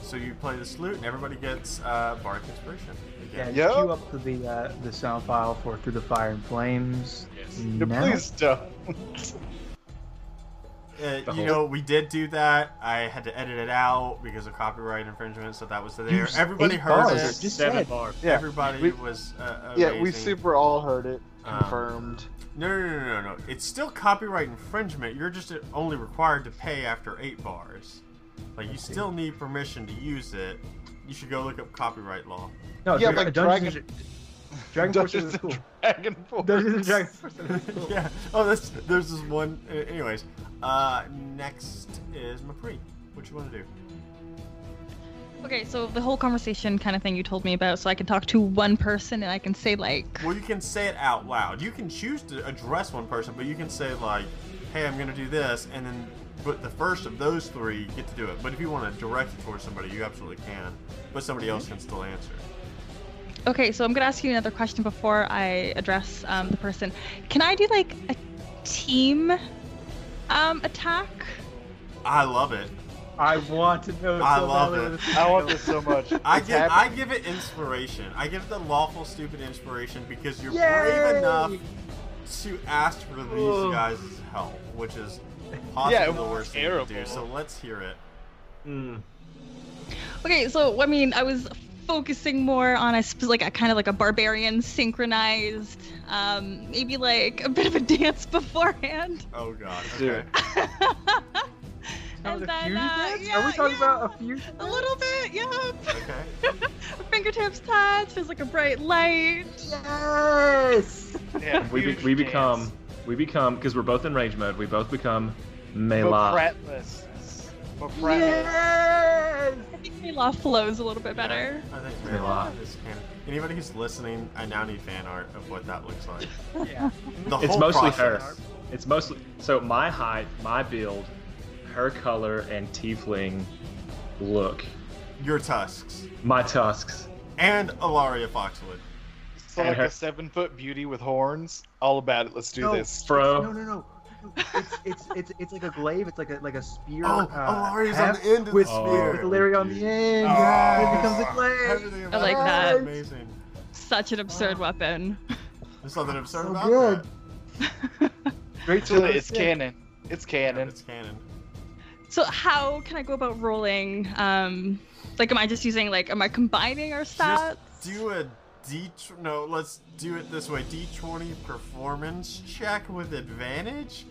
Speaker 1: So you play the flute and everybody gets uh, bardic inspiration.
Speaker 2: Yeah,
Speaker 1: Again.
Speaker 2: just
Speaker 5: Yep.
Speaker 2: queue up to the uh, the sound file for Through the Fire and Flames.
Speaker 4: Yes.
Speaker 5: No,
Speaker 2: now.
Speaker 5: Please don't.
Speaker 1: Uh,
Speaker 4: The
Speaker 1: you
Speaker 4: whole-
Speaker 1: know, we did do that. I had to edit it out because of copyright infringement, so that was there. Everybody
Speaker 2: eight
Speaker 1: heard
Speaker 2: Oh, bars.
Speaker 1: it.
Speaker 2: Just
Speaker 4: Seven
Speaker 2: said.
Speaker 4: bars.
Speaker 5: Yeah,
Speaker 1: Everybody
Speaker 5: we-
Speaker 1: was uh,
Speaker 5: Yeah, we
Speaker 1: amazing.
Speaker 5: super all heard it.
Speaker 1: Um,
Speaker 5: Confirmed.
Speaker 1: No, no, no, no, no. It's still copyright infringement. You're just only required to pay after eight bars. Like you still need permission to use it. You should go look up copyright law.
Speaker 2: No,
Speaker 5: Yeah,
Speaker 2: Oh, Dra-
Speaker 5: like
Speaker 2: Dungeons
Speaker 5: Dragon-
Speaker 2: and- Dragon Forces is cool.
Speaker 5: Dragon Force.
Speaker 2: Dungeons and Dragon Forces is cool.
Speaker 1: yeah. Oh, that's there's this one. uh, Anyways, uh, next is Mapri. What you want to do?
Speaker 3: Okay, so the whole conversation kind of thing you told me about, so I can talk to one person and I can say like,
Speaker 1: Well, you can say it out loud. You can choose to address one person, but you can say like, "Hey, I'm gonna do this," and then, but the first of those three get to do it. But if you want to direct it towards somebody, you absolutely can. But somebody else can still answer.
Speaker 3: okay, so I'm gonna ask you another question before I address um, the person. Can I do like a team um, attack?
Speaker 1: I love it.
Speaker 2: I want to know.
Speaker 1: I
Speaker 2: so
Speaker 1: love
Speaker 2: badly
Speaker 1: it.
Speaker 2: what this is
Speaker 5: I want
Speaker 2: about.
Speaker 5: this so much.
Speaker 1: I
Speaker 5: It's
Speaker 1: give I
Speaker 5: happening.
Speaker 1: give it inspiration. I give it the lawful stupid inspiration because you're brave
Speaker 2: Yay!
Speaker 1: enough to ask for these
Speaker 2: Ugh.
Speaker 1: guys' help, which is possibly
Speaker 5: Yeah, it
Speaker 1: the
Speaker 5: was
Speaker 1: worst thing to do.
Speaker 5: terrible.
Speaker 1: So let's hear it.
Speaker 4: Mm.
Speaker 3: Okay, so I mean, I was focusing more on a sp- like a kind of like a barbarian synchronized, um, maybe like a bit of a dance beforehand.
Speaker 1: Oh god.
Speaker 4: Do
Speaker 1: Okay.
Speaker 4: it.
Speaker 2: Now
Speaker 3: And
Speaker 2: the
Speaker 3: then,
Speaker 2: fusion
Speaker 3: uh,
Speaker 2: dance? Are
Speaker 3: yeah,
Speaker 2: we talking
Speaker 3: yeah.
Speaker 2: about a fusion?
Speaker 3: A little bit, yeah.
Speaker 1: Okay.
Speaker 3: Fingertips touch. There's like a bright light.
Speaker 2: Yes.
Speaker 5: Yeah,
Speaker 4: We, be,
Speaker 5: huge
Speaker 4: we
Speaker 5: dance.
Speaker 4: become we become because we're both in range mode. We both become melee.
Speaker 5: Mopratlas. Mopratlas.
Speaker 2: Yes.
Speaker 3: I think my law flows a little bit better.
Speaker 1: I think
Speaker 4: Very lot.
Speaker 1: Maylock is canon. Anybody who's listening, I now need fan art of what that looks like.
Speaker 2: Yeah.
Speaker 1: The
Speaker 4: It's
Speaker 1: whole
Speaker 4: mostly
Speaker 1: process.
Speaker 4: her. It's mostly so my height, my build, her color, and tiefling look.
Speaker 1: Your tusks
Speaker 4: My tusks.
Speaker 1: and Alaria Foxwood.
Speaker 5: So
Speaker 4: And
Speaker 5: like
Speaker 4: her-
Speaker 5: a seven foot beauty with horns. All about it. Let's do
Speaker 2: No.
Speaker 5: this.
Speaker 4: Fro.
Speaker 2: No, no, no. It's, it's it's it's like a glaive. It's like a like a spear.
Speaker 1: Oh,
Speaker 2: uh,
Speaker 1: Alaria's on
Speaker 2: half
Speaker 1: the end of
Speaker 2: with,
Speaker 1: the
Speaker 4: Oh.
Speaker 1: spear.
Speaker 2: with Larry on the end.
Speaker 1: Oh.
Speaker 2: It becomes a glaive.
Speaker 1: Everything
Speaker 3: I like
Speaker 1: about
Speaker 3: that.
Speaker 1: is Amazing.
Speaker 3: Such an absurd weapon.
Speaker 1: There's something absurd
Speaker 2: So
Speaker 1: about
Speaker 2: good.
Speaker 1: that.
Speaker 2: Great
Speaker 5: So
Speaker 2: choice.
Speaker 5: it's canon. It's canon.
Speaker 1: It's canon.
Speaker 3: So how can I go about rolling? Um, like, am I just using like, am I combining our stats?
Speaker 1: Just do a D. tw- No, let's do it this way. D twenty performance check with advantage.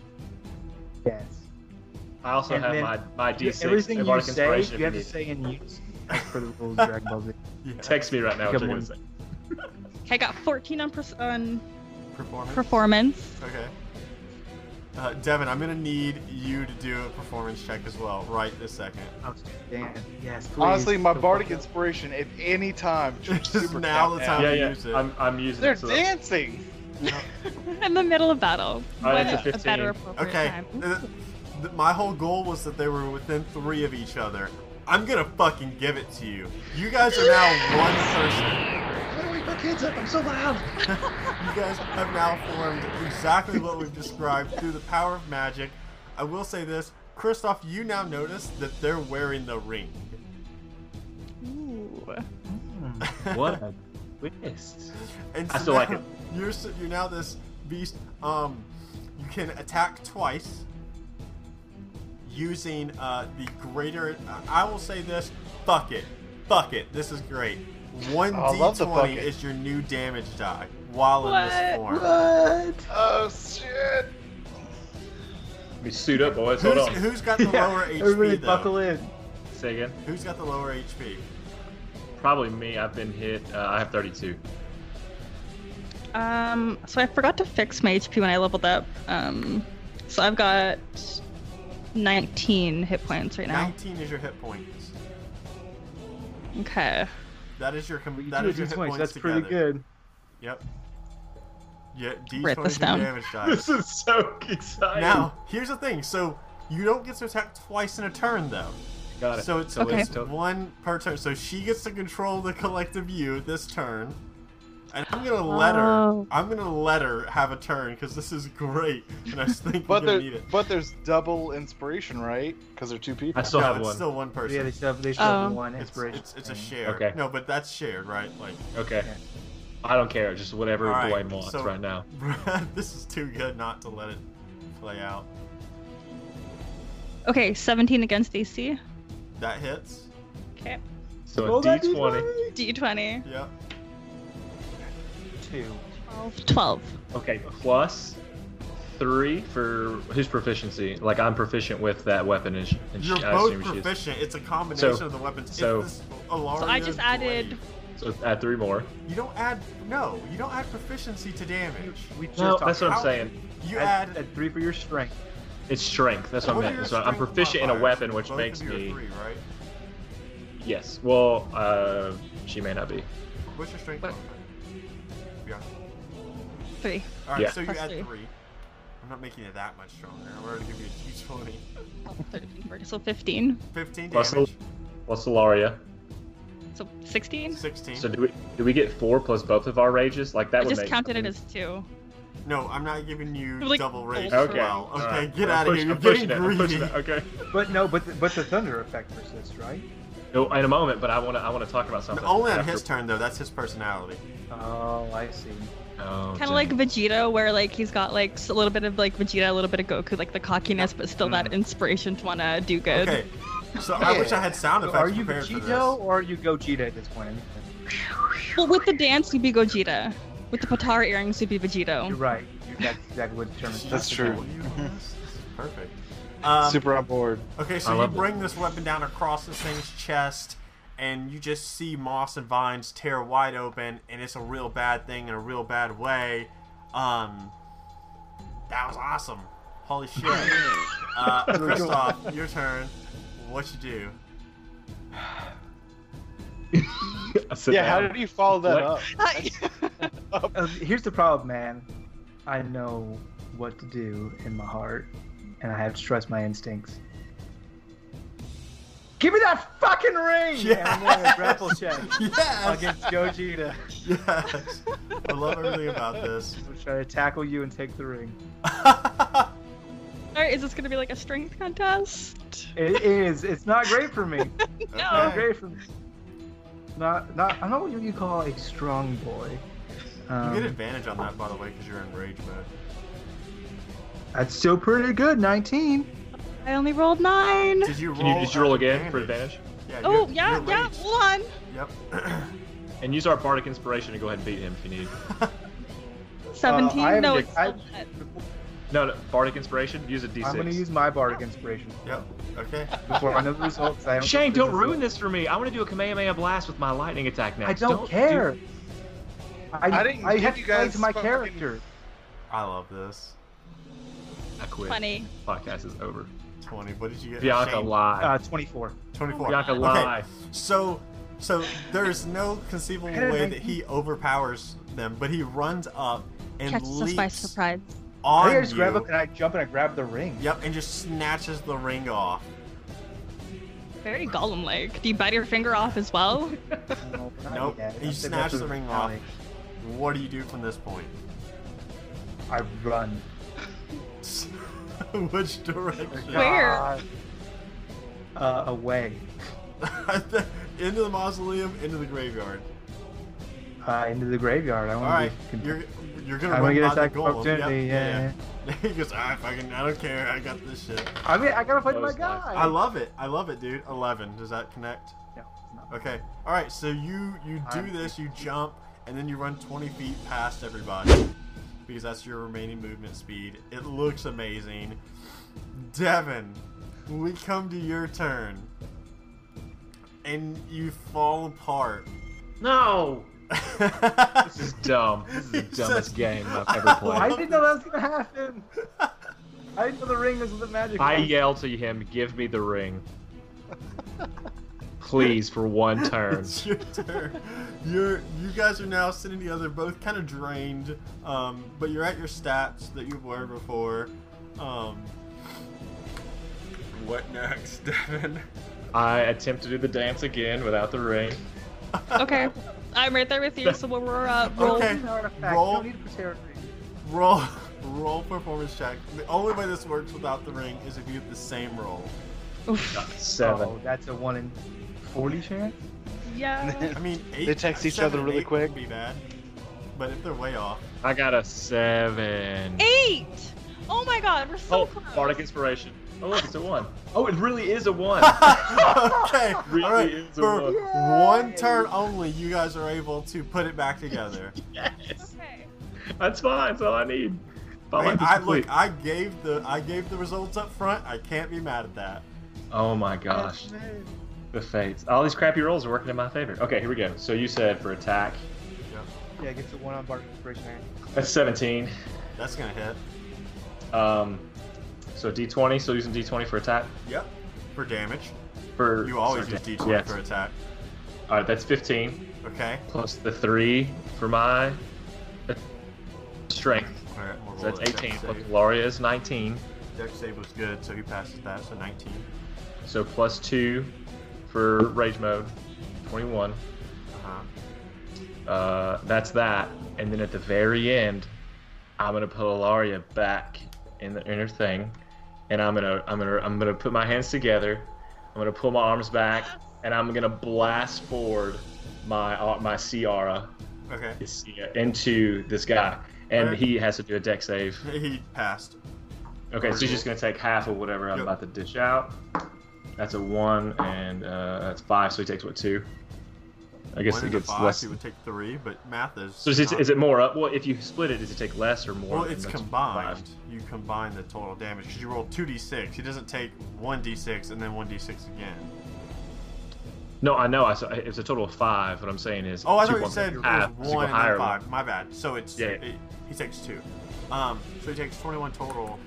Speaker 2: Yes.
Speaker 4: I also
Speaker 2: And
Speaker 4: have
Speaker 2: then
Speaker 4: my my
Speaker 2: You-
Speaker 4: D6
Speaker 2: everything you
Speaker 4: Bardic
Speaker 2: say,
Speaker 4: Inspiration if
Speaker 2: you have to
Speaker 4: need it.
Speaker 2: say in unison as per the rules of Dragon Ball Z.
Speaker 1: Yeah.
Speaker 4: Text me right now. What
Speaker 2: Come
Speaker 4: you're gonna
Speaker 2: on.
Speaker 4: say.
Speaker 3: I got 14 on, pers- on
Speaker 1: performance.
Speaker 3: performance.
Speaker 1: okay. Uh, Devin, I'm gonna need you to do a performance check as well, right this second.
Speaker 2: Oh, Damn. Yes. Please.
Speaker 5: Honestly, my
Speaker 2: Go
Speaker 5: bardic
Speaker 2: fuck up.
Speaker 5: inspiration, if any time, should
Speaker 1: Just
Speaker 5: super
Speaker 1: now
Speaker 5: count
Speaker 1: the
Speaker 5: down.
Speaker 1: time.
Speaker 4: Yeah,
Speaker 1: to
Speaker 4: yeah.
Speaker 1: use it.
Speaker 4: I'm, I'm using
Speaker 5: They're
Speaker 4: it. So that's-
Speaker 5: dancing.
Speaker 3: In the middle of battle.
Speaker 4: All right,
Speaker 3: When
Speaker 4: that's a
Speaker 3: a better
Speaker 4: 15.
Speaker 3: appropriate
Speaker 1: Okay.
Speaker 3: time.
Speaker 1: th- th- my whole goal was that they were within three of each other. I'm gonna fucking give it to you. You guys are now one person.
Speaker 2: Why do we put kids up? I'm so loud.
Speaker 1: You guys have now formed exactly what we've described through the power of magic. I will say this, Kristoff, you now notice that they're wearing the ring.
Speaker 3: Ooh.
Speaker 4: what a twist.
Speaker 1: And
Speaker 4: I still like
Speaker 1: now
Speaker 4: it.
Speaker 1: You're s- you're now this beast. Um, you can attack twice. using uh, the greater. I I will say this bucket, bucket. This is great. One
Speaker 5: Oh, I love the
Speaker 1: d20
Speaker 5: bucket.
Speaker 1: is your new damage die while in this
Speaker 3: What?
Speaker 1: form.
Speaker 5: Oh shit!
Speaker 4: We suit up, boys. Hold
Speaker 1: Who's,
Speaker 4: on.
Speaker 1: who's got the lower
Speaker 2: Everybody
Speaker 1: HP though?
Speaker 2: buckle in.
Speaker 4: Say again.
Speaker 1: Who's got the lower HP?
Speaker 4: Probably me. I've been hit. Uh, I have 32.
Speaker 3: Um, so I forgot to fix my HP when I leveled up. Um, so I've got 19 hit points right now.
Speaker 1: 19 is your hit points.
Speaker 3: Okay.
Speaker 1: That is your
Speaker 2: Well,
Speaker 1: com-
Speaker 2: you
Speaker 1: that
Speaker 2: do
Speaker 1: is your
Speaker 2: a
Speaker 1: hit
Speaker 2: D20,
Speaker 1: points
Speaker 2: That's
Speaker 1: together.
Speaker 2: pretty good.
Speaker 1: Yep. Yeah, D20
Speaker 3: Write this
Speaker 1: is your
Speaker 3: down.
Speaker 1: damage die.
Speaker 4: This is so exciting.
Speaker 1: Now, here's the thing. So you don't get to attack twice in a turn, though.
Speaker 4: Got it.
Speaker 1: So it's
Speaker 3: Okay.
Speaker 1: it's one per turn. So she gets to control the collective you this turn, and I'm gonna let her.
Speaker 3: Oh.
Speaker 1: I'm gonna let her have a turn because this is great, and I think we're
Speaker 5: But
Speaker 1: gonna
Speaker 5: there,
Speaker 1: need it.
Speaker 5: but there's double inspiration, right? Because they're two people.
Speaker 4: I still
Speaker 1: no,
Speaker 4: have
Speaker 1: it's
Speaker 4: one.
Speaker 1: still one person.
Speaker 2: Yeah, they still have, they still have
Speaker 3: Oh.
Speaker 2: one
Speaker 1: it's,
Speaker 2: inspiration. Mm-hmm.
Speaker 1: it's, it's a
Speaker 2: thing.
Speaker 1: share.
Speaker 4: Okay.
Speaker 1: No, but that's shared, right? Like,
Speaker 4: Okay.
Speaker 2: Yeah.
Speaker 4: I don't care. Just whatever
Speaker 1: All right,
Speaker 4: Dwayne wants
Speaker 1: so-
Speaker 4: right now.
Speaker 1: this is too good not to let it play out.
Speaker 3: Okay, 17 against AC.
Speaker 1: That hits.
Speaker 3: Okay.
Speaker 4: So
Speaker 2: Roll
Speaker 4: a
Speaker 2: that
Speaker 4: D20.
Speaker 2: D20.
Speaker 3: D20.
Speaker 1: Yep.
Speaker 2: Two.
Speaker 3: 12. 12.
Speaker 4: Okay, plus three for his proficiency. Like I'm proficient with that weapon, and, sh- uh, and
Speaker 1: You're
Speaker 4: she, I
Speaker 1: both
Speaker 4: assume she is.
Speaker 1: proficient. It's a combination
Speaker 4: So-
Speaker 1: of the weapons.
Speaker 4: so-
Speaker 1: it's this Alaria's
Speaker 3: So I just added.
Speaker 1: blade.
Speaker 4: So add three more.
Speaker 1: You don't add. No, you don't add proficiency to damage.
Speaker 2: We just
Speaker 4: No,
Speaker 2: talked
Speaker 4: that's what
Speaker 2: about
Speaker 4: I'm
Speaker 1: How-
Speaker 4: saying.
Speaker 1: You
Speaker 2: it. add,
Speaker 1: add.
Speaker 2: add three for your strength.
Speaker 4: It's strength. That's what,
Speaker 1: what
Speaker 4: I
Speaker 1: are
Speaker 4: meant.
Speaker 1: your
Speaker 4: So I'm
Speaker 1: strength
Speaker 4: proficient in a
Speaker 1: modifiers?
Speaker 4: weapon, which
Speaker 1: Both
Speaker 4: makes
Speaker 1: of you are
Speaker 4: me
Speaker 1: Three, right?
Speaker 4: yes. Well, uh, she may not be.
Speaker 1: What's your strength
Speaker 3: What?
Speaker 1: modifier? Yeah.
Speaker 3: 3.
Speaker 1: All right.
Speaker 4: Yeah.
Speaker 1: So you
Speaker 3: Plus
Speaker 1: add
Speaker 3: three.
Speaker 1: three. I'm not making it that much stronger. I'm going to give you a d20.
Speaker 3: So 15.
Speaker 1: 15
Speaker 4: Plus
Speaker 1: damage.
Speaker 4: Plus Solaria.
Speaker 3: So 16.
Speaker 1: 16.
Speaker 4: So do we do we get four plus both of our rages? Like that
Speaker 3: I
Speaker 4: would
Speaker 3: just
Speaker 4: make.
Speaker 3: counted it as 2.
Speaker 1: No, I'm not giving you
Speaker 3: Like,
Speaker 1: double rage.
Speaker 3: gold
Speaker 1: as
Speaker 4: Okay.
Speaker 1: well. Okay.
Speaker 4: all right.
Speaker 1: Get
Speaker 4: I'm
Speaker 1: out of here. You're
Speaker 4: pushing- I'm
Speaker 1: getting
Speaker 4: pushing it, I'm
Speaker 1: greedy.
Speaker 4: pushing it, Okay.
Speaker 2: But no, but the, but the thunder effect persists, right?
Speaker 4: No, in a moment, but I want to I want to talk about
Speaker 1: No,
Speaker 4: something.
Speaker 1: Only on
Speaker 4: after-
Speaker 1: his turn though. That's his personality.
Speaker 2: Oh, I see.
Speaker 4: Oh,
Speaker 3: Kind
Speaker 4: dang.
Speaker 3: of like Vegeta, where like he's got like s- a little bit of like Vegeta, a little bit of Goku, like the cockiness, but still that inspiration to wanna do good.
Speaker 1: Okay. So I wish I had sound
Speaker 2: So
Speaker 1: effects
Speaker 2: are you
Speaker 1: prepared for this.
Speaker 2: Vegito or are you Gogeta at this point?
Speaker 3: Well, with the dance, you'd be Gogeta. With the Patara earrings, you'd be Vegito.
Speaker 2: You're right. You- That's exactly what determines.
Speaker 1: Jeez,
Speaker 5: That's true.
Speaker 1: you on this? Perfect. Um,
Speaker 5: Super on board.
Speaker 1: Okay,
Speaker 4: I
Speaker 1: so you
Speaker 4: love it.
Speaker 1: bring this weapon down across this thing's chest, and you just see moss and vines tear wide open, and it's a real bad thing in a real bad way. Um, that was awesome. Holy shit. uh, Kristoff, your turn. What you do?
Speaker 4: I sit
Speaker 5: yeah, how
Speaker 4: down.
Speaker 5: did you follow that up?
Speaker 4: What?
Speaker 2: Uh, here's the problem, man. I know what to do in my heart, and I have to trust my instincts. Give me that fucking ring! Yeah, I'm gonna grapple check
Speaker 1: Yes!
Speaker 2: against Gogeta.
Speaker 1: yes! I love everything about this.
Speaker 2: I'm gonna try to tackle you and take the ring.
Speaker 3: Alright, is this gonna be like a strength contest?
Speaker 2: It is. It's not great for me. Not
Speaker 1: Okay.
Speaker 2: great for me. Not, not. I don't know what you call a strong boy.
Speaker 1: You
Speaker 2: Um,
Speaker 1: get advantage on that, by the way, because you're in rage mode.
Speaker 2: That's still pretty good. 19.
Speaker 3: I only rolled nine.
Speaker 1: Did you roll,
Speaker 4: Can you, did you roll
Speaker 1: at
Speaker 4: again for advantage?
Speaker 1: Yeah,
Speaker 3: Oh,
Speaker 1: you're-
Speaker 3: yeah,
Speaker 1: you're
Speaker 3: yeah,
Speaker 1: raged.
Speaker 3: hold on.
Speaker 1: Yep.
Speaker 4: And use our bardic inspiration to go ahead and beat him if you need.
Speaker 3: 17?
Speaker 2: I am
Speaker 3: no,
Speaker 2: the-
Speaker 3: it's still
Speaker 2: I-
Speaker 3: not.
Speaker 4: No, no bardic inspiration. Use a D6.
Speaker 2: I'm gonna use my bardic inspiration
Speaker 1: yep. Okay.
Speaker 2: before I know the results. I don't
Speaker 4: Shane,
Speaker 2: think
Speaker 4: don't
Speaker 2: this is-
Speaker 4: ruin this for me. I want to do a Kamehameha blast with my lightning attack now.
Speaker 2: I don't,
Speaker 4: do-
Speaker 2: care. I,
Speaker 5: I didn't
Speaker 2: I
Speaker 5: give
Speaker 2: have
Speaker 5: you
Speaker 2: to play
Speaker 5: guys
Speaker 2: to my
Speaker 5: fucking-
Speaker 2: character.
Speaker 1: I love this.
Speaker 4: I quit.
Speaker 3: Funny.
Speaker 4: Podcast is over.
Speaker 1: 20. What did you get?
Speaker 4: Bianca
Speaker 1: Shane?
Speaker 4: lied.
Speaker 2: Uh, 24.
Speaker 1: 24.
Speaker 4: Bianca
Speaker 1: okay.
Speaker 4: lied.
Speaker 1: So, so there's no conceivable
Speaker 2: Hey,
Speaker 1: way
Speaker 2: thank
Speaker 1: that he overpowers them, but he runs up and
Speaker 3: Catches us by
Speaker 1: leaps
Speaker 3: surprise.
Speaker 2: I
Speaker 1: on
Speaker 2: think I just
Speaker 1: you.
Speaker 2: grab up and I jump and I grab the ring.
Speaker 1: Yep, and just snatches the ring off.
Speaker 3: Very golem like. Do you bite your finger off as well?
Speaker 2: No, not
Speaker 1: Nope.
Speaker 2: yet.
Speaker 1: You
Speaker 2: I'm sitting there
Speaker 1: snatch the
Speaker 2: through
Speaker 1: ring
Speaker 2: alley.
Speaker 1: What do you do from this point?
Speaker 2: I run.
Speaker 1: Which direction?
Speaker 3: Wait. Where?
Speaker 2: God. Uh, away.
Speaker 1: into the mausoleum, into the graveyard.
Speaker 2: Uh, uh, into the graveyard. I
Speaker 1: All
Speaker 2: want
Speaker 1: right,
Speaker 2: to be,
Speaker 1: you're you're gonna
Speaker 2: I
Speaker 1: run
Speaker 2: want to get
Speaker 1: by the
Speaker 2: attack of
Speaker 1: gold. Yep,
Speaker 2: opportunity. yeah, yeah.
Speaker 1: he goes, I fucking, I don't care. I got this shit.
Speaker 2: I mean, I gotta fight my
Speaker 4: Close
Speaker 2: guy.
Speaker 4: life.
Speaker 1: I love it. I love it, dude. Eleven. Does that connect?
Speaker 2: No, it's not.
Speaker 1: Okay. All right. So you you do
Speaker 2: I'm-
Speaker 1: this. You jump, and then you run 20 feet past everybody because that's your remaining movement speed. It looks amazing. Devin, we come to your turn, and you fall apart.
Speaker 4: No. This is dumb. This is the
Speaker 1: He
Speaker 4: dumbest
Speaker 1: said-
Speaker 4: game I've ever
Speaker 2: I
Speaker 4: played.
Speaker 2: didn't know that was gonna happen. I didn't know the ring was the magic.
Speaker 4: I uh,
Speaker 2: one.
Speaker 4: yell to him, "Give me the ring, please, for one turn."
Speaker 1: It's your turn. You're you guys are now sitting together, both kind of drained, um, but you're at your stats that you were before. Um, what next, Devin?
Speaker 4: I attempt to do the dance again without the ring.
Speaker 3: Okay, I'm right there with you. So we'll roll. Uh, roll.
Speaker 1: Okay.
Speaker 2: It's an artifact.
Speaker 1: Roll.
Speaker 2: You don't need a protect ring.
Speaker 1: Roll roll performance check. The only way this works without the ring is if you have the same roll.
Speaker 3: Oof.
Speaker 4: Seven.
Speaker 2: Oh, that's a one in forty chance.
Speaker 3: Yeah.
Speaker 1: I mean, eight,
Speaker 5: They text each
Speaker 1: seven
Speaker 5: other
Speaker 1: and
Speaker 5: really
Speaker 1: eight wouldn't
Speaker 5: quick.
Speaker 1: Be bad, but if they're way off,
Speaker 4: I got a seven.
Speaker 3: Eight. Oh my God, we're so
Speaker 4: Oh,
Speaker 3: close.
Speaker 4: bardic inspiration. Oh look, it's a one. Oh, it really is a one.
Speaker 1: okay,
Speaker 4: Really
Speaker 1: all right.
Speaker 4: is a
Speaker 1: For
Speaker 4: one.
Speaker 1: one turn only, you guys are able to put it back together.
Speaker 4: yes,
Speaker 3: Okay.
Speaker 4: that's fine. That's all I need. My
Speaker 1: Wait,
Speaker 4: life is
Speaker 1: I
Speaker 4: complete.
Speaker 1: look. I gave the I gave the results up front. I can't be mad at that.
Speaker 4: Oh my gosh, the fates. All these crappy rolls are working in my favor. Okay, here we go. So you said for attack,
Speaker 2: Yeah, it gets a one on bardic inspiration. Aaron.
Speaker 4: that's seventeen.
Speaker 1: That's gonna hit.
Speaker 4: Um, so d20. Still using d20 for attack.
Speaker 1: Yep. For damage,
Speaker 4: For
Speaker 1: you always
Speaker 4: sorry,
Speaker 1: use
Speaker 4: da-
Speaker 1: D20
Speaker 4: yes.
Speaker 1: for attack.
Speaker 4: All right, that's 15
Speaker 1: Okay.
Speaker 4: plus the three for my strength.
Speaker 1: All right, we'll
Speaker 4: So
Speaker 1: roll
Speaker 4: that's
Speaker 1: a dex
Speaker 4: 18. Plus
Speaker 1: save.
Speaker 4: Gloria is 19.
Speaker 1: Dex save was good, so he passes that. So 19.
Speaker 4: So plus two for rage mode, 21.
Speaker 1: Uh huh.
Speaker 4: Uh, that's that. And then at the very end, I'm gonna put Ilaria back in the inner thing, and I'm gonna I'm gonna I'm gonna put my hands together. I'm gonna pull my arms back, and I'm gonna blast forward my uh, my Ciara
Speaker 1: Okay.
Speaker 4: this- into this guy, and
Speaker 1: Alright.
Speaker 4: he has to do a deck save.
Speaker 1: He passed.
Speaker 4: Okay, so he's just gonna take half of whatever I'm
Speaker 1: Yep.
Speaker 4: about to dish out. That's a one, and uh, that's five, so he takes what two? I guess
Speaker 1: One
Speaker 4: it
Speaker 1: and a
Speaker 4: gets
Speaker 1: five.
Speaker 4: less.
Speaker 1: He would take three, but math is.
Speaker 4: So is it,
Speaker 1: not-
Speaker 4: is it more up? Well, if you split it, does it take less or more?
Speaker 1: Well,
Speaker 4: than
Speaker 1: it's
Speaker 4: that's
Speaker 1: combined.
Speaker 4: five?
Speaker 1: You combine the total damage because you roll 2d6. He doesn't take 1d6 and then 1d6 again.
Speaker 4: No, I know. I saw, it's a total of five. What I'm saying is,
Speaker 1: Oh, I
Speaker 4: two
Speaker 1: thought you
Speaker 4: ones
Speaker 1: said it
Speaker 4: and
Speaker 1: was
Speaker 4: a half, so you go
Speaker 1: one and
Speaker 4: Ah, higher
Speaker 1: then
Speaker 4: or lower.
Speaker 1: five. My bad. So it's
Speaker 4: Yeah.
Speaker 1: it, he takes two. Um, so he takes twenty-one total.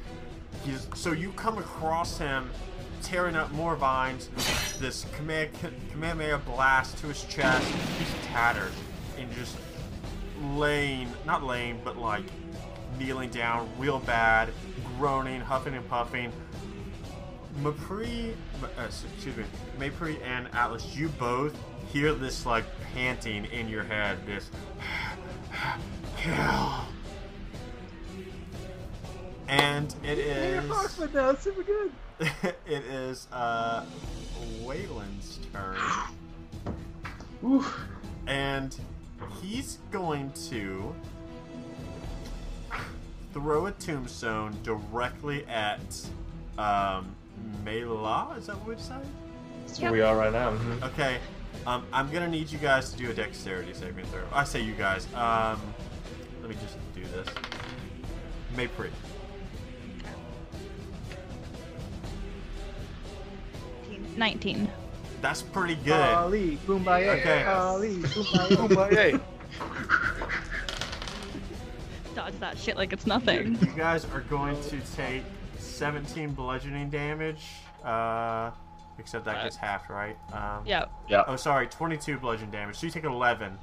Speaker 1: He's, so you come across him tearing up more vines. This Kameh- Kamehameha blast to his chest. He's tattered and just laying, not laying, but like kneeling down, real bad, groaning, huffing and puffing. Mapri, uh, excuse me, Mapri and Atlas, you both hear this like panting in your head. This kill, and it
Speaker 2: Hey,
Speaker 1: is
Speaker 2: you're Foxman now. Super good.
Speaker 1: it is uh, Wayland's turn,
Speaker 4: Oof.
Speaker 1: and he's going to throw a tombstone directly at um, Mela. Is that what we decided?
Speaker 4: That's where we are right now. mhm.
Speaker 1: Okay. Um, I'm gonna need you guys to do a dexterity saving throw. I say you guys. Um, let me just do this. Maypri.
Speaker 3: Nineteen.
Speaker 1: That's pretty good.
Speaker 2: Ali, Kumbaya.
Speaker 1: Okay.
Speaker 2: Ali,
Speaker 5: Oh
Speaker 2: Kumbaya.
Speaker 5: Kumbaya.
Speaker 3: Dodge that shit like it's nothing.
Speaker 1: You guys are going to take 17 bludgeoning damage. Uh, except that gets halved, right? Um,
Speaker 3: Yeah.
Speaker 1: Oh, sorry, 22 bludgeon damage. So you take 11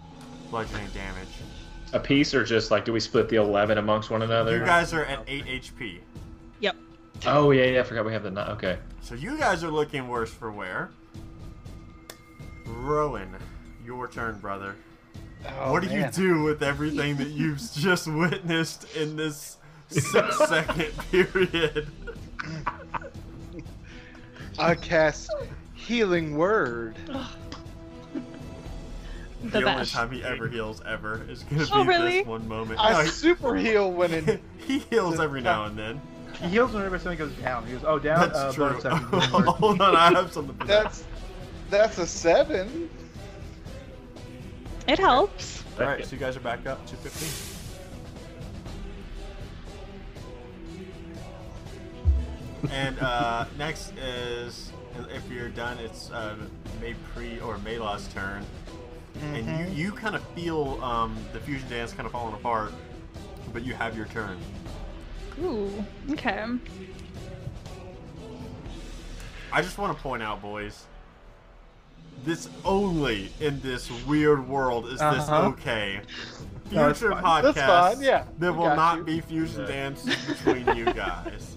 Speaker 1: bludgeoning damage.
Speaker 4: A piece, or just like, do we split the eleven amongst one
Speaker 5: Oh,
Speaker 4: another?
Speaker 1: You guys are at 8 HP.
Speaker 3: Yep.
Speaker 4: oh yeah, yeah. I forgot we have the nine. Okay.
Speaker 1: So you guys are looking worse for wear. Rowan, your turn, brother.
Speaker 5: Oh,
Speaker 1: what do
Speaker 5: man.
Speaker 1: you do with everything that you've just witnessed in this six second period?
Speaker 5: I cast Healing Word.
Speaker 3: The
Speaker 1: the only
Speaker 3: best.
Speaker 1: time he ever heals ever is gonna
Speaker 3: Oh,
Speaker 1: be
Speaker 3: really?
Speaker 1: this one moment.
Speaker 5: I
Speaker 1: No,
Speaker 5: super heal when in.
Speaker 1: he, he heals every now and then.
Speaker 2: He heals whenever something goes down. He goes, oh, down.
Speaker 1: That's
Speaker 2: uh,
Speaker 1: true.
Speaker 2: bonus action.
Speaker 1: Hold on, I have something. For that.
Speaker 5: That's that's a seven.
Speaker 3: It helps.
Speaker 1: All right, so you guys are back up to 15. and uh, next is if you're done, it's uh, May Pre or Mayla's turn, and you you kind of feel um, the fusion dance kind of falling apart, but you have your turn.
Speaker 3: Ooh. Okay.
Speaker 1: I just want to point out, boys, this only in this weird world is this
Speaker 2: Uh-huh.
Speaker 1: okay.
Speaker 2: No, it's
Speaker 1: Future
Speaker 2: fine.
Speaker 1: podcasts
Speaker 5: That's fine, yeah,
Speaker 1: there
Speaker 5: we
Speaker 1: will
Speaker 5: got
Speaker 1: not
Speaker 5: you.
Speaker 1: be fusion
Speaker 4: Yeah.
Speaker 1: dances between you guys.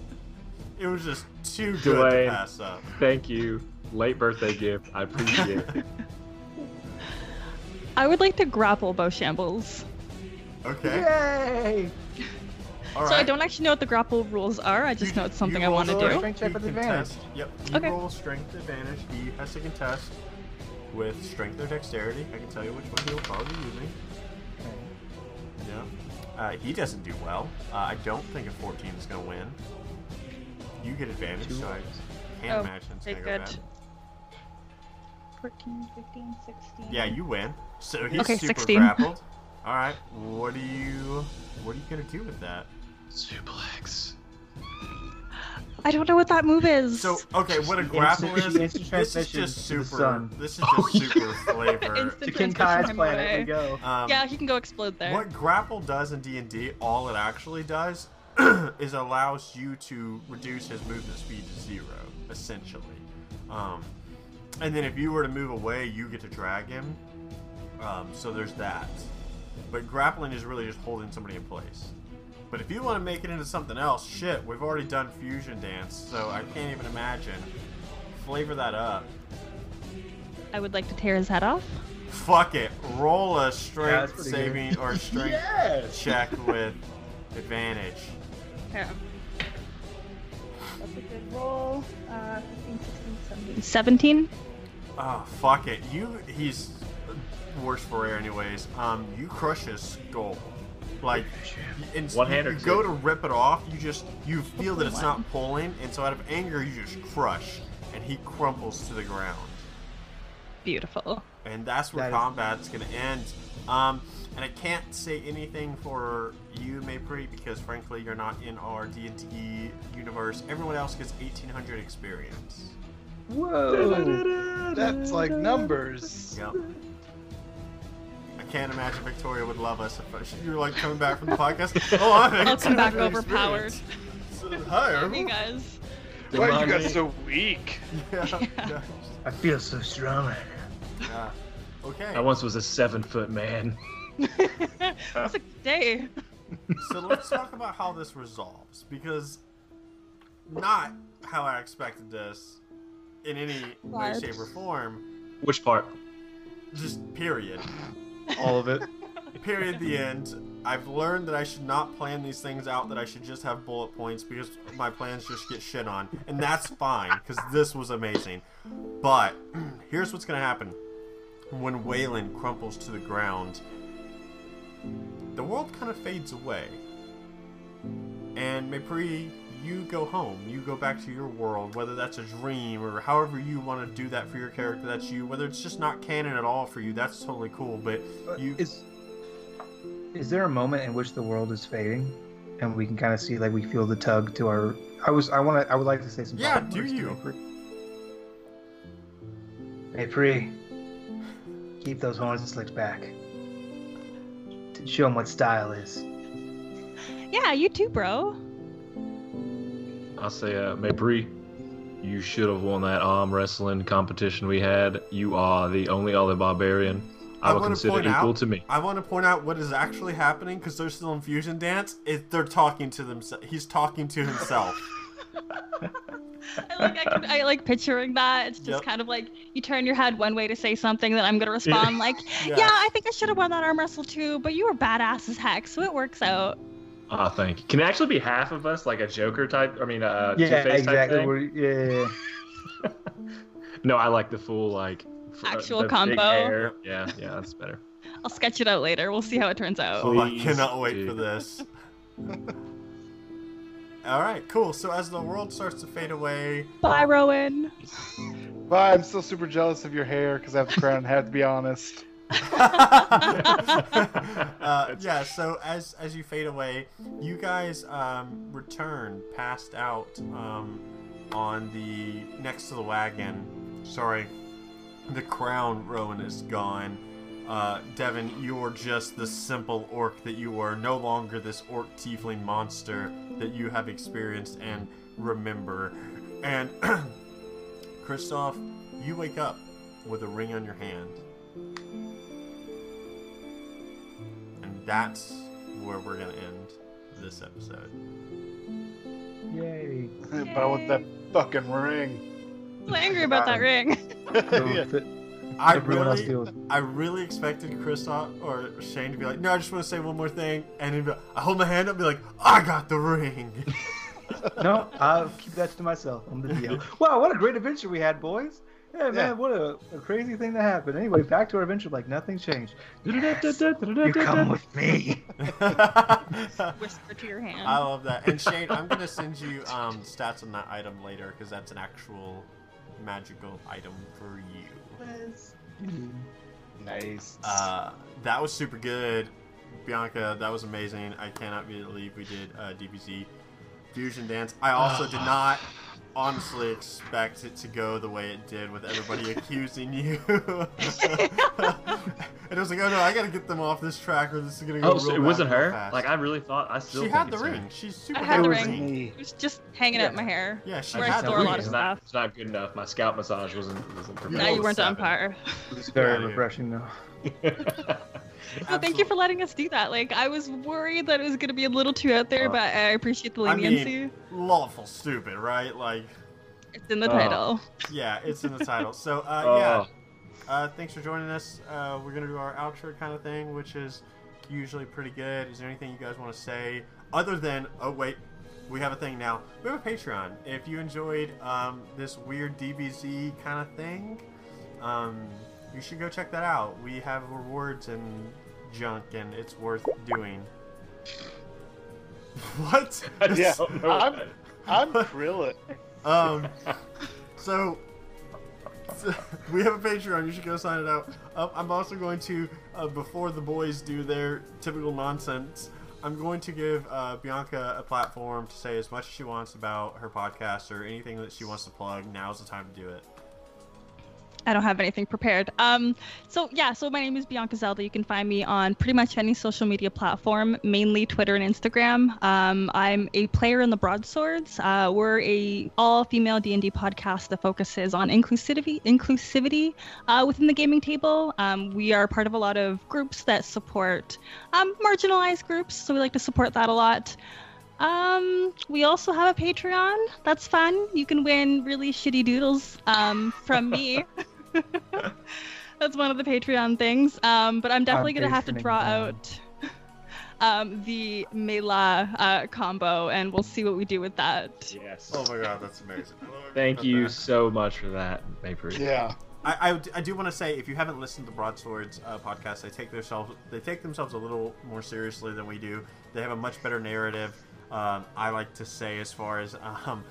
Speaker 1: It was just too good
Speaker 4: Dwayne.
Speaker 1: to pass up.
Speaker 4: Thank you. Late birthday gift. I appreciate it.
Speaker 3: I would like to grapple Bowshambles.
Speaker 1: Okay,
Speaker 2: Yay!
Speaker 1: all right.
Speaker 3: So I don't actually know what the grapple rules are. I just know it's something I
Speaker 1: roll
Speaker 3: want to
Speaker 1: for it.
Speaker 3: do.
Speaker 2: Strength check
Speaker 1: You
Speaker 2: with
Speaker 1: contest- Yep. You
Speaker 3: Okay.
Speaker 1: roll strength advantage. He has to contest with strength or dexterity. I can tell you which one he'll probably be using. Yeah. Uh, he doesn't do well. Uh, I don't think a 14 is going to win. You get advantage, so I can't
Speaker 3: Oh,
Speaker 1: imagine it's going
Speaker 3: very
Speaker 1: to go
Speaker 3: good.
Speaker 1: bad.
Speaker 3: 14, 15, 16.
Speaker 1: Yeah, you win. So he's
Speaker 3: Okay,
Speaker 1: super
Speaker 3: 16.
Speaker 1: grappled. All right, what do you what are you going to do with that?
Speaker 4: Suplex.
Speaker 3: I don't know what that move is.
Speaker 1: So okay, what a
Speaker 2: Instant-
Speaker 1: grapple is?
Speaker 2: instant
Speaker 1: This is
Speaker 2: transmission
Speaker 1: just
Speaker 2: to the
Speaker 1: super.
Speaker 2: sun.
Speaker 1: This is just
Speaker 4: Oh, yeah.
Speaker 1: super flavor.
Speaker 3: Instant
Speaker 2: To
Speaker 3: transmission
Speaker 2: Ken Kai's
Speaker 3: my
Speaker 2: planet, we
Speaker 3: way.
Speaker 2: go.
Speaker 1: Um,
Speaker 3: Yeah, he can go explode there.
Speaker 1: What grapple does in D and D, all it actually does is allows you to reduce his movement speed to zero, essentially. Um, and then if you were to move away, you get to drag him. Um, so there's that. But grappling is really just holding somebody in place. But if you want to make it into something else, shit, we've already done fusion dance, so I can't even imagine. Flavor that up.
Speaker 3: I would like to tear his head off.
Speaker 1: Fuck it. Roll a
Speaker 2: that's
Speaker 1: strength
Speaker 2: pretty good.
Speaker 1: saving or strength
Speaker 2: Yes!
Speaker 1: check with advantage.
Speaker 3: Yeah. That's a good roll. Uh, 15, 16, 17. 17?
Speaker 1: Oh, fuck it. You, he's worse for air anyways. Um, you crush his skull. Like, and
Speaker 4: One hand
Speaker 1: you,
Speaker 4: or
Speaker 1: you go
Speaker 4: two?
Speaker 1: to rip it off, you just, you feel that it's
Speaker 3: One.
Speaker 1: not pulling, and so out of anger, you just crush, and he crumples to the ground.
Speaker 3: Beautiful.
Speaker 1: And that's where
Speaker 2: That is-
Speaker 1: combat's gonna end. Um, and I can't say anything for you, Maypri, because frankly, you're not in our D&D universe. Everyone else gets 1800 experience.
Speaker 2: Whoa!
Speaker 5: That's like numbers.
Speaker 1: Yep. I can't imagine Victoria would love us if she- you were like coming back from the podcast. Oh, I'm
Speaker 3: I'll come back
Speaker 1: 1800
Speaker 3: overpowered.
Speaker 1: experience. So,
Speaker 3: Love you
Speaker 1: Hi,
Speaker 3: guys.
Speaker 5: Why you guys so weak?
Speaker 1: yeah, yeah,
Speaker 2: I feel so strong right
Speaker 1: yeah.
Speaker 4: I
Speaker 1: Okay,
Speaker 4: once was a seven foot man.
Speaker 3: It's a good day.
Speaker 1: so let's talk about how this resolves because not how I expected this in any way,
Speaker 3: Vibes.
Speaker 1: shape, or form.
Speaker 4: Which part?
Speaker 1: Just period.
Speaker 4: All of it.
Speaker 1: Period. The end. I've learned that I should not plan these things out. That I should just have bullet points because my plans just get shit on, and that's fine because this was amazing. But here's what's gonna happen: when Waylon crumples to the ground, the world kind of fades away, and Mapri, you go home. You go back to your world, whether that's a dream or however you want to do that for your character. That's you. Whether it's just not canon at all for you, that's totally cool. But
Speaker 2: now.
Speaker 1: You-
Speaker 2: Is, is there a moment in which the world is fading, and we can kind of see like we feel the tug to our? I was I want to I would like to say some.
Speaker 1: Yeah,
Speaker 2: final
Speaker 1: do
Speaker 2: words to
Speaker 1: you?
Speaker 2: Maypri. Maypri, keep those horns and slicks back. To show them what style is.
Speaker 3: Yeah, you too, bro.
Speaker 4: I'll say, uh, Mabry, you should have won that arm wrestling competition we had. You are the only other barbarian I,
Speaker 1: I
Speaker 4: will
Speaker 1: wanna
Speaker 4: consider
Speaker 1: point
Speaker 4: equal
Speaker 1: out-
Speaker 4: to me.
Speaker 1: I want to point out what is actually happening because they're still in fusion dance. It, they're talking to themselves. He's talking to himself.
Speaker 3: I like I, can, I like picturing that. It's just
Speaker 1: Yep.
Speaker 3: kind of like you turn your head one way to say something that I'm gonna respond like,
Speaker 1: Yeah.
Speaker 3: yeah. I think I should have won that arm wrestle too, but you were badass as heck, so it works out."
Speaker 4: Ah, thank you. Can it actually be half of us, like a Joker type? I mean, uh,
Speaker 2: yeah,
Speaker 4: Two-Face type
Speaker 2: exactly.
Speaker 4: thing?
Speaker 2: We're, yeah, yeah, yeah.
Speaker 4: No, I like the full, like, f- uh,
Speaker 3: Actual
Speaker 4: the big
Speaker 3: combo.
Speaker 4: hair. Yeah, yeah, that's better.
Speaker 3: I'll sketch it out later. We'll see how it turns out.
Speaker 4: Cool.
Speaker 1: Oh, I
Speaker 4: Please
Speaker 1: cannot wait
Speaker 4: do.
Speaker 1: for this. All right, cool. So as the world starts to fade away,
Speaker 3: Bye, Rowan.
Speaker 5: But I'm still super jealous of your hair because I have the crown. and have to be honest.
Speaker 1: uh, yeah. So as as you fade away, you guys um, return passed out um, on the next to the wagon. Sorry, the crown Rowan is gone. Uh, Devin, you are just the simple orc that you were, no longer this orc tiefling monster that you have experienced and remember. And Kristoff, you wake up with a ring on your hand. And that's where we're going to end this episode.
Speaker 2: Yay.
Speaker 5: but I want that fucking ring.
Speaker 3: I'm so angry about that ring.
Speaker 5: Yeah.
Speaker 1: I
Speaker 2: Everyone else
Speaker 1: really,
Speaker 2: feels.
Speaker 1: I really expected Kristoff or Shane to be like, no, I just want to say one more thing. And he'd be, I hold my hand up and be like, I got the ring.
Speaker 2: No, I'll keep that to myself. I'm the DM. wow, what a great adventure we had, boys. Yeah, man,
Speaker 5: Yeah.
Speaker 2: what a, a crazy thing that happened. Anyway, back to our adventure like nothing changed. You come
Speaker 4: Yes.
Speaker 2: with me.
Speaker 1: I
Speaker 3: Whisper to your hand.
Speaker 1: love that. And Shane, I'm going to send you um, stats on that item later because that's an actual magical item for you.
Speaker 5: Nice.
Speaker 1: Uh, that was super good, Bianca. That was amazing. I cannot believe we did uh, DBZ fusion dance. I also did not honestly expect it to go the way it did with everybody accusing you. and I was like, oh no, I gotta get them off this track or this is gonna go.
Speaker 4: Oh,
Speaker 1: real
Speaker 4: so it
Speaker 1: bad,
Speaker 4: wasn't
Speaker 1: real
Speaker 4: her.
Speaker 1: fast.
Speaker 4: Like I really thought. I still
Speaker 1: she
Speaker 4: think
Speaker 1: had the
Speaker 4: it's her.
Speaker 1: ring. She's super.
Speaker 3: I had
Speaker 1: good
Speaker 3: the
Speaker 1: at
Speaker 3: ring.
Speaker 1: singing.
Speaker 3: It was just hanging out my hair.
Speaker 1: Yeah, she
Speaker 3: Where I
Speaker 1: had the
Speaker 3: store a lot
Speaker 1: ring.
Speaker 3: of
Speaker 4: It's not,
Speaker 3: stuff.
Speaker 4: it's not good enough. My scalp massage wasn't wasn't
Speaker 1: Yeah,
Speaker 3: Now
Speaker 1: all
Speaker 3: you weren't on
Speaker 1: seven.
Speaker 3: par.
Speaker 2: It's
Speaker 1: very
Speaker 2: very
Speaker 1: Yeah.
Speaker 2: refreshing, though.
Speaker 4: perfect.
Speaker 3: So thank you for letting us do that. Like I was worried that it was gonna be a little too out there,
Speaker 4: Uh,
Speaker 3: but I appreciate the
Speaker 1: I mean-
Speaker 3: leniency.
Speaker 1: lawful stupid, right? Like,
Speaker 3: it's in the
Speaker 4: Uh,
Speaker 3: title.
Speaker 1: yeah, it's in the title. So, uh,
Speaker 4: Oh,
Speaker 1: yeah. Uh, thanks for joining us. Uh, we're gonna do our outro kind of thing, which is usually pretty good. Is there anything you guys want to say other than? Oh wait, we have a thing now. We have a Patreon. If you enjoyed um, this weird DBZ kind of thing, um, you should go check that out. We have rewards and junk, and it's worth doing. what?
Speaker 5: Yeah.
Speaker 4: I don't know what
Speaker 5: I'm-
Speaker 4: that is.
Speaker 5: I'm Krillin.
Speaker 1: Um, so, so we have a Patreon. You should go sign it up. Uh, I'm also going to, uh, before the boys do their typical nonsense, I'm going to give uh, Bianca a platform to say as much as she wants about her podcast or anything that she wants to plug. Now's the time to do it.
Speaker 3: I don't have anything prepared. Um, so yeah, so my name is Bianca Zelda. You can find me on pretty much any social media platform, mainly Twitter and Instagram. Um, I'm a player in the Broadswords. Uh, we're a all-female D&D podcast that focuses on inclusivity, inclusivity uh, within the gaming table. Um, we are part of a lot of groups that support um, marginalized groups, so we like to support that a lot. Um, we also have a Patreon. That's fun. You can win really shitty doodles um, from me. That's one of the Patreon things. Um, but I'm definitely gonna have to
Speaker 2: patroning
Speaker 3: draw
Speaker 2: them.
Speaker 3: out um, the Mela uh, combo, and we'll see what we do with that.
Speaker 4: Yes.
Speaker 1: Oh my god, that's amazing.
Speaker 4: Thank you so much for that, Maypri.
Speaker 5: Yeah.
Speaker 1: I, I, I do want to say if you haven't listened to Broadswords uh, podcast, they take themselves they take themselves a little more seriously than we do. They have a much better narrative. Um, I like to say as far as um,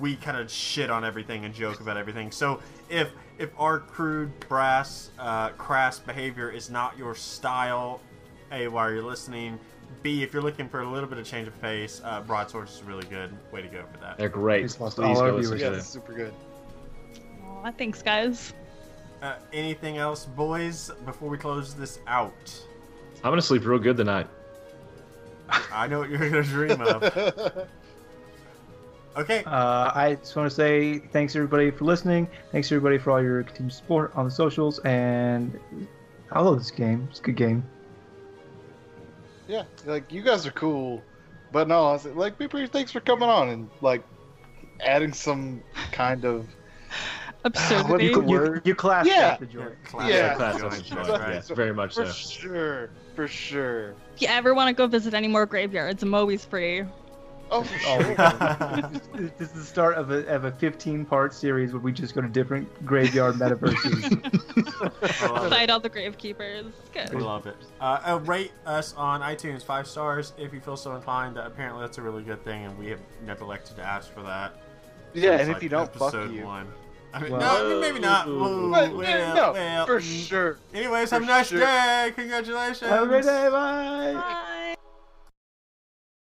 Speaker 1: we kind of shit on everything and joke about everything. So if if our crude, brass, uh, crass behavior is not your style, a while you're listening, b if you're looking for a little bit of change of pace, uh, Broadswords is really good. Way to go for that.
Speaker 4: They're great.
Speaker 2: He's
Speaker 4: Please
Speaker 2: lost all our
Speaker 4: go listen
Speaker 2: viewers.
Speaker 5: Yeah,
Speaker 4: to them.
Speaker 5: that's super good.
Speaker 3: Aw, thanks, guys.
Speaker 1: Uh, anything else, boys? Before we close this out.
Speaker 4: I'm gonna sleep real good tonight.
Speaker 1: I know what you're gonna dream of. Okay,
Speaker 2: Uh, I just want to say thanks everybody for listening. Thanks everybody for all your continued support on the socials, and I love this game. It's a good game.
Speaker 5: yeah, like you guys are cool, but no, I said, like Beeper, thanks for coming on and like adding some kind of
Speaker 2: Well,
Speaker 3: Absurdity.
Speaker 2: you, you, you classed
Speaker 5: Yeah.
Speaker 2: that, the joy.
Speaker 1: class
Speaker 5: Yeah.
Speaker 1: class
Speaker 4: Classic
Speaker 1: joy,
Speaker 4: joy, yeah,
Speaker 1: right?
Speaker 4: very much
Speaker 5: for
Speaker 4: so.
Speaker 5: sure, for sure.
Speaker 3: if you ever want to go visit any more graveyards, I'm always free.
Speaker 5: Oh, for
Speaker 2: Oh.
Speaker 5: sure.
Speaker 2: This this is the start of a, of a 15 part series where we just go to different graveyard metaverses.
Speaker 1: I love it.
Speaker 3: Fight all the gravekeepers.
Speaker 1: We
Speaker 3: Good.
Speaker 1: love it. Uh, uh, rate us on iTunes five stars if you feel so inclined. Uh, apparently, that's a really good thing, and we have neglected to ask for that.
Speaker 5: yeah,
Speaker 1: since,
Speaker 5: and if
Speaker 1: like,
Speaker 5: you don't, fuck
Speaker 1: episode
Speaker 5: you.
Speaker 1: One. I mean,
Speaker 2: Wow.
Speaker 1: no, I mean, maybe not. Ooh,
Speaker 5: But,
Speaker 1: well,
Speaker 5: yeah, no,
Speaker 1: well.
Speaker 5: for
Speaker 1: mm.
Speaker 5: sure.
Speaker 1: Anyways, have a
Speaker 5: for
Speaker 1: nice
Speaker 5: sure.
Speaker 1: day. Congratulations.
Speaker 2: Have a great day. Bye.
Speaker 3: Bye.